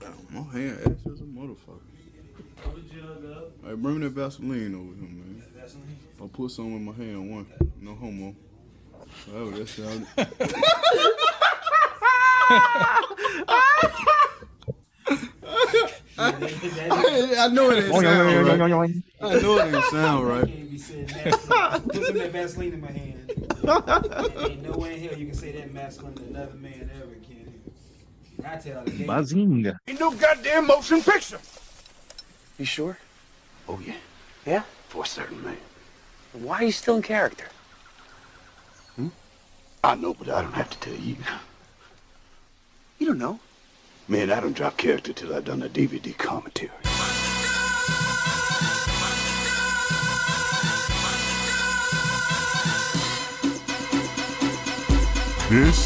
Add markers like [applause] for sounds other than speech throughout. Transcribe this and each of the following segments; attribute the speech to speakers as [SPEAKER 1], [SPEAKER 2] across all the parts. [SPEAKER 1] Damn, my hand ash is a motherfucker. Hey, bring me that Vaseline over here, man.
[SPEAKER 2] [laughs]
[SPEAKER 1] I put some in my hand one. No homo. Oh, that sounded. [laughs] I, I know it
[SPEAKER 2] Oh,
[SPEAKER 1] didn't sound right. I know it didn't sound
[SPEAKER 2] You
[SPEAKER 1] right.
[SPEAKER 2] can't be saying that. Put some of that Vaseline in my hand. There ain't no way in hell you can say that masculine to another man ever, can you? I tell you.
[SPEAKER 3] Buzzing.
[SPEAKER 4] You sure? Oh, yeah. Yeah? For certain, man. Why are you still in character? Hmm? I know, but I don't have to tell you. You don't know? Man, I don't drop character till I've done a DVD
[SPEAKER 2] [laughs]
[SPEAKER 4] commentary.
[SPEAKER 5] This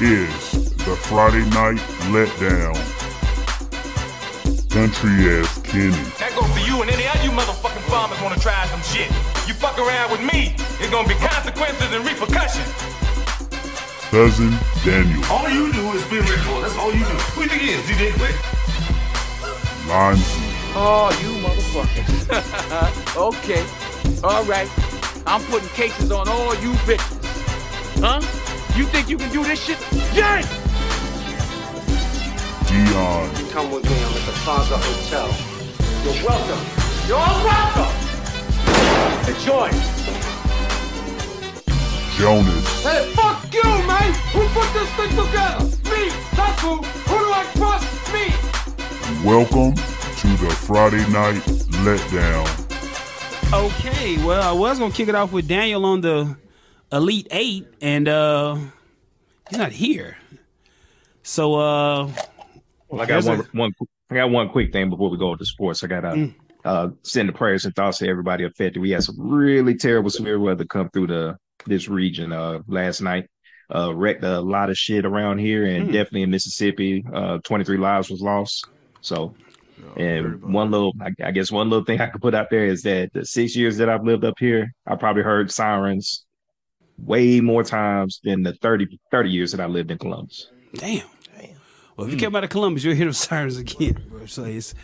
[SPEAKER 5] is the Friday Night Letdown. Country ass Kenny.
[SPEAKER 6] That goes for you and any of you motherfucking farmers wanna try some shit. You fuck around with me, it's gonna be consequences and repercussions.
[SPEAKER 5] Cousin Daniel.
[SPEAKER 6] All you do is be Bull. That's all you do. Who you think it is, DJ Quick?
[SPEAKER 5] Lonzy.
[SPEAKER 7] Oh, you motherfuckers. [laughs] okay. All right. I'm putting cases on all you bitches. Huh? You think you can do this shit? Yes!
[SPEAKER 5] Dion.
[SPEAKER 4] Come with me, I'm at the Plaza Hotel. You're welcome.
[SPEAKER 7] You're welcome! Enjoy.
[SPEAKER 5] Jonas.
[SPEAKER 7] Hey, fuck you, man! Who put this thing together? Me! That's who! Who do I trust? Me!
[SPEAKER 5] Welcome to the Friday Night Letdown.
[SPEAKER 2] Okay, well, I was gonna kick it off with Daniel on the Elite Eight, and uh he's not here. So uh
[SPEAKER 3] I got one, one, I got one quick thing before we go to sports. I got to uh, send the prayers and thoughts to everybody affected. We had some really terrible severe weather come through the this region uh, last night. Uh, wrecked a lot of shit around here, and definitely in Mississippi, uh, 23 lives was lost. So, and one little, I, I guess one little thing [laughs] I could put out there is that the six years that I've lived up here, I probably heard sirens way more times than the 30, 30 years that I lived in Columbus.
[SPEAKER 2] Damn. Well, if you came out of Columbus, you'll hear the [laughs] sirens again. bro. So it's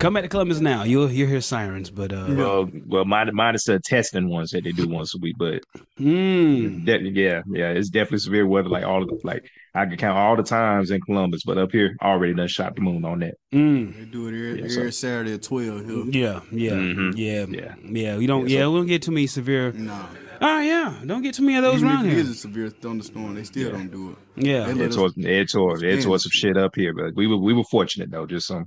[SPEAKER 2] come out of Columbus now. You'll you'll hear sirens, but uh,
[SPEAKER 3] Well, well, mine, mine is the testing ones that they do once a week, but
[SPEAKER 2] mm,
[SPEAKER 3] that, yeah, yeah, it's definitely severe weather. Like all of like I can count all the times in Columbus, but up here already done shot the moon on that.
[SPEAKER 2] mm,
[SPEAKER 1] They do it every,
[SPEAKER 3] Yes, sir.
[SPEAKER 1] every Saturday at 12 here.
[SPEAKER 2] yeah, yeah,
[SPEAKER 3] Mhm.
[SPEAKER 2] Mm-hmm. yeah, yeah,
[SPEAKER 3] Yeah.
[SPEAKER 2] We don't, yeah, we don't get too many severe.
[SPEAKER 1] Nah.
[SPEAKER 2] Oh yeah, don't get too many of those
[SPEAKER 1] Even
[SPEAKER 2] around
[SPEAKER 1] if it
[SPEAKER 2] here.
[SPEAKER 1] is a severe thunderstorm, they still don't do it.
[SPEAKER 2] Yeah,
[SPEAKER 1] They
[SPEAKER 3] It
[SPEAKER 1] let us-
[SPEAKER 3] tore, it tore, it tore
[SPEAKER 1] Damn.
[SPEAKER 3] some shit up here, but we were we were fortunate though. Just some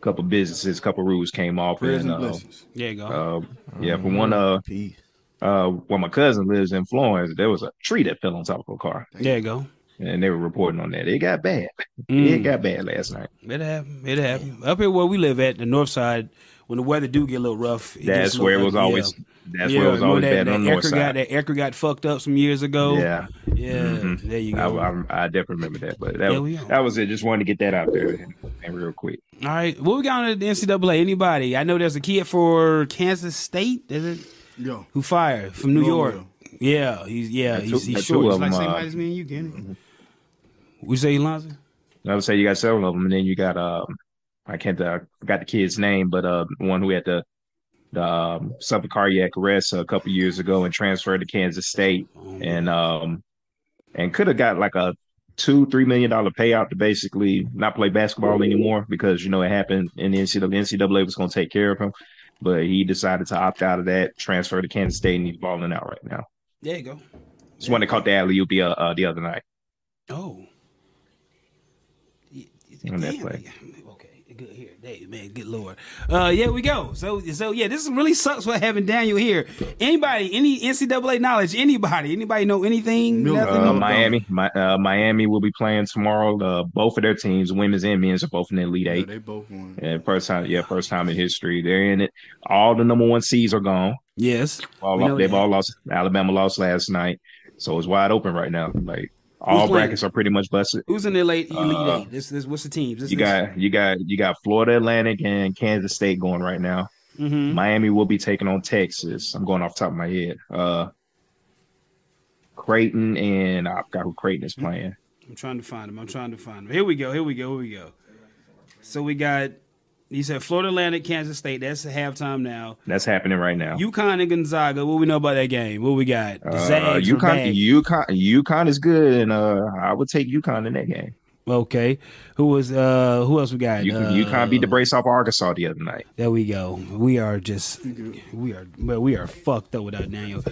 [SPEAKER 3] couple businesses, couple rules came off,
[SPEAKER 1] Prayers
[SPEAKER 3] and
[SPEAKER 1] and
[SPEAKER 3] uh,
[SPEAKER 1] blessings.
[SPEAKER 2] there you go.
[SPEAKER 3] uh, yeah, for one, uh,
[SPEAKER 1] Peace.
[SPEAKER 3] uh, where my cousin lives in Florence, there was a tree that fell on top of a car,
[SPEAKER 2] there you go.
[SPEAKER 3] and they were reporting on that. It got bad. [laughs] It
[SPEAKER 2] Mm,
[SPEAKER 3] got bad last night.
[SPEAKER 2] it happened. It happened. Up here where we live at the north side, when the weather do get a little rough, it gets
[SPEAKER 3] That's
[SPEAKER 2] a little
[SPEAKER 3] where it was
[SPEAKER 2] ugly.
[SPEAKER 3] always.
[SPEAKER 2] Yeah.
[SPEAKER 3] That's where it was
[SPEAKER 2] remember
[SPEAKER 3] always
[SPEAKER 2] that,
[SPEAKER 3] bad
[SPEAKER 2] that
[SPEAKER 3] on the north
[SPEAKER 2] Ecker Got,
[SPEAKER 3] side.
[SPEAKER 2] that Ecker got fucked up some years ago.
[SPEAKER 3] Yeah,
[SPEAKER 2] yeah.
[SPEAKER 3] Mhm.
[SPEAKER 2] There you
[SPEAKER 3] I,
[SPEAKER 2] go.
[SPEAKER 3] I, I definitely remember that. But that,
[SPEAKER 2] Yeah, we
[SPEAKER 3] was
[SPEAKER 2] are.
[SPEAKER 3] that was it. Just wanted to get that out there and, and real quick.
[SPEAKER 2] All right, what we got on the NCAA? Anybody? I know there's a kid for Kansas State, is it?
[SPEAKER 1] Yo.
[SPEAKER 2] Who fired from
[SPEAKER 1] Oh,
[SPEAKER 2] New York?
[SPEAKER 1] Norwell.
[SPEAKER 2] Yeah, he's yeah, he's,
[SPEAKER 3] two-
[SPEAKER 2] he's
[SPEAKER 3] got
[SPEAKER 2] short.
[SPEAKER 3] two
[SPEAKER 2] He's
[SPEAKER 3] of
[SPEAKER 2] like
[SPEAKER 3] them,
[SPEAKER 2] same
[SPEAKER 3] uh,
[SPEAKER 2] height as me and you, Kenny. We say Alonzo?
[SPEAKER 3] I would say you got several of them, and then you got um, I can't I forgot the kid's name, but uh, one who had the the um, suffered cardiac arrest a couple years ago and transferred to Kansas State, and um, and could have got like a two three million dollar payout to basically not play basketball anymore because you know it happened in the NCAA. NCAA was going to take care of him, but he decided to opt out of that, transfer to Kansas State, and he's balling out right now.
[SPEAKER 2] There you go.
[SPEAKER 3] It's one that caught the alley oop the, uh, uh, the other night.
[SPEAKER 2] Oh. Y- y-
[SPEAKER 3] On that
[SPEAKER 2] damn,
[SPEAKER 3] play.
[SPEAKER 2] yeah. Okay, good here. Hey, man, good lord. Uh, yeah, we go. So, so yeah, this really sucks for having Daniel here. Anybody, any NCAA knowledge? Anybody? Anybody know anything?
[SPEAKER 1] Mil-
[SPEAKER 2] Nothing?
[SPEAKER 3] Uh,
[SPEAKER 1] Nothing.
[SPEAKER 3] Miami, my, uh, Miami will be playing tomorrow. Uh, both of their teams, women's and men's, are both in the Elite
[SPEAKER 1] Yeah,
[SPEAKER 3] Eight.
[SPEAKER 1] they both won.
[SPEAKER 3] And first time, yeah, first time in history, they're in it. All the number one seeds are gone.
[SPEAKER 2] yes.
[SPEAKER 3] All
[SPEAKER 2] We know
[SPEAKER 3] they've
[SPEAKER 2] that.
[SPEAKER 3] all lost. Alabama lost last night, so it's wide open right now. Like all
[SPEAKER 2] playing?
[SPEAKER 3] brackets are pretty much busted.
[SPEAKER 2] Who's in the late elite
[SPEAKER 3] Uh,
[SPEAKER 2] eight? This, this, what's the teams? This,
[SPEAKER 3] You got, you got, you got Florida Atlantic and Kansas State going right now.
[SPEAKER 2] hmm
[SPEAKER 3] Miami will be taking on Texas. I'm going off the top of my head. Uh, Creighton and I forgot who Creighton
[SPEAKER 2] Hmm?
[SPEAKER 3] is playing.
[SPEAKER 2] I'm trying to find him. I'm trying to find him. Here we go. Here we go. Here we go. So we got. He said Florida Atlantic, Kansas State. That's halftime now.
[SPEAKER 3] That's happening right now.
[SPEAKER 2] UConn and Gonzaga. What we know about that game? What we got?
[SPEAKER 3] Oh. Uh,
[SPEAKER 2] Zags or
[SPEAKER 3] UConn,
[SPEAKER 2] Bags?
[SPEAKER 3] UConn, UConn is good, and uh, I would take UConn in that game.
[SPEAKER 2] Okay. Who was? Uh, who else we got?
[SPEAKER 3] You,
[SPEAKER 2] uh,
[SPEAKER 3] UConn beat the brace off Arkansas the other night.
[SPEAKER 2] There we go. We are just. We are. Well, we are fucked up without Daniel.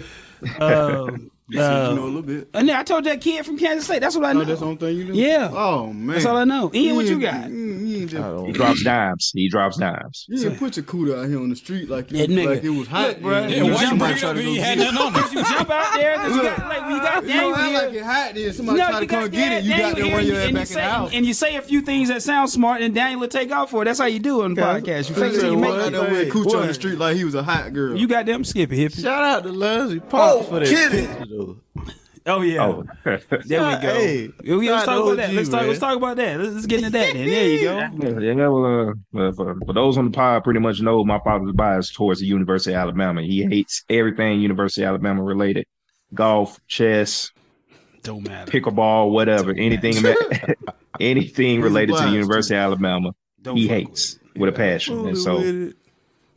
[SPEAKER 2] Uh,
[SPEAKER 1] So
[SPEAKER 2] uh,
[SPEAKER 1] you know a little bit.
[SPEAKER 2] and then I told that kid from Kansas State. That's what I know.
[SPEAKER 1] Oh, that's the only thing you know?
[SPEAKER 2] Yeah.
[SPEAKER 1] Oh, man.
[SPEAKER 2] That's all I know. Ian, what you
[SPEAKER 1] ain't-
[SPEAKER 2] got? Uh,
[SPEAKER 1] You ain't just-
[SPEAKER 2] Oh,
[SPEAKER 3] He drops dimes. He drops dimes.
[SPEAKER 1] you ain't put your cooter out here on the street like
[SPEAKER 2] That
[SPEAKER 1] it,
[SPEAKER 2] nigga.
[SPEAKER 1] like it was hot, bruh.
[SPEAKER 2] yeah,
[SPEAKER 1] You
[SPEAKER 2] why
[SPEAKER 1] know,
[SPEAKER 2] you
[SPEAKER 1] somebody
[SPEAKER 2] bring
[SPEAKER 1] try to go get it.
[SPEAKER 2] you jump out there.
[SPEAKER 1] [laughs]
[SPEAKER 2] 'cause You got, like we got
[SPEAKER 1] You don't
[SPEAKER 2] Daniel
[SPEAKER 1] act
[SPEAKER 2] here.
[SPEAKER 1] like it hot then. Somebody
[SPEAKER 2] No,
[SPEAKER 1] try to
[SPEAKER 2] you
[SPEAKER 1] come
[SPEAKER 2] got-
[SPEAKER 1] get it. You
[SPEAKER 2] yeah,
[SPEAKER 1] got
[SPEAKER 2] Daniel
[SPEAKER 1] to run
[SPEAKER 2] here,
[SPEAKER 1] your ass back
[SPEAKER 2] and
[SPEAKER 1] in
[SPEAKER 2] you
[SPEAKER 1] the
[SPEAKER 2] say,
[SPEAKER 1] house.
[SPEAKER 2] And you say a few things that sound smart, and Daniel will take off for it. That's how you do on the podcast. You fake it till you
[SPEAKER 1] Well, I
[SPEAKER 2] make
[SPEAKER 1] know
[SPEAKER 2] it.
[SPEAKER 1] we had Cooch on
[SPEAKER 8] What?
[SPEAKER 1] the street like he was a hot girl.
[SPEAKER 2] You got them skipping hippie.
[SPEAKER 8] Shout out to Leslie Parks for that.
[SPEAKER 1] kidding.
[SPEAKER 8] picture,
[SPEAKER 1] [laughs]
[SPEAKER 8] though.
[SPEAKER 2] Oh yeah.
[SPEAKER 3] Oh,
[SPEAKER 2] There we
[SPEAKER 8] Shout-
[SPEAKER 2] go.
[SPEAKER 8] hey,
[SPEAKER 2] Yeah, we- let's
[SPEAKER 8] shout out
[SPEAKER 2] talk
[SPEAKER 8] to
[SPEAKER 2] about that.
[SPEAKER 8] OG,
[SPEAKER 2] Let's talk.
[SPEAKER 8] man.
[SPEAKER 2] Let's talk about that. Let's, let's get into that. Then there you go.
[SPEAKER 3] Yeah, yeah, well, uh, well, for, for those on the pod, pretty much know my father's bias towards the University of Alabama. He hates everything University of Alabama related: golf, chess,
[SPEAKER 2] Don't matter.
[SPEAKER 3] pickleball, whatever, anything, [laughs] anything related to the
[SPEAKER 1] biased,
[SPEAKER 3] University of Alabama.
[SPEAKER 2] Don't
[SPEAKER 3] He
[SPEAKER 2] fuck
[SPEAKER 3] hates with a passion, and so
[SPEAKER 8] With it.
[SPEAKER 2] with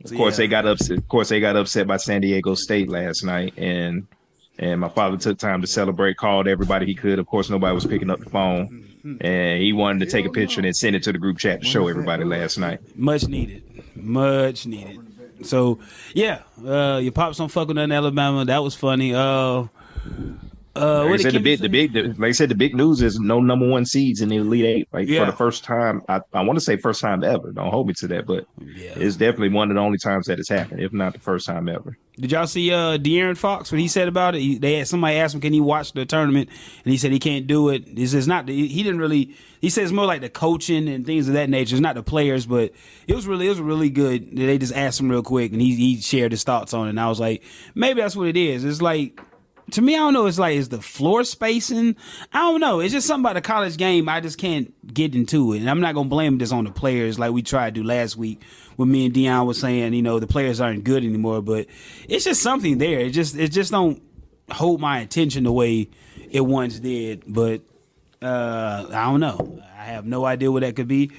[SPEAKER 2] it.
[SPEAKER 3] of course
[SPEAKER 2] Yeah.
[SPEAKER 3] they got upset. Of course they got upset by San Diego State last night, and and my father took time to celebrate. Called everybody he could. Of course nobody was picking up the phone,
[SPEAKER 2] Mm-hmm.
[SPEAKER 3] and he wanted to take a picture and then send it to the group chat to show everybody last night.
[SPEAKER 2] Much needed. Much needed. So yeah, uh, your pops don't fuck with nothing Alabama. That was funny. Uh, uh,
[SPEAKER 3] Like
[SPEAKER 2] what
[SPEAKER 3] I said, the
[SPEAKER 2] Kim
[SPEAKER 3] big,
[SPEAKER 2] say?
[SPEAKER 3] the big, the- like I said, the big news is no number one seeds in the Elite Eight. Like
[SPEAKER 2] Yeah.
[SPEAKER 3] for the first time, I, I want to say first time ever. Don't hold me to that, but
[SPEAKER 2] Yeah.
[SPEAKER 3] it's definitely one of the only times that it's happened, if not the first time ever.
[SPEAKER 2] Did y'all see uh, De'Aaron Fox when he said about it? He, they had, somebody asked him, "Can he watch the tournament?" And he said he can't do it. He says not. the- He didn't really. He says more like the coaching and things of that nature. It's not the players, but it was really it was really good. They just asked him real quick, and he he shared his thoughts on it. And I was like, maybe that's what it is. It's like to me, I don't know. It's like is the floor spacing. I don't know. It's just something about the college game. I just can't get into it, and I'm not gonna blame this on the players. Like we tried to do last week when me and Dion was saying, you know, the players aren't good anymore. But it's just something there. It just it just don't hold my attention the way it once did. But uh, I don't know. I have no idea what that could be.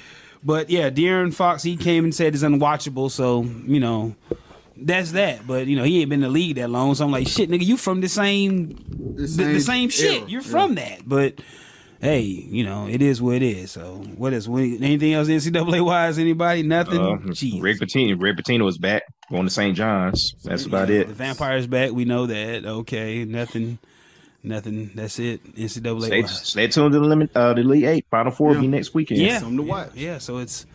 [SPEAKER 2] But yeah, De'Aaron Fox he came and said it's unwatchable. So you know that's that. But you know, he ain't been in the league that long, so I'm like, shit, nigga, you from the same, the the same, shit.
[SPEAKER 1] era.
[SPEAKER 2] You're
[SPEAKER 1] Yeah.
[SPEAKER 2] from that. But hey, you know, it is what it is. So what is what, anything else NCAA wise? Anybody? Nothing.
[SPEAKER 3] Uh,
[SPEAKER 2] Jeez.
[SPEAKER 3] Rick Pitino, Rick Pitino is back going to St. John's. That's about
[SPEAKER 2] Yeah,
[SPEAKER 3] it.
[SPEAKER 2] The vampire's back. We know that. Okay, nothing. Nothing. That's it. NCAA.
[SPEAKER 3] Stay,
[SPEAKER 2] wise.
[SPEAKER 3] stay tuned to the limit. Uh, the Elite Eight, Final Four will be
[SPEAKER 1] Yeah.
[SPEAKER 3] next weekend.
[SPEAKER 2] Yeah.
[SPEAKER 1] Something to watch.
[SPEAKER 2] Yeah. So it's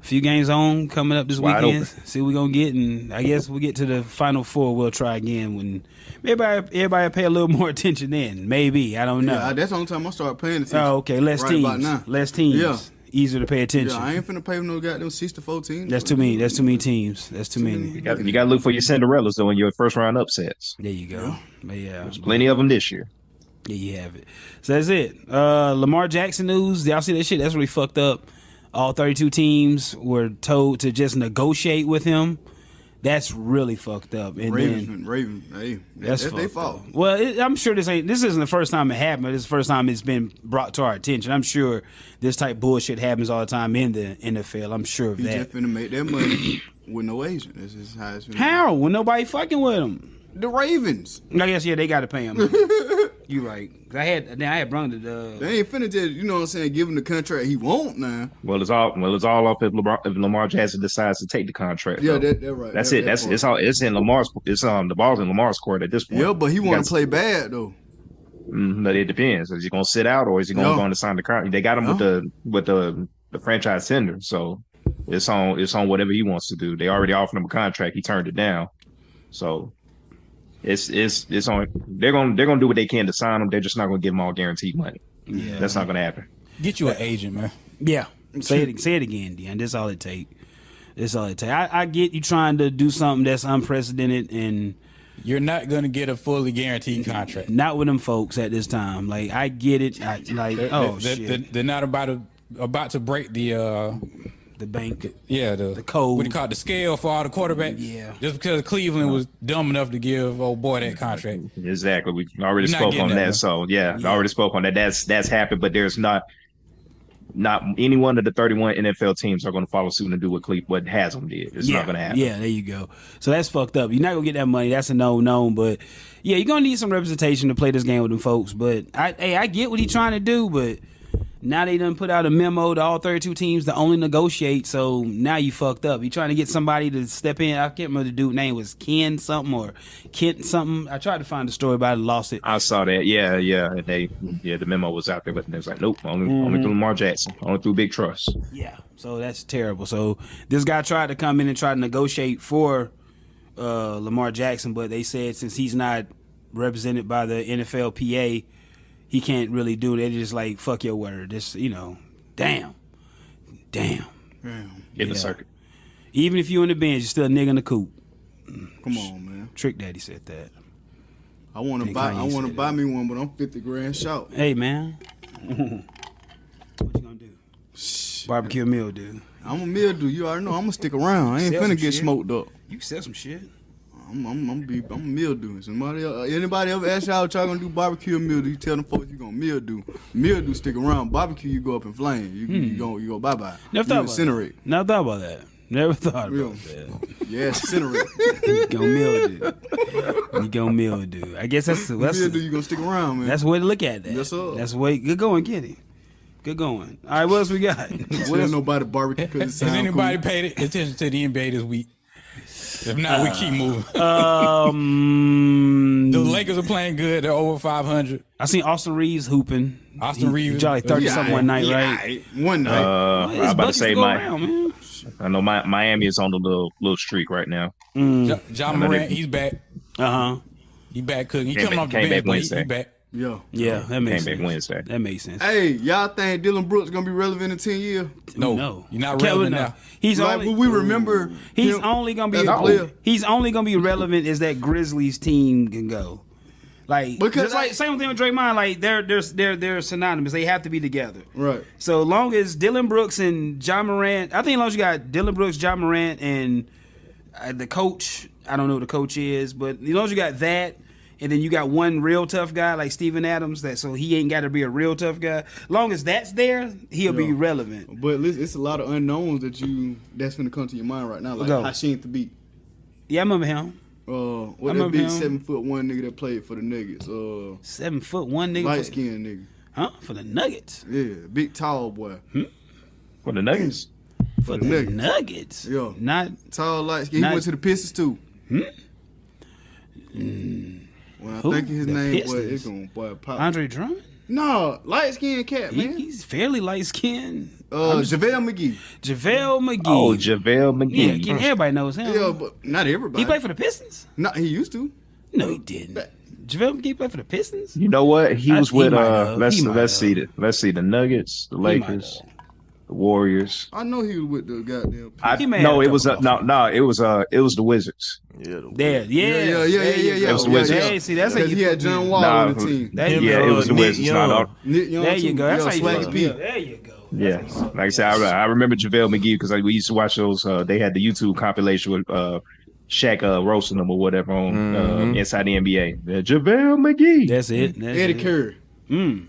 [SPEAKER 2] a few games on coming up this
[SPEAKER 3] Wide
[SPEAKER 2] weekend. See what we're gonna get, and I guess we'll get to the final four. We'll try again when maybe everybody will pay a little [laughs] more attention then. Maybe I don't know.
[SPEAKER 1] Yeah, that's the only time I started paying attention.
[SPEAKER 2] Oh, okay. Less
[SPEAKER 1] Right about
[SPEAKER 2] teams.
[SPEAKER 1] now.
[SPEAKER 2] Less teams.
[SPEAKER 1] Yeah.
[SPEAKER 2] Easier to pay attention.
[SPEAKER 1] Yeah, I ain't finna pay no goddamn six to fourteen.
[SPEAKER 2] That's too many. That's too many teams. That's too
[SPEAKER 3] You
[SPEAKER 2] many.
[SPEAKER 3] got, you got to look for your Cinderellas though in your first round upsets.
[SPEAKER 2] There you go. But yeah,
[SPEAKER 3] Plenty of them this year.
[SPEAKER 2] there you have it. So that's it. Uh, Lamar Jackson news. Y'all see that shit? That's really fucked up. All 32 teams were told to just negotiate with him. That's really fucked up. And
[SPEAKER 1] Ravens,
[SPEAKER 2] then
[SPEAKER 1] man, Ravens. Hey,
[SPEAKER 2] that's
[SPEAKER 1] that's, that's their
[SPEAKER 2] fucked up.
[SPEAKER 1] fault.
[SPEAKER 2] Well, it, I'm sure this ain't. This isn't the first time it happened. But this is the first time it's been brought to our attention. I'm sure this type of bullshit happens all the time in the NFL. I'm sure of
[SPEAKER 1] He
[SPEAKER 2] that.
[SPEAKER 1] just finna make that money with no agent. That's just how it's finna.
[SPEAKER 2] How when nobody fucking with him?
[SPEAKER 1] The Ravens.
[SPEAKER 2] I guess yeah, they got to pay him. you right? 'Cause I had now I had brung the. Uh,
[SPEAKER 1] They ain't finna just, you know what I'm saying, give him the contract he want now.
[SPEAKER 3] Well, it's all well, it's all off if, LeBron, if Lamar Jackson decides to take the contract.
[SPEAKER 1] Yeah,
[SPEAKER 3] though.
[SPEAKER 1] that, that right.
[SPEAKER 3] That's
[SPEAKER 1] That-
[SPEAKER 3] it.
[SPEAKER 1] that
[SPEAKER 3] That's
[SPEAKER 1] part.
[SPEAKER 3] it's all. It's in Lamar's. It's um the ball's in Lamar's court at this point.
[SPEAKER 1] Yeah, but he want
[SPEAKER 3] Got-
[SPEAKER 1] to play bad though.
[SPEAKER 3] Mm, But it depends. Is he going to sit out or is he going to
[SPEAKER 1] No.
[SPEAKER 3] go on to sign the contract? They got him with
[SPEAKER 1] No.
[SPEAKER 3] the with the the franchise tender, so it's on it's on whatever he wants to do. They already offered him a contract. He turned it down, so it's it's it's on. They're going to they're going to do what they can to sign him. They're just not going to give him all guaranteed money. Yeah, that's not going to happen.
[SPEAKER 8] Get you an agent, man.
[SPEAKER 2] yeah, say it. Say it again, Dion. That's all it take. That's all it take. I, I get you trying to do something that's unprecedented and
[SPEAKER 8] You're not gonna get a fully guaranteed contract.
[SPEAKER 2] not with them folks at this time. Like I get it. I, like
[SPEAKER 8] They're,
[SPEAKER 2] oh
[SPEAKER 8] they're,
[SPEAKER 2] shit.
[SPEAKER 8] they're, they're not about to about to break the uh
[SPEAKER 2] the bank.
[SPEAKER 8] Yeah, the,
[SPEAKER 2] The code.
[SPEAKER 8] What do you call it? The scale for all the quarterbacks.
[SPEAKER 2] Yeah. Uh-huh.
[SPEAKER 8] Just because Cleveland was dumb enough to give old boy that
[SPEAKER 2] [laughs]
[SPEAKER 8] contract.
[SPEAKER 3] Exactly. We already
[SPEAKER 8] You're not
[SPEAKER 3] spoke
[SPEAKER 8] getting
[SPEAKER 3] on
[SPEAKER 8] that,
[SPEAKER 3] that.
[SPEAKER 8] man.
[SPEAKER 3] So yeah, I already spoke on that. That's that's happened, but there's not not any one of the 31 NFL teams are going to follow suit and do what Cle- what Haslam did. It's
[SPEAKER 2] yeah,
[SPEAKER 3] not going to happen.
[SPEAKER 2] Yeah, there you go. So that's fucked up. You're not gonna get that money. That's a no known. But yeah, you're gonna need some representation to play this game with them folks. But I hey, I get what he's trying to do, but now they done put out a memo to all 32 teams to only negotiate. So now you fucked up. You trying to get somebody to step in. I can't remember the dude's name was Ken something or Kent something. I tried to find a story about it, lost it.
[SPEAKER 3] I saw that. Yeah, yeah. And they yeah, the memo was out there, but they was like, nope, only
[SPEAKER 2] Mm-hmm.
[SPEAKER 3] only through Lamar Jackson, only through Big Trust.
[SPEAKER 2] Yeah, so that's terrible. So this guy tried to come in and try to negotiate for uh, Lamar Jackson, but they said since he's not represented by the NFLPA, he can't really do it. They just like fuck your word. Just you know, damn, damn.
[SPEAKER 3] Hit the
[SPEAKER 2] Yeah.
[SPEAKER 3] circuit.
[SPEAKER 2] Even if you in the bench, you're still a nigga in the coop.
[SPEAKER 1] Come on, man.
[SPEAKER 2] Trick Daddy said that.
[SPEAKER 1] I want to
[SPEAKER 2] Think
[SPEAKER 1] buy.
[SPEAKER 2] Kanye
[SPEAKER 1] I want to
[SPEAKER 2] said
[SPEAKER 1] buy
[SPEAKER 2] it.
[SPEAKER 1] me one, but I'm 50 grand short.
[SPEAKER 2] Hey man, what you gonna do? Barbecue meal, dude.
[SPEAKER 1] I'm a mildew. You already know. I'm gonna stick around. I ain't
[SPEAKER 2] Sell some
[SPEAKER 1] finna get
[SPEAKER 2] shit.
[SPEAKER 1] smoked up.
[SPEAKER 2] You said some shit.
[SPEAKER 1] I'm I'm I'm be I'm mildewing. Somebody else, anybody ever ask y'all what y'all gonna do barbecue or mildew? You tell them folks you gonna mildew. Mildew stick around. Barbecue you go up in flames. You you go you go bye bye. You
[SPEAKER 2] Hmm. Never thought about
[SPEAKER 1] incinerate.
[SPEAKER 2] That. Never thought about that. Never thought
[SPEAKER 1] Real.
[SPEAKER 2] about that. [laughs]
[SPEAKER 1] Yeah, incinerate.
[SPEAKER 2] Go mildew. You go mildew. I guess that's that's
[SPEAKER 1] mildew you gonna stick around, man.
[SPEAKER 2] that's the way to look at that.
[SPEAKER 1] Yes, sir.
[SPEAKER 2] That's the way. Good going, Kenny. Good going. All right, what else we got?
[SPEAKER 1] What else nobody barbecue
[SPEAKER 2] [laughs]
[SPEAKER 1] because it
[SPEAKER 8] Has
[SPEAKER 1] sound
[SPEAKER 8] anybody paid attention to the NBA this week? If not,
[SPEAKER 2] Uh,
[SPEAKER 8] we keep
[SPEAKER 2] [laughs]
[SPEAKER 8] moving.
[SPEAKER 2] um,
[SPEAKER 8] the Lakers are playing good. They're over 500.
[SPEAKER 2] I seen Austin Reeves hooping.
[SPEAKER 8] Austin
[SPEAKER 2] He-
[SPEAKER 8] Reeves-
[SPEAKER 2] he shot like
[SPEAKER 8] Yeah,
[SPEAKER 2] thirty
[SPEAKER 1] cool.
[SPEAKER 2] something one night,
[SPEAKER 1] Yeah,
[SPEAKER 2] right?
[SPEAKER 1] yeah, One night.
[SPEAKER 3] Uh, I was
[SPEAKER 2] It's
[SPEAKER 3] about to
[SPEAKER 2] buckets
[SPEAKER 3] say
[SPEAKER 2] go
[SPEAKER 3] my
[SPEAKER 2] around, man.
[SPEAKER 3] I know my Miami is on the little little streak right now.
[SPEAKER 2] Mm.
[SPEAKER 8] Jo- John Morant, he's back.
[SPEAKER 2] Uh huh.
[SPEAKER 8] He back cooking. He
[SPEAKER 3] Came
[SPEAKER 8] coming
[SPEAKER 3] back-
[SPEAKER 8] off the
[SPEAKER 3] came back
[SPEAKER 8] bench, but he,
[SPEAKER 3] Wednesday.
[SPEAKER 8] he back.
[SPEAKER 1] yeah.
[SPEAKER 2] Yeah, that makes
[SPEAKER 3] Came back
[SPEAKER 2] sense.
[SPEAKER 3] Wednesday.
[SPEAKER 2] That makes sense.
[SPEAKER 1] Hey, y'all think Dylan Brooks gonna be relevant in 10 years?
[SPEAKER 8] No,
[SPEAKER 2] No,
[SPEAKER 8] you're not
[SPEAKER 2] Kevin,
[SPEAKER 8] relevant
[SPEAKER 2] no.
[SPEAKER 8] now.
[SPEAKER 2] He's
[SPEAKER 1] Like,
[SPEAKER 2] only,
[SPEAKER 1] will we remember?
[SPEAKER 2] He's
[SPEAKER 1] him
[SPEAKER 2] only gonna be
[SPEAKER 1] as a player?
[SPEAKER 2] he's only gonna be relevant as that Grizzlies team can go. Like
[SPEAKER 1] Because
[SPEAKER 2] just like
[SPEAKER 1] I-
[SPEAKER 2] same thing with Draymond. Like they're they're they're they're synonymous. They have to be together.
[SPEAKER 1] Right.
[SPEAKER 2] So long as Dylan Brooks and John Morant, I think as long as you got Dylan Brooks, John Morant, and uh, the coach. I don't know who the coach is, but as long as you got that. And then you got one real tough guy like Steven Adams that so he ain't got to be a real tough guy. Long as that's there, he'll be
[SPEAKER 1] Yeah.
[SPEAKER 2] relevant.
[SPEAKER 1] But listen, it's a lot of unknowns that you that's gonna come to your mind right now. Like
[SPEAKER 2] Go.
[SPEAKER 1] Hashim to beat.
[SPEAKER 2] Yeah, I remember him.
[SPEAKER 1] Uh, what
[SPEAKER 2] I'm
[SPEAKER 1] that
[SPEAKER 2] up
[SPEAKER 1] big
[SPEAKER 2] him.
[SPEAKER 1] seven foot one nigga that played for the Nuggets? Uh,
[SPEAKER 2] Seven foot one nigga.
[SPEAKER 1] light
[SPEAKER 2] played-
[SPEAKER 1] skinned nigga.
[SPEAKER 2] Huh? For the Nuggets.
[SPEAKER 1] Yeah, big tall boy.
[SPEAKER 3] For the Nuggets.
[SPEAKER 2] For the
[SPEAKER 1] the
[SPEAKER 2] Nuggets.
[SPEAKER 1] Nuggets.
[SPEAKER 2] Yeah.
[SPEAKER 1] Yeah.
[SPEAKER 2] Not
[SPEAKER 1] Tall, light skinned. He
[SPEAKER 2] Nice.
[SPEAKER 1] went to the Pistons too. Mm. When I
[SPEAKER 2] Who?
[SPEAKER 1] think of his
[SPEAKER 2] The
[SPEAKER 1] name, boy,
[SPEAKER 2] Pistons?
[SPEAKER 1] it's gonna boy pop.
[SPEAKER 2] Andre Drummond.
[SPEAKER 1] no, light skinned cat
[SPEAKER 2] He,
[SPEAKER 1] man.
[SPEAKER 2] he's fairly light skinned.
[SPEAKER 1] uh, JaVale McGee.
[SPEAKER 2] JaVale McGee.
[SPEAKER 3] Oh, JaVale
[SPEAKER 2] yeah,
[SPEAKER 3] McGee.
[SPEAKER 2] kid, everybody knows him.
[SPEAKER 1] Yeah, but not everybody.
[SPEAKER 2] he played for the Pistons?
[SPEAKER 1] No, he used to.
[SPEAKER 2] No, he didn't. JaVale McGee played for the Pistons?
[SPEAKER 3] You know what? He
[SPEAKER 2] I-
[SPEAKER 3] was
[SPEAKER 2] he
[SPEAKER 3] with
[SPEAKER 2] might
[SPEAKER 3] uh
[SPEAKER 2] have.
[SPEAKER 3] let's
[SPEAKER 2] He might
[SPEAKER 3] let's
[SPEAKER 2] have.
[SPEAKER 3] see the let's see the Nuggets, the
[SPEAKER 2] might
[SPEAKER 3] Lakers, the Warriors.
[SPEAKER 1] I know he was with the goddamn.
[SPEAKER 3] I
[SPEAKER 2] He may have
[SPEAKER 3] no,
[SPEAKER 2] a
[SPEAKER 3] it was uh,
[SPEAKER 2] couple
[SPEAKER 3] no no, it was uh it was the Wizards.
[SPEAKER 9] Yeah, the
[SPEAKER 2] There, yeah.
[SPEAKER 1] yeah, yeah, yeah, yeah,
[SPEAKER 2] there you
[SPEAKER 1] yeah.
[SPEAKER 2] go.
[SPEAKER 3] That's the
[SPEAKER 1] yeah,
[SPEAKER 3] Wizards.
[SPEAKER 1] yeah.
[SPEAKER 2] Hey, see, that's how
[SPEAKER 1] Because
[SPEAKER 2] you
[SPEAKER 1] he had John Wall
[SPEAKER 3] Nah,
[SPEAKER 1] on the team.
[SPEAKER 2] There you
[SPEAKER 3] yeah,
[SPEAKER 2] go.
[SPEAKER 3] it was the
[SPEAKER 9] Nick
[SPEAKER 3] Wizards. Not
[SPEAKER 9] Young.
[SPEAKER 3] all,
[SPEAKER 1] Nick Young,
[SPEAKER 2] There you
[SPEAKER 1] too.
[SPEAKER 2] go. That's
[SPEAKER 1] Yeah,
[SPEAKER 2] how you
[SPEAKER 1] Swaggy
[SPEAKER 2] fuck
[SPEAKER 1] P.
[SPEAKER 2] up. There you go.
[SPEAKER 3] Yeah, like I said, I, I remember JaVale McGee because like, we used to watch those. Uh, they had the YouTube compilation with uh, Shaq uh, roasting them or whatever on uh, Inside the NBA. Yeah, JaVale McGee,
[SPEAKER 2] That's it.
[SPEAKER 1] [laughs]
[SPEAKER 2] That's
[SPEAKER 1] Eddie
[SPEAKER 2] it.
[SPEAKER 1] Curry.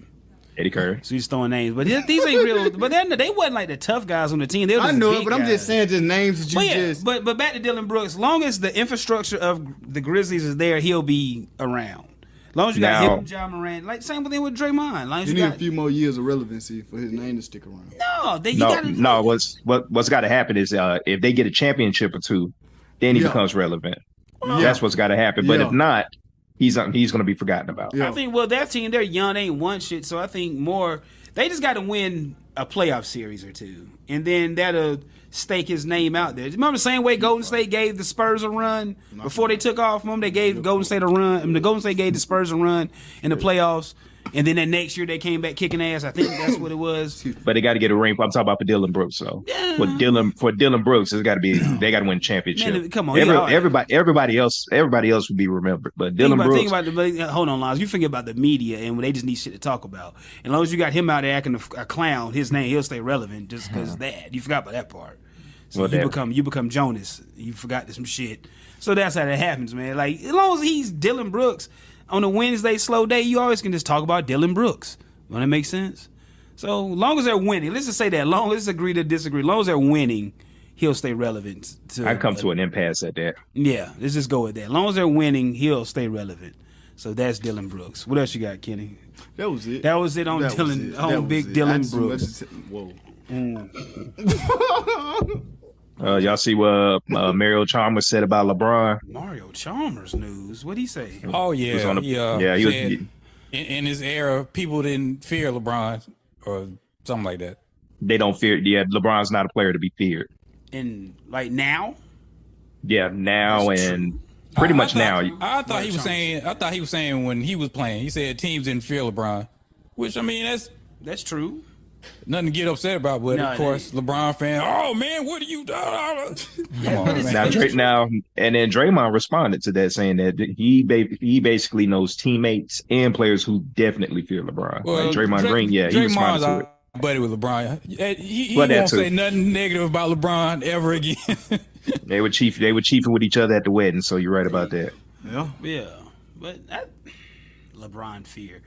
[SPEAKER 3] Eddie Curry.
[SPEAKER 2] So he's throwing names, but these these ain't real. But they're- they wasn't like the tough guys on the team. They were
[SPEAKER 1] I
[SPEAKER 2] just
[SPEAKER 1] know
[SPEAKER 2] big
[SPEAKER 1] it, but I'm
[SPEAKER 2] guys.
[SPEAKER 1] just saying just names that you
[SPEAKER 2] But yeah,
[SPEAKER 1] just.
[SPEAKER 2] but but back to Dylan Brooks. Long as the infrastructure of the Grizzlies is there, he'll be around. As long as you
[SPEAKER 3] Now-
[SPEAKER 2] got him, John Moran. Like same thing with Draymond. As long as
[SPEAKER 1] You
[SPEAKER 2] you,
[SPEAKER 1] need a
[SPEAKER 2] got
[SPEAKER 1] few more years of relevancy for his name to stick around.
[SPEAKER 2] no, they, you
[SPEAKER 3] No,
[SPEAKER 2] gotta,
[SPEAKER 3] no. What's what what's got to happen is uh, if they get a championship or two, then he
[SPEAKER 1] Yeah.
[SPEAKER 3] becomes relevant. That's what's got to happen. But
[SPEAKER 1] Yeah.
[SPEAKER 3] if not, he's uh, he's going to be forgotten about.
[SPEAKER 1] Yeah.
[SPEAKER 2] I think well that team they're young, they ain't won shit. So I think more they just got to win a playoff series or two, and then that'll stake his name out there. Remember the same way Golden State gave the Spurs a run before they took off. Remember they gave Golden State a run. I mean, the Golden State gave the Spurs a run in the playoffs. And then that next year they came back kicking ass. I think that's what
[SPEAKER 1] [laughs]
[SPEAKER 2] it was.
[SPEAKER 3] But they got to get a ring. I'm talking about for Dylan Brooks. So for Dylan for Dylan Brooks, it's got to be they got to win a championship.
[SPEAKER 2] Man, come on,
[SPEAKER 3] Every-
[SPEAKER 2] yeah, all right.
[SPEAKER 3] everybody everybody else everybody else would be remembered, but
[SPEAKER 2] Think
[SPEAKER 3] Dylan
[SPEAKER 2] about,
[SPEAKER 3] Brooks.
[SPEAKER 2] think about the but, hold on, Lons. You think about the media and when they just need shit to talk about. And as long as you got him out there acting a, f- a clown, his name he'll stay relevant just
[SPEAKER 3] [laughs]
[SPEAKER 2] because that. You forgot about that part. So
[SPEAKER 3] Well,
[SPEAKER 2] you
[SPEAKER 3] that-
[SPEAKER 2] become you become Jonas. You forgot some shit. So that's how that happens, man. Like as long as he's Dylan Brooks on a Wednesday slow day, you always can just talk about Dylan Brooks. Does that make sense? So long as they're winning, let's just say that. Long let's agree to disagree. Long as they're winning, he'll stay relevant. To
[SPEAKER 3] I come to an impasse at that.
[SPEAKER 2] yeah, let's just go with that. As long as they're winning, he'll stay relevant. So that's Dylan Brooks. What else you got, Kenny?
[SPEAKER 1] That was it.
[SPEAKER 2] That was it on
[SPEAKER 1] That was
[SPEAKER 2] Dylan-
[SPEAKER 1] it.
[SPEAKER 2] on
[SPEAKER 1] That was
[SPEAKER 2] Big
[SPEAKER 1] it.
[SPEAKER 2] Dylan
[SPEAKER 1] I just-
[SPEAKER 2] Brooks.
[SPEAKER 1] I just- Whoa.
[SPEAKER 3] Uh, y'all see what uh, uh, Mario Chalmers said about LeBron?
[SPEAKER 2] Mario Chalmers news. What would he [laughs] say?
[SPEAKER 8] Oh yeah,
[SPEAKER 3] He was on the-
[SPEAKER 8] he, uh,
[SPEAKER 3] yeah, he was-
[SPEAKER 8] said in, in his era, people didn't fear LeBron or something like that.
[SPEAKER 3] They don't fear. Yeah, LeBron's not a player to be feared.
[SPEAKER 2] And like now,
[SPEAKER 3] Yeah, now
[SPEAKER 2] That's
[SPEAKER 3] and pretty
[SPEAKER 8] I- I
[SPEAKER 3] much
[SPEAKER 8] thought- [laughs]
[SPEAKER 3] now. you-
[SPEAKER 8] I, I thought he was saying. I thought he was saying when he was playing. He said teams didn't fear LeBron, which I mean that's
[SPEAKER 2] that's true.
[SPEAKER 8] nothing to get upset about. But
[SPEAKER 2] No,
[SPEAKER 8] of course, LeBron fan. Oh man, what are you? [laughs] Come on, man.
[SPEAKER 3] Now, Dray, now, and then Draymond responded to that saying that he ba- he basically knows teammates and players who definitely fear LeBron. like Draymond
[SPEAKER 8] Dray-
[SPEAKER 3] Green, yeah, he responded
[SPEAKER 8] Draymond's
[SPEAKER 3] to it.
[SPEAKER 8] our buddy with LeBron. He, he, he
[SPEAKER 3] Well, that
[SPEAKER 8] won't
[SPEAKER 3] too.
[SPEAKER 8] say nothing negative about LeBron ever again.
[SPEAKER 3] They were chief. They were chiefing with each other at the wedding. So you're right about that.
[SPEAKER 1] Yeah.
[SPEAKER 2] Yeah, but that, LeBron fear.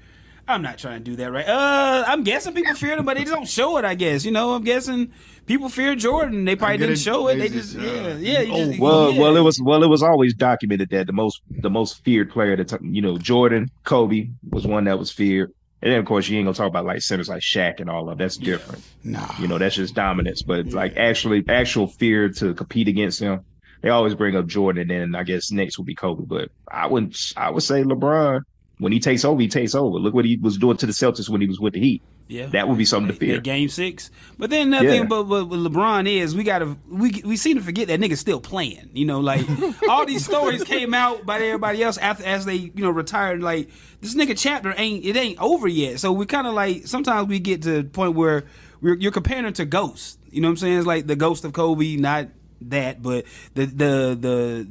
[SPEAKER 2] I'm not trying to do that right. Uh, I'm guessing people feared him, but they just don't show it. I guess you know. I'm guessing people fear Jordan. They probably
[SPEAKER 1] get
[SPEAKER 2] didn't
[SPEAKER 1] it.
[SPEAKER 2] show it.
[SPEAKER 1] They
[SPEAKER 2] They just
[SPEAKER 1] just,
[SPEAKER 2] yeah
[SPEAKER 1] uh,
[SPEAKER 2] yeah. you just-
[SPEAKER 3] oh, Well,
[SPEAKER 2] yeah.
[SPEAKER 3] well, it was well, it was always documented that the most the most feared player at the time, you know, Jordan, Kobe was one that was feared. And then of course you ain't gonna talk about like centers like Shaq and all of that's different.
[SPEAKER 1] Nah.
[SPEAKER 3] You know, that's just dominance. But like actually actual fear to compete against him. They always bring up Jordan, and I guess next will be Kobe. But I would I would say LeBron, when he takes over, he takes over. Look what he was doing to the Celtics when he was with the Heat.
[SPEAKER 2] Yeah,
[SPEAKER 3] That would be something to
[SPEAKER 2] That- that
[SPEAKER 3] fear.
[SPEAKER 2] game six. But then nothing.
[SPEAKER 3] Yeah.
[SPEAKER 2] But but with LeBron is we gotta we we seem to forget that nigga's still playing. You know,
[SPEAKER 3] [laughs]
[SPEAKER 2] like all these stories came out by everybody else after as they you know retired. Like this nigga chapter ain't it ain't over yet. So we kind of like sometimes we get to the point where we're, you're comparing him to ghosts. You know what I'm saying? It's like the ghost of Kobe, not that, but the the the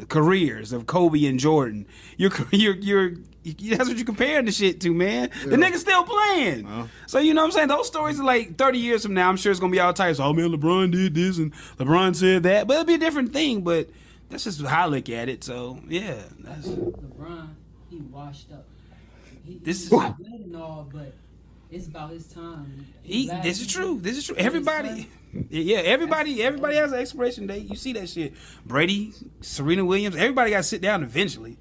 [SPEAKER 2] the careers of Kobe and Jordan. You're [laughs] you're you're. That's what you're comparing the shit to, man. The nigga's still playing. So you know what I'm saying? Those stories are like 30 years from now. I'm sure it's gonna be all types. Oh man, LeBron did this and LeBron said that, but it'll be a different thing. But that's just how I look at it. So yeah, that's,
[SPEAKER 9] LeBron, he washed up. He,
[SPEAKER 2] This
[SPEAKER 9] this
[SPEAKER 2] is-
[SPEAKER 9] is good and all, but it's about his time.
[SPEAKER 2] he,
[SPEAKER 9] Last
[SPEAKER 2] this is
[SPEAKER 9] year,
[SPEAKER 2] true. This is true. Everybody, [laughs] yeah, everybody, everybody has an expiration date. You see that shit. Brady, Serena Williams, everybody got to sit down eventually.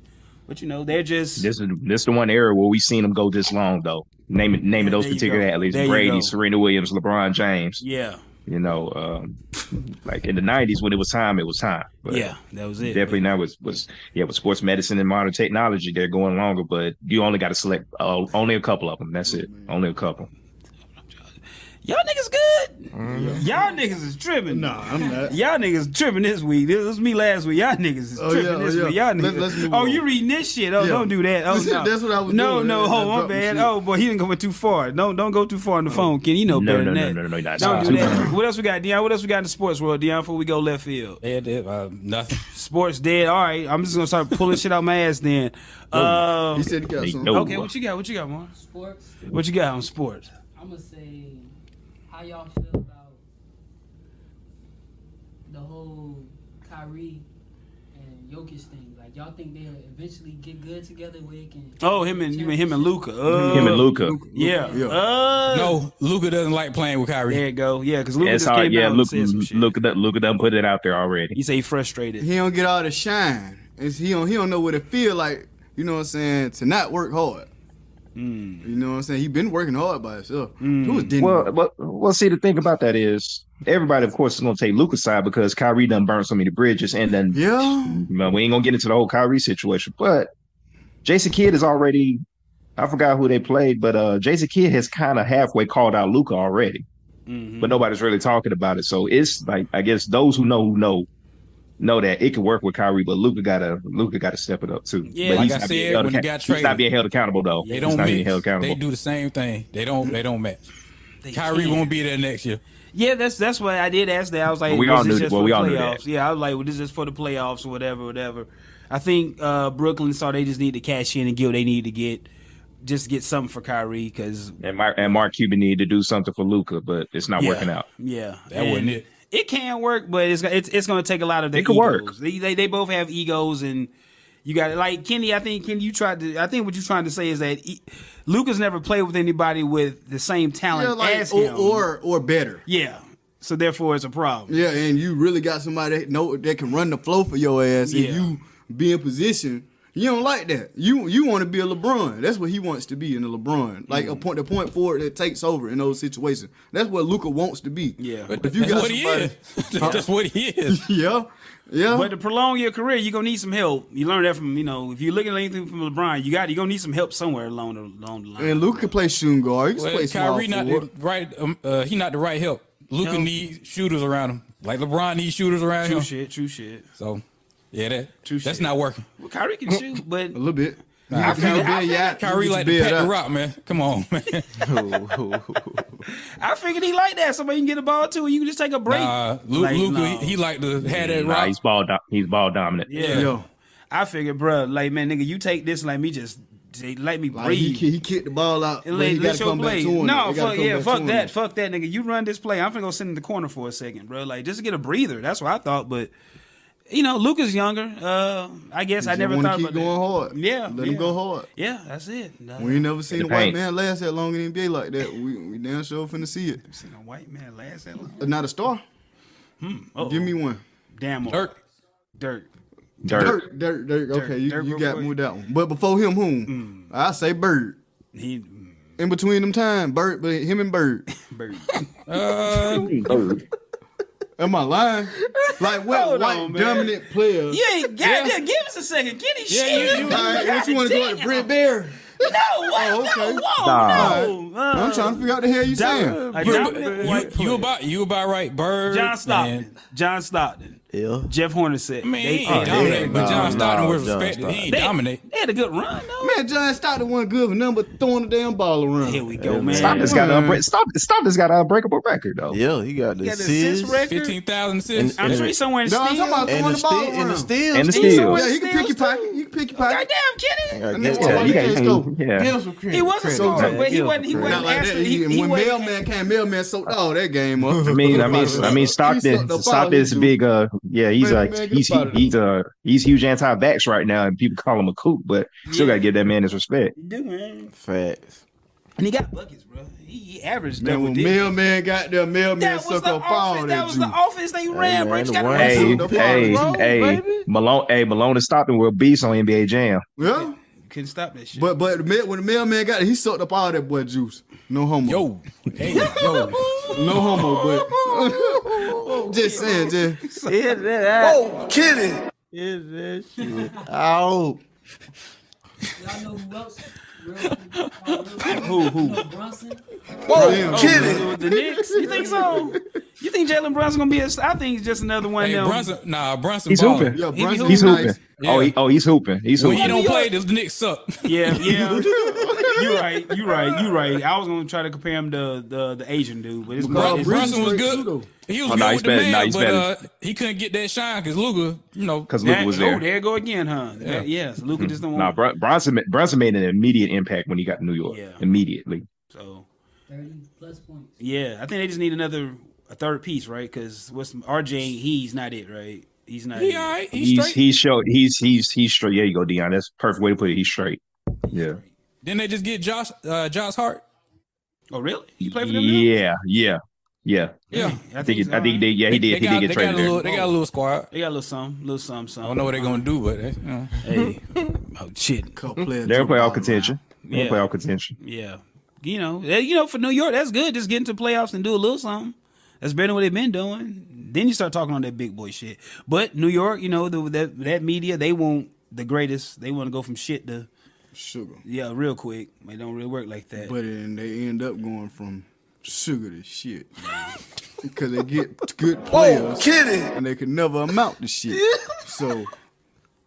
[SPEAKER 2] But you know, they're just
[SPEAKER 3] This is this the one era where we seen them go this long though. Name it, name it those
[SPEAKER 2] There you
[SPEAKER 3] particular
[SPEAKER 2] go.
[SPEAKER 3] athletes:
[SPEAKER 2] There you go.
[SPEAKER 3] Brady, Serena Williams, LeBron James.
[SPEAKER 2] yeah,
[SPEAKER 3] You know, um, like in the '90s when it was time, it was time. But
[SPEAKER 2] yeah. That was it.
[SPEAKER 3] definitely now was was yeah with sports medicine and modern technology, they're going longer. But you only got to select uh, only a couple of them. That's
[SPEAKER 2] Oh,
[SPEAKER 3] it. Only a couple.
[SPEAKER 2] Y'all niggas good.
[SPEAKER 3] Mm-hmm.
[SPEAKER 2] Y'all niggas is tripping.
[SPEAKER 1] Nah, I'm not.
[SPEAKER 2] Y'all niggas tripping this week. This was me last week. Y'all niggas is
[SPEAKER 1] Oh,
[SPEAKER 2] tripping
[SPEAKER 1] yeah, oh,
[SPEAKER 2] this
[SPEAKER 1] yeah.
[SPEAKER 2] week. Y'all niggas.
[SPEAKER 1] Let- let's move
[SPEAKER 2] oh,
[SPEAKER 1] on.
[SPEAKER 2] you reading this shit? Oh,
[SPEAKER 1] Yeah.
[SPEAKER 2] don't
[SPEAKER 1] [laughs]
[SPEAKER 2] do that. Oh,
[SPEAKER 1] That's-
[SPEAKER 2] no.
[SPEAKER 1] that's what I was
[SPEAKER 2] No,
[SPEAKER 1] doing.
[SPEAKER 2] no,
[SPEAKER 1] That's-
[SPEAKER 2] hold
[SPEAKER 1] that's
[SPEAKER 2] on,
[SPEAKER 1] dropping
[SPEAKER 2] man.
[SPEAKER 1] shit.
[SPEAKER 2] Oh boy, he didn't go too far. Don't don't go too far on the phone, Ken. You know
[SPEAKER 3] Oh. No,
[SPEAKER 2] better
[SPEAKER 3] no,
[SPEAKER 2] than
[SPEAKER 3] no,
[SPEAKER 2] that.
[SPEAKER 3] no, no, no, not
[SPEAKER 2] Don't
[SPEAKER 3] too
[SPEAKER 2] do
[SPEAKER 3] far.
[SPEAKER 2] that. What else we got, Dion? What else we got in the sports world, Dion? Before we go left field,
[SPEAKER 8] Yeah, that, uh, nothing.
[SPEAKER 2] sports dead. All right, I'm just gonna start pulling shit out my ass then.
[SPEAKER 3] Oh.
[SPEAKER 2] Um,
[SPEAKER 1] He said he got
[SPEAKER 3] They
[SPEAKER 1] some.
[SPEAKER 3] know.
[SPEAKER 2] okay, what you got? What you got, Mark?
[SPEAKER 9] Sports,
[SPEAKER 2] What you got on sports?
[SPEAKER 9] I'm going to say how y'all feel about the whole Kyrie and Jokic thing. Like, y'all think they'll eventually get good together where they can.
[SPEAKER 2] Oh, him and you and him and Luca. Uh,
[SPEAKER 3] Him and Luca.
[SPEAKER 2] Yeah.
[SPEAKER 1] Yeah.
[SPEAKER 2] Uh,
[SPEAKER 8] [laughs] No, Luca doesn't like playing with Kyrie.
[SPEAKER 2] There you go. Yeah, because Luca
[SPEAKER 3] It's
[SPEAKER 2] just
[SPEAKER 3] all
[SPEAKER 2] came
[SPEAKER 3] yeah.
[SPEAKER 2] out
[SPEAKER 3] Look,
[SPEAKER 2] and said some shit.
[SPEAKER 3] look at that. Look at them. Put it out there already.
[SPEAKER 2] He say he frustrated.
[SPEAKER 1] He don't get all the shine. It's, he don't he don't know what it feel like. You know what I'm saying? To not work hard.
[SPEAKER 2] Hmm.
[SPEAKER 1] You know what I'm saying? He been working hard by himself. Who was Denver?
[SPEAKER 3] Well, well, well. See, the thing about that is everybody, of course, is going to take Luca's side because Kyrie done burned so many bridges, and then
[SPEAKER 1] yeah.
[SPEAKER 3] Well, we ain't gonna get into the whole Kyrie situation, but Jason Kidd is already. I forgot who they played, but uh, Jason Kidd has kind of halfway called out Luca
[SPEAKER 8] Mm-hmm.
[SPEAKER 3] already, but nobody's really talking about it. So it's like I guess those who know who know know that it could work with Kyrie, but Luca gotta Luca gotta step it up too.
[SPEAKER 8] Yeah,
[SPEAKER 3] but
[SPEAKER 8] like
[SPEAKER 3] he's
[SPEAKER 8] I
[SPEAKER 3] not being
[SPEAKER 8] said,
[SPEAKER 3] held
[SPEAKER 8] when he
[SPEAKER 3] account-
[SPEAKER 8] got
[SPEAKER 3] he's not
[SPEAKER 8] traded.
[SPEAKER 3] being held accountable though.
[SPEAKER 8] They
[SPEAKER 3] he's
[SPEAKER 8] don't
[SPEAKER 3] not being held
[SPEAKER 8] mix. They
[SPEAKER 3] accountable.
[SPEAKER 8] do the same thing. They don't. They
[SPEAKER 1] [laughs]
[SPEAKER 8] don't match.
[SPEAKER 2] They
[SPEAKER 8] Kyrie
[SPEAKER 2] can't.
[SPEAKER 8] won't be there next year.
[SPEAKER 2] Yeah, that's that's what I did ask that. I was like,
[SPEAKER 3] Well, we
[SPEAKER 2] was
[SPEAKER 3] all
[SPEAKER 2] this
[SPEAKER 3] knew-
[SPEAKER 2] just
[SPEAKER 3] well,
[SPEAKER 2] for
[SPEAKER 3] we
[SPEAKER 2] the
[SPEAKER 3] all knew
[SPEAKER 2] playoffs?
[SPEAKER 3] that.
[SPEAKER 2] Yeah, I was like, well, this is for the playoffs or whatever, whatever. I think uh, Brooklyn saw they just need to cash in and get what they need to get, just to get something for Kyrie because
[SPEAKER 3] And Mark and Mark Cuban needed to do something for Luca, but it's not
[SPEAKER 8] Yeah.
[SPEAKER 3] working out.
[SPEAKER 2] yeah,
[SPEAKER 8] That wasn't it.
[SPEAKER 2] It can work, but it's it's, it's going to take a lot of their
[SPEAKER 3] It could work.
[SPEAKER 2] egos. They, they they both have egos, and you got like Kenny. I think Kenny, you tried to. I think what you're trying to say is that e- Luca's never played with anybody with the same talent
[SPEAKER 1] Yeah,
[SPEAKER 2] as
[SPEAKER 1] like, or,
[SPEAKER 2] him,
[SPEAKER 1] or or better.
[SPEAKER 2] yeah. So therefore, it's a problem.
[SPEAKER 1] Yeah, and you really got somebody that know that can run the flow for your ass,
[SPEAKER 2] Yeah.
[SPEAKER 1] and you be in position. You don't like that. You you want to be a LeBron. That's what he wants to be in a LeBron, like a point the point forward that takes over in those situations. That's what Luca wants to be.
[SPEAKER 2] Yeah.
[SPEAKER 1] but
[SPEAKER 8] That's
[SPEAKER 1] if you got
[SPEAKER 8] what he
[SPEAKER 1] somebody, Uh, [laughs]
[SPEAKER 8] is. [laughs] That's what he is.
[SPEAKER 1] yeah, yeah,
[SPEAKER 2] But to prolong your career, you're gonna need some help. You learn that from you know if you're looking at anything from LeBron, you got you're gonna need some help somewhere along the along the line.
[SPEAKER 1] and Luca can play shooting guard. He can
[SPEAKER 8] Well,
[SPEAKER 1] play small
[SPEAKER 8] Kyrie not
[SPEAKER 1] forward.
[SPEAKER 8] the right. Um, uh, he not the right help. Luca
[SPEAKER 2] No.
[SPEAKER 8] needs shooters around him, like LeBron needs shooters around
[SPEAKER 2] true
[SPEAKER 8] him.
[SPEAKER 2] shit, true shit.
[SPEAKER 8] So, yeah, that
[SPEAKER 2] True
[SPEAKER 8] that's
[SPEAKER 2] shit.
[SPEAKER 8] not working.
[SPEAKER 2] Well, Kyrie can
[SPEAKER 1] [laughs]
[SPEAKER 2] shoot, but
[SPEAKER 1] a little bit.
[SPEAKER 8] I
[SPEAKER 1] You can
[SPEAKER 8] feel-
[SPEAKER 1] build
[SPEAKER 8] I
[SPEAKER 1] your- you can
[SPEAKER 8] Kyrie
[SPEAKER 1] get
[SPEAKER 8] like
[SPEAKER 1] your
[SPEAKER 8] to
[SPEAKER 1] build
[SPEAKER 8] pat the
[SPEAKER 1] up.
[SPEAKER 8] rock, man. Come on,
[SPEAKER 1] [laughs]
[SPEAKER 8] man.
[SPEAKER 2] I figured he like that. Somebody can get the ball too, and you can just take a break.
[SPEAKER 8] Uh, Luca,
[SPEAKER 2] Like,
[SPEAKER 8] Luka,
[SPEAKER 2] no.
[SPEAKER 8] he, he like to have that
[SPEAKER 3] Nah,
[SPEAKER 8] rock.
[SPEAKER 3] he's ball do- he's ball dominant.
[SPEAKER 2] yeah.
[SPEAKER 1] Yo,
[SPEAKER 2] I figured, bro, like man, nigga, you take this, let me just they- let me
[SPEAKER 1] like he,
[SPEAKER 2] breathe.
[SPEAKER 1] ki- he kicked the ball out.
[SPEAKER 2] and
[SPEAKER 1] but he
[SPEAKER 2] let,
[SPEAKER 1] got
[SPEAKER 2] let
[SPEAKER 1] to
[SPEAKER 2] your
[SPEAKER 1] come
[SPEAKER 2] play.
[SPEAKER 1] back to him.
[SPEAKER 2] No,
[SPEAKER 1] They gotta
[SPEAKER 2] fuck
[SPEAKER 1] come
[SPEAKER 2] yeah,
[SPEAKER 1] back to
[SPEAKER 2] fuck
[SPEAKER 1] him.
[SPEAKER 2] that, fuck that, nigga. You run this play. I'm finna go sit in the corner for a second, bro. Like just to get a breather. That's what I thought. But you know, Luca's younger. Uh, I guess I
[SPEAKER 1] Just
[SPEAKER 2] never
[SPEAKER 1] wanna
[SPEAKER 2] thought
[SPEAKER 1] keep
[SPEAKER 2] about
[SPEAKER 1] going
[SPEAKER 2] that.
[SPEAKER 1] hard.
[SPEAKER 2] Yeah,
[SPEAKER 1] let
[SPEAKER 2] yeah.
[SPEAKER 1] him go hard.
[SPEAKER 2] Yeah, that's it. No.
[SPEAKER 1] We ain't never seen
[SPEAKER 3] the
[SPEAKER 1] a white
[SPEAKER 3] paint.
[SPEAKER 1] man last that long in the NBA like that. We, we damn sure finna see it.
[SPEAKER 2] seen a white man last that long.
[SPEAKER 1] Not a star.
[SPEAKER 2] Hmm, Uh-oh.
[SPEAKER 1] Give me one.
[SPEAKER 2] damn old.
[SPEAKER 8] Dirk.
[SPEAKER 2] Dirk.
[SPEAKER 3] Dirt.
[SPEAKER 1] Dirk, Dirk, Dirk. Okay, you,
[SPEAKER 2] Dirk
[SPEAKER 1] you
[SPEAKER 2] real
[SPEAKER 1] got
[SPEAKER 2] quick.
[SPEAKER 1] moved that one. But before him,
[SPEAKER 2] Hmm.
[SPEAKER 1] whom? I say Bird.
[SPEAKER 2] He
[SPEAKER 1] In between them time, Bird, but him and Bird.
[SPEAKER 2] Bird.
[SPEAKER 8] Uh,
[SPEAKER 1] Am I lying? Like what
[SPEAKER 2] Hold
[SPEAKER 1] white
[SPEAKER 2] on, man.
[SPEAKER 1] dominant player?
[SPEAKER 2] you ain't goddamn. Give us a second. Kenny,
[SPEAKER 8] Yeah,
[SPEAKER 2] shit.
[SPEAKER 8] you- you-
[SPEAKER 1] All right, what you want to go to Britt Bear?
[SPEAKER 2] No, what?
[SPEAKER 1] Oh, okay.
[SPEAKER 2] No, whoa,
[SPEAKER 3] Nah.
[SPEAKER 2] no.
[SPEAKER 1] I'm trying to figure out the hell you saying.
[SPEAKER 2] A
[SPEAKER 8] you,
[SPEAKER 2] dominant
[SPEAKER 8] you-
[SPEAKER 2] white
[SPEAKER 8] you
[SPEAKER 2] player.
[SPEAKER 8] about you about right, Bird.
[SPEAKER 2] John
[SPEAKER 8] man.
[SPEAKER 2] Stockton. John Stockton.
[SPEAKER 10] Yeah.
[SPEAKER 2] Jeff Hornacek.
[SPEAKER 8] I mean,
[SPEAKER 2] They-
[SPEAKER 8] he
[SPEAKER 2] they-
[SPEAKER 8] ain't dominate,
[SPEAKER 10] Oh, yeah,
[SPEAKER 8] but John
[SPEAKER 10] nah,
[SPEAKER 8] Stockton
[SPEAKER 10] nah,
[SPEAKER 8] was
[SPEAKER 10] John
[SPEAKER 8] respected. He ain't
[SPEAKER 2] They-
[SPEAKER 8] dominate.
[SPEAKER 2] They had a good run though.
[SPEAKER 1] Man, John Stockton wasn't good for nothing but throwing the damn ball around.
[SPEAKER 2] Here we go, man. Mm.
[SPEAKER 3] Stockton's got an unbreak- Stock- Stockton's got an unbreakable record though.
[SPEAKER 10] Yeah, he got the
[SPEAKER 2] got an assist
[SPEAKER 10] assist
[SPEAKER 2] record.
[SPEAKER 8] Fifteen thousand assists.
[SPEAKER 2] I'm sure he's somewhere in
[SPEAKER 1] No, I'm
[SPEAKER 2] steel.
[SPEAKER 1] talking about
[SPEAKER 10] and
[SPEAKER 1] throwing
[SPEAKER 10] the
[SPEAKER 1] the ball
[SPEAKER 10] steal and the
[SPEAKER 1] around.
[SPEAKER 10] steals.
[SPEAKER 3] And the
[SPEAKER 10] too.
[SPEAKER 2] He's
[SPEAKER 3] steal.
[SPEAKER 2] somewhere
[SPEAKER 1] Yeah,
[SPEAKER 2] in
[SPEAKER 1] he can pick your
[SPEAKER 2] steals,
[SPEAKER 1] pocket.
[SPEAKER 2] too.
[SPEAKER 1] You can pick your pocket.
[SPEAKER 2] Goddamn, Kenny.
[SPEAKER 10] I get
[SPEAKER 1] And that's why
[SPEAKER 10] that.
[SPEAKER 1] I
[SPEAKER 3] You
[SPEAKER 1] like
[SPEAKER 3] can't-
[SPEAKER 1] that scope.
[SPEAKER 3] yeah.
[SPEAKER 2] He was a scorer,
[SPEAKER 1] Yeah.
[SPEAKER 2] but he wasn't. He
[SPEAKER 1] Not
[SPEAKER 2] wasn't
[SPEAKER 1] like that.
[SPEAKER 2] actually.
[SPEAKER 1] He,
[SPEAKER 2] He,
[SPEAKER 1] and
[SPEAKER 2] he
[SPEAKER 1] when
[SPEAKER 2] wasn't.
[SPEAKER 1] Mailman came, Mailman soaked all that game up.
[SPEAKER 3] I mean, I mean, I mean,
[SPEAKER 1] He sucked
[SPEAKER 3] Stockton,
[SPEAKER 1] the ball
[SPEAKER 3] Stockton's
[SPEAKER 1] into-
[SPEAKER 3] big. Uh, yeah, he's
[SPEAKER 1] Man,
[SPEAKER 3] like
[SPEAKER 1] man, get
[SPEAKER 3] he's
[SPEAKER 1] up out of
[SPEAKER 3] he's uh he's huge anti-vax right now, and people call him a kook, but still gotta give that man his respect.
[SPEAKER 2] Dude, man.
[SPEAKER 10] Facts.
[SPEAKER 2] And he got buckets, bro. He, he averaged
[SPEAKER 1] Man,
[SPEAKER 2] double
[SPEAKER 1] when
[SPEAKER 2] digit.
[SPEAKER 1] Mailman got there, Mailman
[SPEAKER 2] That was
[SPEAKER 1] sucked
[SPEAKER 2] the
[SPEAKER 1] up all
[SPEAKER 2] offense. That
[SPEAKER 1] that
[SPEAKER 2] was the
[SPEAKER 1] juice.
[SPEAKER 2] offense they ran,
[SPEAKER 10] man,
[SPEAKER 2] bro. You just
[SPEAKER 10] the
[SPEAKER 2] gotta
[SPEAKER 10] one-
[SPEAKER 2] run
[SPEAKER 3] Hey,
[SPEAKER 2] through.
[SPEAKER 1] the ball
[SPEAKER 3] hey,
[SPEAKER 1] roll,
[SPEAKER 3] hey,
[SPEAKER 1] baby.
[SPEAKER 3] Malone, hey, Malone and Stockton were beasts on NBA Jam.
[SPEAKER 1] Yeah,
[SPEAKER 2] You couldn't stop that shit.
[SPEAKER 1] but but the mail- when the Mailman got there, he sucked up all that boy juice. No homo.
[SPEAKER 8] Yo, hey, yo.
[SPEAKER 1] No homo, but [laughs] just saying, just
[SPEAKER 10] Is that?
[SPEAKER 4] Oh, kidding.
[SPEAKER 10] Is that shit? Oh,
[SPEAKER 9] Y'all know who else?
[SPEAKER 2] [laughs]
[SPEAKER 9] Real people, who? Who? Brunson.
[SPEAKER 1] damn.
[SPEAKER 2] With the Knicks, you think so? You think Jalen Brunson gonna be? A, I think he's just another one.
[SPEAKER 8] Hey,
[SPEAKER 2] of them.
[SPEAKER 8] Brunson. Nah, Brunson.
[SPEAKER 3] He's
[SPEAKER 8] balling.
[SPEAKER 3] hooping.
[SPEAKER 1] Yeah,
[SPEAKER 2] be
[SPEAKER 1] Brunson
[SPEAKER 3] He's hooping.
[SPEAKER 1] nice.
[SPEAKER 3] Oh, he,
[SPEAKER 8] Yeah.
[SPEAKER 3] oh, he's hooping. He's
[SPEAKER 8] When
[SPEAKER 3] hooping.
[SPEAKER 8] he don't play, the Knicks suck. [laughs]
[SPEAKER 2] Yeah, yeah. [laughs] you right. You right. You right. I was gonna try to compare him to the the Asian dude, but it's
[SPEAKER 1] Bro,
[SPEAKER 2] it's-
[SPEAKER 8] Brunson was
[SPEAKER 1] straight too,
[SPEAKER 8] good.
[SPEAKER 1] though.
[SPEAKER 8] He was
[SPEAKER 3] Oh,
[SPEAKER 8] good
[SPEAKER 3] nah, he's
[SPEAKER 8] with the
[SPEAKER 3] better.
[SPEAKER 8] man,
[SPEAKER 3] Nah, he's
[SPEAKER 8] but
[SPEAKER 3] better.
[SPEAKER 8] uh, he couldn't get that shine because Luca, you know,
[SPEAKER 3] because
[SPEAKER 2] that,
[SPEAKER 3] Luca was
[SPEAKER 2] Oh,
[SPEAKER 3] there.
[SPEAKER 2] there go again, huh? That- yes, Luca just don't
[SPEAKER 3] Nah,
[SPEAKER 2] want.
[SPEAKER 3] Bron- Bronson ma- Bronson made an immediate impact when he got to New York.
[SPEAKER 2] Yeah.
[SPEAKER 3] Immediately.
[SPEAKER 2] So
[SPEAKER 9] Thirty plus points.
[SPEAKER 2] yeah, I think they just need another a third piece, right? Because what's RJ? He's not it, right? He's not.
[SPEAKER 8] he
[SPEAKER 2] it.
[SPEAKER 8] all right. He's,
[SPEAKER 3] He's
[SPEAKER 8] straight.
[SPEAKER 3] he's show he's he's he's straight. Yeah, you go, Dion. That's a perfect way to put it. He's straight. Yeah.
[SPEAKER 8] Then they just get Josh, uh, Josh Hart.
[SPEAKER 2] Oh really? He played for them. now?
[SPEAKER 3] Yeah, yeah, yeah.
[SPEAKER 8] Yeah,
[SPEAKER 2] I
[SPEAKER 3] I think
[SPEAKER 2] he's
[SPEAKER 3] it- I think
[SPEAKER 2] alright.
[SPEAKER 3] they yeah he did he did
[SPEAKER 8] got, they
[SPEAKER 3] get
[SPEAKER 8] got a
[SPEAKER 3] traded there.
[SPEAKER 8] little, they got a little squad.
[SPEAKER 2] They got a little something, little something, something.
[SPEAKER 8] I don't know what they're gonna do, but they, you know.
[SPEAKER 2] Hey,
[SPEAKER 8] [laughs]
[SPEAKER 2] oh shit.
[SPEAKER 1] Couple players
[SPEAKER 3] They're in
[SPEAKER 1] jumped all
[SPEAKER 3] playoff
[SPEAKER 1] around.
[SPEAKER 3] contention. They're in
[SPEAKER 2] Yeah.
[SPEAKER 3] playoff contention.
[SPEAKER 2] Yeah, you know, eh, you know, for New York, that's good. Just get into playoffs and do a little something. That's better than what they've been doing. Then you start talking on that big boy shit. But New York, you know, the, that that media, they want the greatest. They want to go from shit to
[SPEAKER 1] Sugar,
[SPEAKER 2] yeah, real quick. It don't really work like that.
[SPEAKER 1] but then they end up going from sugar to shit. because they get good players. And they can never amount to shit. So